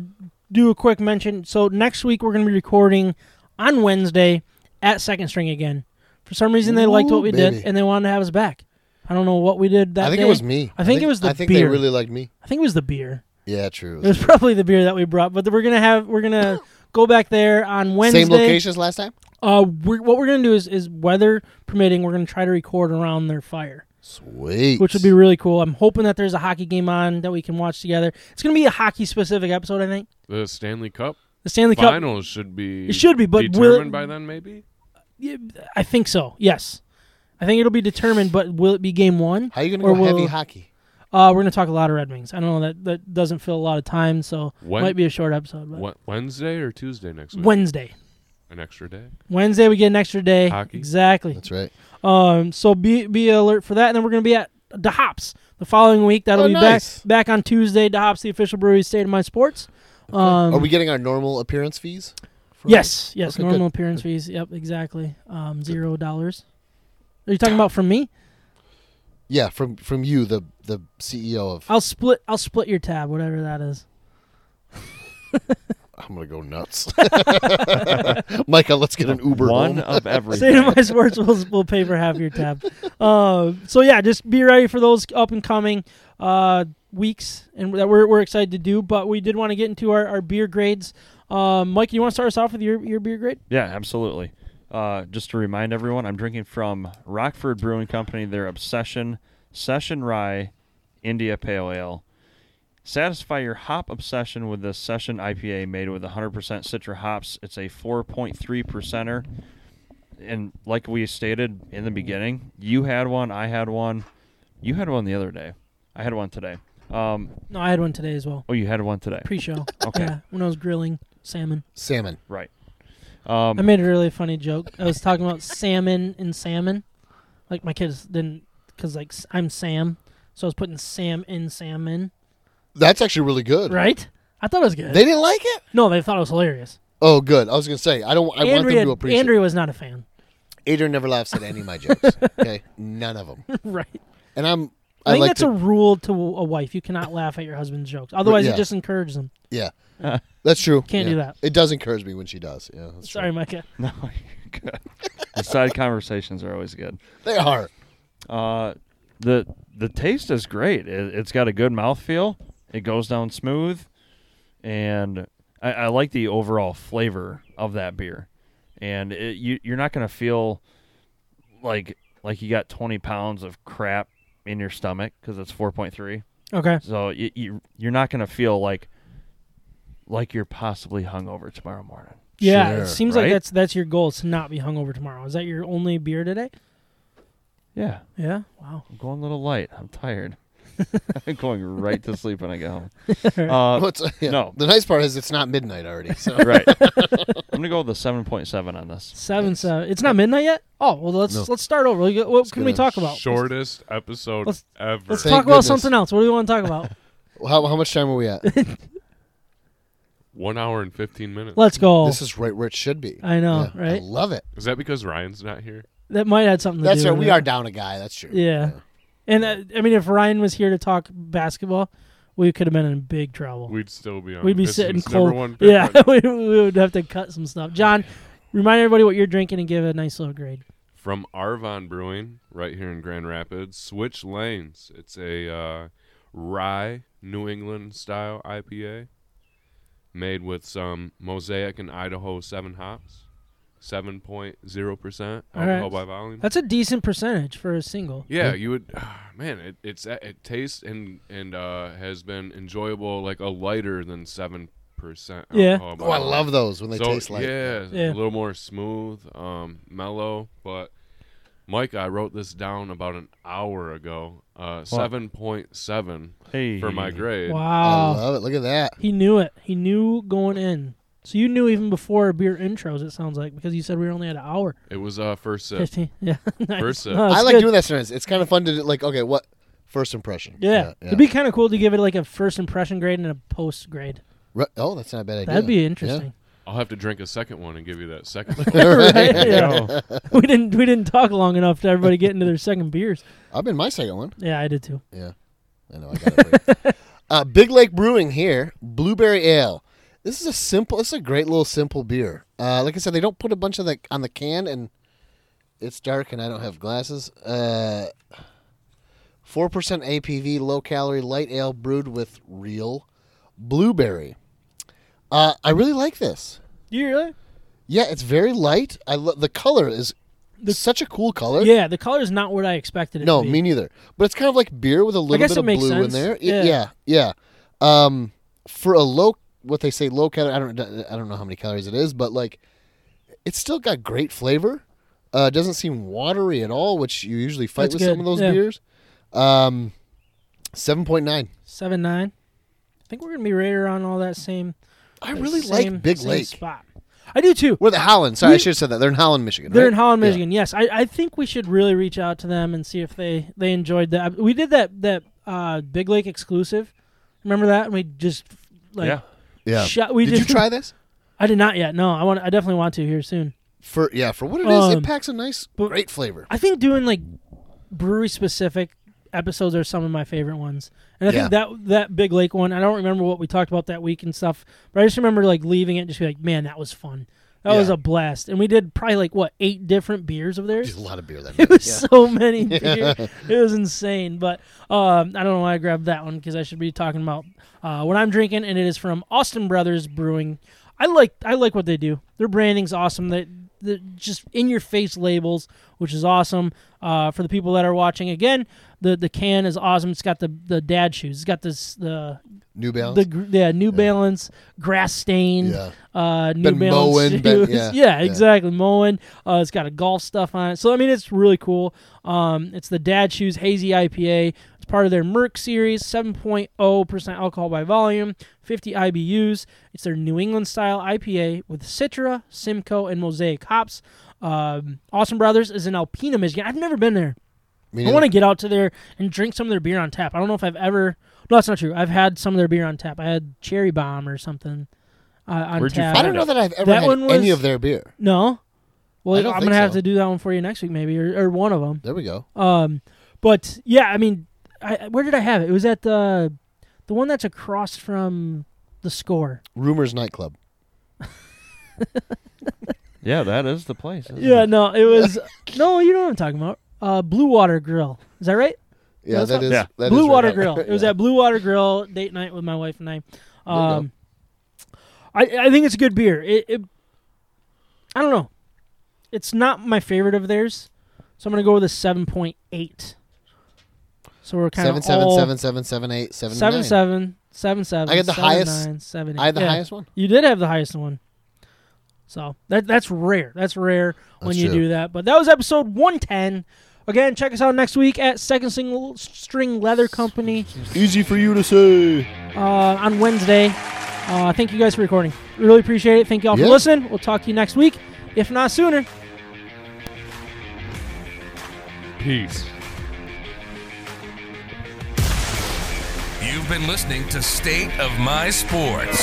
[SPEAKER 2] do a quick mention. So next week we're going to be recording on Wednesday at Second String again. For some reason they liked what
[SPEAKER 6] Ooh,
[SPEAKER 2] we did
[SPEAKER 6] baby.
[SPEAKER 2] and they wanted to have us back. I don't know what we did that
[SPEAKER 6] I think
[SPEAKER 2] day.
[SPEAKER 6] it was me.
[SPEAKER 2] I think it was the
[SPEAKER 6] I think they
[SPEAKER 2] beer.
[SPEAKER 6] really liked me.
[SPEAKER 2] I think it was the beer.
[SPEAKER 6] Yeah, true.
[SPEAKER 2] It was probably the beer that we brought, but we're gonna have we're gonna go back there on Wednesday.
[SPEAKER 6] Same locations last time.
[SPEAKER 2] Uh, we're, what we're gonna do is is weather permitting, we're gonna try to record around their fire.
[SPEAKER 6] Sweet.
[SPEAKER 2] which would be really cool. I'm hoping that there's a hockey game on that we can watch together. It's going to be a hockey specific episode, I think.
[SPEAKER 5] The Stanley Cup
[SPEAKER 2] The Stanley Cup.
[SPEAKER 5] finals should be
[SPEAKER 2] It should be, but will-
[SPEAKER 5] determined by then maybe.
[SPEAKER 2] I think so. Yes, I think it'll be determined. But will it be game one?
[SPEAKER 6] How you gonna
[SPEAKER 2] Or
[SPEAKER 6] go heavy
[SPEAKER 2] will-
[SPEAKER 6] hockey?
[SPEAKER 2] Uh, we're going to talk a lot of Red Wings. I don't know that that doesn't fill a lot of time, so
[SPEAKER 5] When-
[SPEAKER 2] might be a short episode. But
[SPEAKER 5] What, Wednesday or Tuesday next week?
[SPEAKER 2] Wednesday,
[SPEAKER 5] An extra day.
[SPEAKER 2] Wednesday we get an extra day.
[SPEAKER 5] Hockey.
[SPEAKER 2] Exactly.
[SPEAKER 6] That's right.
[SPEAKER 2] Um, so be be alert for that, and then we're gonna be at the Hops the following week. That'll
[SPEAKER 6] Oh,
[SPEAKER 2] be
[SPEAKER 6] nice.
[SPEAKER 2] back back on Tuesday. The Hops, the official brewery, of state of my sports. Um,
[SPEAKER 6] Are we getting our normal appearance fees? for-
[SPEAKER 2] Yes, yes,
[SPEAKER 6] Okay,
[SPEAKER 2] normal appearance fees. Yep, exactly. Um, zero dollars. Are you talking about from me?
[SPEAKER 6] Yeah, from from you, the the CEO of.
[SPEAKER 2] I'll split. I'll split your tab, whatever that is.
[SPEAKER 6] I'm gonna go nuts. Micah, let's get an Uber
[SPEAKER 3] One
[SPEAKER 6] home.
[SPEAKER 3] of
[SPEAKER 2] State
[SPEAKER 3] everything.
[SPEAKER 2] of my sports will will pay for half your tab. Uh, so yeah, just be ready for those up and coming uh, weeks, and that we're we're excited to do. But we did want to get into our, our beer grades. Um, Mike, you want to start us off with your, your beer grade?
[SPEAKER 3] Yeah, absolutely. Uh, just to remind everyone, I'm drinking from Rockford Brewing Company, their Obsession Session Rye India Pale Ale. Satisfy your hop obsession with this Session IPA made with 100% Citra hops. It's a 4.3 percenter. And like we stated in the beginning, you had one, I had one. You had one the other day. I had one today. Um,
[SPEAKER 2] No, I had one today as well.
[SPEAKER 3] oh, you had one today.
[SPEAKER 2] Pre-show.
[SPEAKER 3] Okay.
[SPEAKER 2] Yeah, when I was grilling salmon.
[SPEAKER 6] Salmon.
[SPEAKER 3] Right. Um,
[SPEAKER 2] I made a really funny joke. I was talking about salmon and salmon. Like my kids didn't, because like s- I'm Sam, so I was putting Sam in salmon.
[SPEAKER 6] That's actually really good.
[SPEAKER 2] Right? I thought it was good.
[SPEAKER 6] They didn't like it.
[SPEAKER 2] no, they thought it was hilarious.
[SPEAKER 6] Oh, good. I was gonna say I don't. I want them
[SPEAKER 2] Andrea,
[SPEAKER 6] to appreciate.
[SPEAKER 2] Andrea was not a fan.
[SPEAKER 6] Adrian never laughs at any of my jokes. Okay, none of them.
[SPEAKER 2] right?
[SPEAKER 6] and I'm
[SPEAKER 2] I,
[SPEAKER 6] I,
[SPEAKER 2] think
[SPEAKER 6] like
[SPEAKER 2] that's
[SPEAKER 6] to-
[SPEAKER 2] a rule to a wife. You cannot laugh at your husband's jokes. Otherwise,
[SPEAKER 6] yeah.
[SPEAKER 2] you just encourage them.
[SPEAKER 6] yeah,
[SPEAKER 3] Uh.
[SPEAKER 6] that's true.
[SPEAKER 2] Can't
[SPEAKER 6] Yeah.
[SPEAKER 2] do that.
[SPEAKER 6] It does encourage me when she does. Yeah, that's
[SPEAKER 2] Sorry, Micah.
[SPEAKER 3] No, you're good. the side conversations are always good.
[SPEAKER 6] true. they are.
[SPEAKER 3] Uh, the the taste is great. It, it's got a good mouthfeel. It goes down smooth, and I, I like the overall flavor of that beer. And it, you you're not gonna feel like like you got 20 pounds of crap in your stomach because it's 4.3.
[SPEAKER 2] Okay.
[SPEAKER 3] So you, you you're not gonna feel like like you're possibly hungover tomorrow morning.
[SPEAKER 2] Yeah,
[SPEAKER 6] Sure,
[SPEAKER 2] it seems
[SPEAKER 3] right?
[SPEAKER 2] like that's that's your goal is to not be hungover tomorrow. Is that your only beer today?
[SPEAKER 3] Yeah,
[SPEAKER 2] Yeah. Wow.
[SPEAKER 3] I'm going a little light. I'm tired. I'm going right to sleep when I get home. Uh,
[SPEAKER 6] What's, yeah.
[SPEAKER 3] no.
[SPEAKER 6] the nice part is it's not midnight already. So
[SPEAKER 3] right. I'm gonna go with a seven point seven on this.
[SPEAKER 2] Seven seven. It's not midnight yet. Oh well, let's let's start over. Let's go- What can we
[SPEAKER 6] get a
[SPEAKER 2] talk about?
[SPEAKER 5] Shortest episode
[SPEAKER 2] Let's-
[SPEAKER 5] ever.
[SPEAKER 2] Let's
[SPEAKER 6] Thank
[SPEAKER 2] talk about
[SPEAKER 6] goodness.
[SPEAKER 2] something else. What do we want to talk about?
[SPEAKER 6] how, how much time are we at?
[SPEAKER 5] One hour and fifteen minutes.
[SPEAKER 2] let's go.
[SPEAKER 6] This is right where it should be.
[SPEAKER 2] Oh. I know,
[SPEAKER 6] Yeah, I
[SPEAKER 2] right?
[SPEAKER 6] love it.
[SPEAKER 5] Is that because Ryan's not here?
[SPEAKER 2] That might have something to
[SPEAKER 6] That's
[SPEAKER 2] do.
[SPEAKER 6] right.
[SPEAKER 2] with
[SPEAKER 6] We
[SPEAKER 2] it.
[SPEAKER 6] are down a guy. That's true.
[SPEAKER 2] Yeah. And uh, I mean, if Ryan was here to talk basketball, we could have been in big trouble.
[SPEAKER 5] We'd still be on.
[SPEAKER 2] We'd be
[SPEAKER 5] Pistons
[SPEAKER 2] sitting
[SPEAKER 5] number
[SPEAKER 2] cold.
[SPEAKER 5] one pick
[SPEAKER 2] yeah,
[SPEAKER 5] right now.
[SPEAKER 2] we, we would have to cut some stuff. John, remind everybody what you're drinking and give a nice little grade.
[SPEAKER 5] from Arvon Brewing right here in Grand Rapids. Switch Lanes. It's a uh, rye New England style IPA made with some Mosaic and Idaho 7 hops. 7.0%
[SPEAKER 2] All right.
[SPEAKER 5] alcohol by volume.
[SPEAKER 2] That's a decent percentage for a single.
[SPEAKER 5] yeah, you would ah, man, it it's uh, it tastes and and uh has been enjoyable like a lighter than 7% alcohol
[SPEAKER 2] Yeah.
[SPEAKER 5] by
[SPEAKER 6] Oh, I
[SPEAKER 5] volume.
[SPEAKER 6] love those when they
[SPEAKER 5] So,
[SPEAKER 6] taste like.
[SPEAKER 5] yeah,
[SPEAKER 2] Yeah.
[SPEAKER 5] a little more smooth, um, mellow. But Mike, I wrote this down about an hour ago. Uh, seven point seven
[SPEAKER 3] Hey,
[SPEAKER 5] for my grade.
[SPEAKER 6] I
[SPEAKER 2] Wow.
[SPEAKER 6] love it. Look at that.
[SPEAKER 2] He knew it. He knew going in. So you knew even before beer intros, it sounds like, because you said we only had an hour.
[SPEAKER 5] It was uh, first sip.
[SPEAKER 2] 15. Yeah. nice.
[SPEAKER 5] First sip.
[SPEAKER 2] No, it's
[SPEAKER 6] I like
[SPEAKER 2] good.
[SPEAKER 6] doing that sometimes. It's kind of fun to do, like. Okay, what first impression?
[SPEAKER 2] Yeah. It'd be kind of cool to give it like a first impression grade and a post grade.
[SPEAKER 6] Ru- oh, that's not a bad idea.
[SPEAKER 2] That'd be
[SPEAKER 6] Yeah.
[SPEAKER 2] interesting.
[SPEAKER 5] I'll have to drink a second one and give you that second.
[SPEAKER 2] Right? Yeah.
[SPEAKER 3] Yo,
[SPEAKER 2] we didn't we didn't talk long enough to everybody get into their second beers.
[SPEAKER 6] I've been my second one.
[SPEAKER 2] Yeah, I did too.
[SPEAKER 6] Yeah, I know. I got it. right. uh, Big Lake Brewing here, blueberry ale. This is a simple. This is a great little simple beer. Uh, like I said, they don't put a bunch of the on the can, and it's dark, and I don't have glasses. Uh, Four percent APV, low calorie, light ale brewed with real blueberry. Uh, I really like this.
[SPEAKER 2] You really?
[SPEAKER 6] Yeah, it's very light. I lo- the color is such a cool color.
[SPEAKER 2] Yeah, the color is not what I expected it
[SPEAKER 6] No,
[SPEAKER 2] to be.
[SPEAKER 6] me neither. But it's kind of like beer with a little
[SPEAKER 2] guess
[SPEAKER 6] bit
[SPEAKER 2] it
[SPEAKER 6] of
[SPEAKER 2] makes
[SPEAKER 6] blue in
[SPEAKER 2] sense.
[SPEAKER 6] there. Y-
[SPEAKER 2] Yeah.
[SPEAKER 6] yeah, yeah. Um, for a low, what they say low calorie. I don't, I don't know how many calories it is, but like, it's still got great flavor. Uh, doesn't seem watery at all, which you usually fight
[SPEAKER 2] That's
[SPEAKER 6] with
[SPEAKER 2] good,
[SPEAKER 6] some of those
[SPEAKER 2] yeah.
[SPEAKER 6] beers. Um, seven point nine.
[SPEAKER 2] Seven nine. I think we're gonna be right around all that same.
[SPEAKER 6] I really
[SPEAKER 2] same,
[SPEAKER 6] like Big
[SPEAKER 2] same
[SPEAKER 6] Lake.
[SPEAKER 2] spot. I do too.
[SPEAKER 6] We're the Holland. Sorry, I
[SPEAKER 2] We-
[SPEAKER 6] should have said that. They're in Holland, Michigan.
[SPEAKER 2] They're
[SPEAKER 6] right?
[SPEAKER 2] in Holland,
[SPEAKER 6] Yeah.
[SPEAKER 2] Michigan. Yes, I, I think we should really reach out to them and see if they they enjoyed that. We did that that uh, Big Lake exclusive. Remember that? And we just like
[SPEAKER 3] yeah,
[SPEAKER 6] Yeah.
[SPEAKER 2] Shut- we
[SPEAKER 6] Did
[SPEAKER 2] just-
[SPEAKER 6] you try this?
[SPEAKER 2] I did not yet. No, I want. I definitely want to here soon.
[SPEAKER 6] For yeah, for what it is,
[SPEAKER 2] Um,
[SPEAKER 6] it packs a nice,
[SPEAKER 2] but-
[SPEAKER 6] great flavor.
[SPEAKER 2] I think doing like brewery specific episodes are some of my favorite ones. And I think
[SPEAKER 6] Yeah.
[SPEAKER 2] that that Big Lake one, I don't remember what we talked about that week and stuff, but I just remember like leaving it and just be like, man, that was fun. That was
[SPEAKER 6] Yeah.
[SPEAKER 2] a blast. And we did probably like what, eight different beers of theirs?
[SPEAKER 6] There's a lot of beer that
[SPEAKER 2] It
[SPEAKER 6] night.
[SPEAKER 2] was so many beer. It was insane. But um, I don't know why I grabbed that one because I should be talking about uh, what I'm drinking, and it is from Austin Brothers Brewing. I like I like what they do. Their branding's awesome. They they just in your face labels, which is awesome. Uh, for the people that are watching again, the the can is awesome. It's got the the dad shoes. It's got this the
[SPEAKER 6] New Balance.
[SPEAKER 2] the gr- yeah New Balance grass stained
[SPEAKER 6] Yeah.
[SPEAKER 2] uh, New
[SPEAKER 6] Been
[SPEAKER 2] Balance
[SPEAKER 6] mowing,
[SPEAKER 2] shoes.
[SPEAKER 6] been-
[SPEAKER 2] yeah.
[SPEAKER 6] yeah, yeah.
[SPEAKER 2] exactly mowing. Uh, it's got a golf stuff on it, so I mean it's really cool. Um, it's the Dad Shoes Hazy IPA. It's part of their Merc series, 7.0 percent alcohol by volume, 50 IBUs. It's their New England style IPA with Citra, Simcoe, and Mosaic hops. Um, Austin Brothers is in Alpena, Michigan. I've never been there.
[SPEAKER 6] Me
[SPEAKER 2] I
[SPEAKER 6] neither.
[SPEAKER 2] want to get out to there and drink some of their beer on tap. I don't know if I've ever. No, that's not true. I've had some of their beer on tap. I had Cherry Bomb or something uh, on
[SPEAKER 3] Where'd you
[SPEAKER 2] tap.
[SPEAKER 6] I don't know that I've ever
[SPEAKER 2] That
[SPEAKER 6] had
[SPEAKER 2] one was-
[SPEAKER 6] any of their beer.
[SPEAKER 2] No. Well,
[SPEAKER 6] I
[SPEAKER 2] I'm
[SPEAKER 6] don't
[SPEAKER 2] gonna
[SPEAKER 6] think
[SPEAKER 2] have
[SPEAKER 6] so.
[SPEAKER 2] to do that one for you next week, maybe, or, or one of them.
[SPEAKER 6] There we go.
[SPEAKER 2] Um, But yeah, I mean, I, where did I have it? It was at the the one that's across from the score.
[SPEAKER 6] Rumors nightclub.
[SPEAKER 3] Yeah, that is the place.
[SPEAKER 6] Mm.
[SPEAKER 3] isn't
[SPEAKER 2] Yeah,
[SPEAKER 3] it?
[SPEAKER 2] no, it was no. You know what I'm talking about? Uh, Blue Water Grill. Is that right?
[SPEAKER 6] Yeah,
[SPEAKER 2] That's
[SPEAKER 6] that
[SPEAKER 2] not-
[SPEAKER 6] is
[SPEAKER 3] Yeah.
[SPEAKER 6] that is
[SPEAKER 2] Blue
[SPEAKER 6] right
[SPEAKER 2] Water
[SPEAKER 6] up-
[SPEAKER 2] Grill. It was
[SPEAKER 6] yeah.
[SPEAKER 2] at Blue Water Grill date night with my wife and I.
[SPEAKER 6] you
[SPEAKER 2] Um, I I think it's a good beer. It, it I don't know. It's not my favorite of theirs, so I'm gonna go with a seven point eight. So we're kind
[SPEAKER 6] seven
[SPEAKER 2] of
[SPEAKER 6] seven
[SPEAKER 2] all
[SPEAKER 6] seven seven seven eight seven
[SPEAKER 2] seven
[SPEAKER 6] nine.
[SPEAKER 2] seven seven seven.
[SPEAKER 6] I got the
[SPEAKER 2] seven
[SPEAKER 6] highest-
[SPEAKER 2] nine, seven
[SPEAKER 6] I had the
[SPEAKER 2] eight. Yeah.
[SPEAKER 6] highest one.
[SPEAKER 2] You did have the highest one. So that that's rare. That's rare when
[SPEAKER 6] That's
[SPEAKER 2] you
[SPEAKER 6] true.
[SPEAKER 2] do that. But that was episode 110. Again, check us out next week at Second Single String Leather Company
[SPEAKER 6] Easy for you to say.
[SPEAKER 2] uh, on Wednesday. Uh, thank you guys for recording. Really appreciate it. Thank you all
[SPEAKER 6] Yeah.
[SPEAKER 2] for listening. We'll talk to you next week, if not sooner.
[SPEAKER 5] Peace.
[SPEAKER 1] You've been listening to State of My Sports.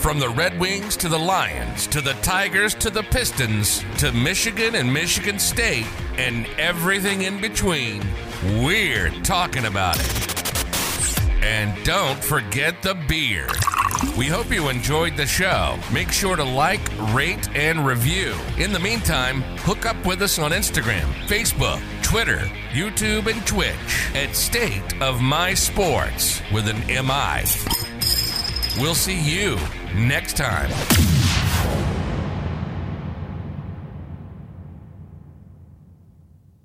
[SPEAKER 1] From the Red Wings to the Lions to the Tigers to the Pistons to Michigan and Michigan State and everything in between, we're talking about it. And don't forget the beer. We hope you enjoyed the show. Make sure to like, rate, and review. In the meantime, hook up with us on Instagram, Facebook, Twitter, YouTube, and Twitch at State of My Sports with an MI. We'll see you next time.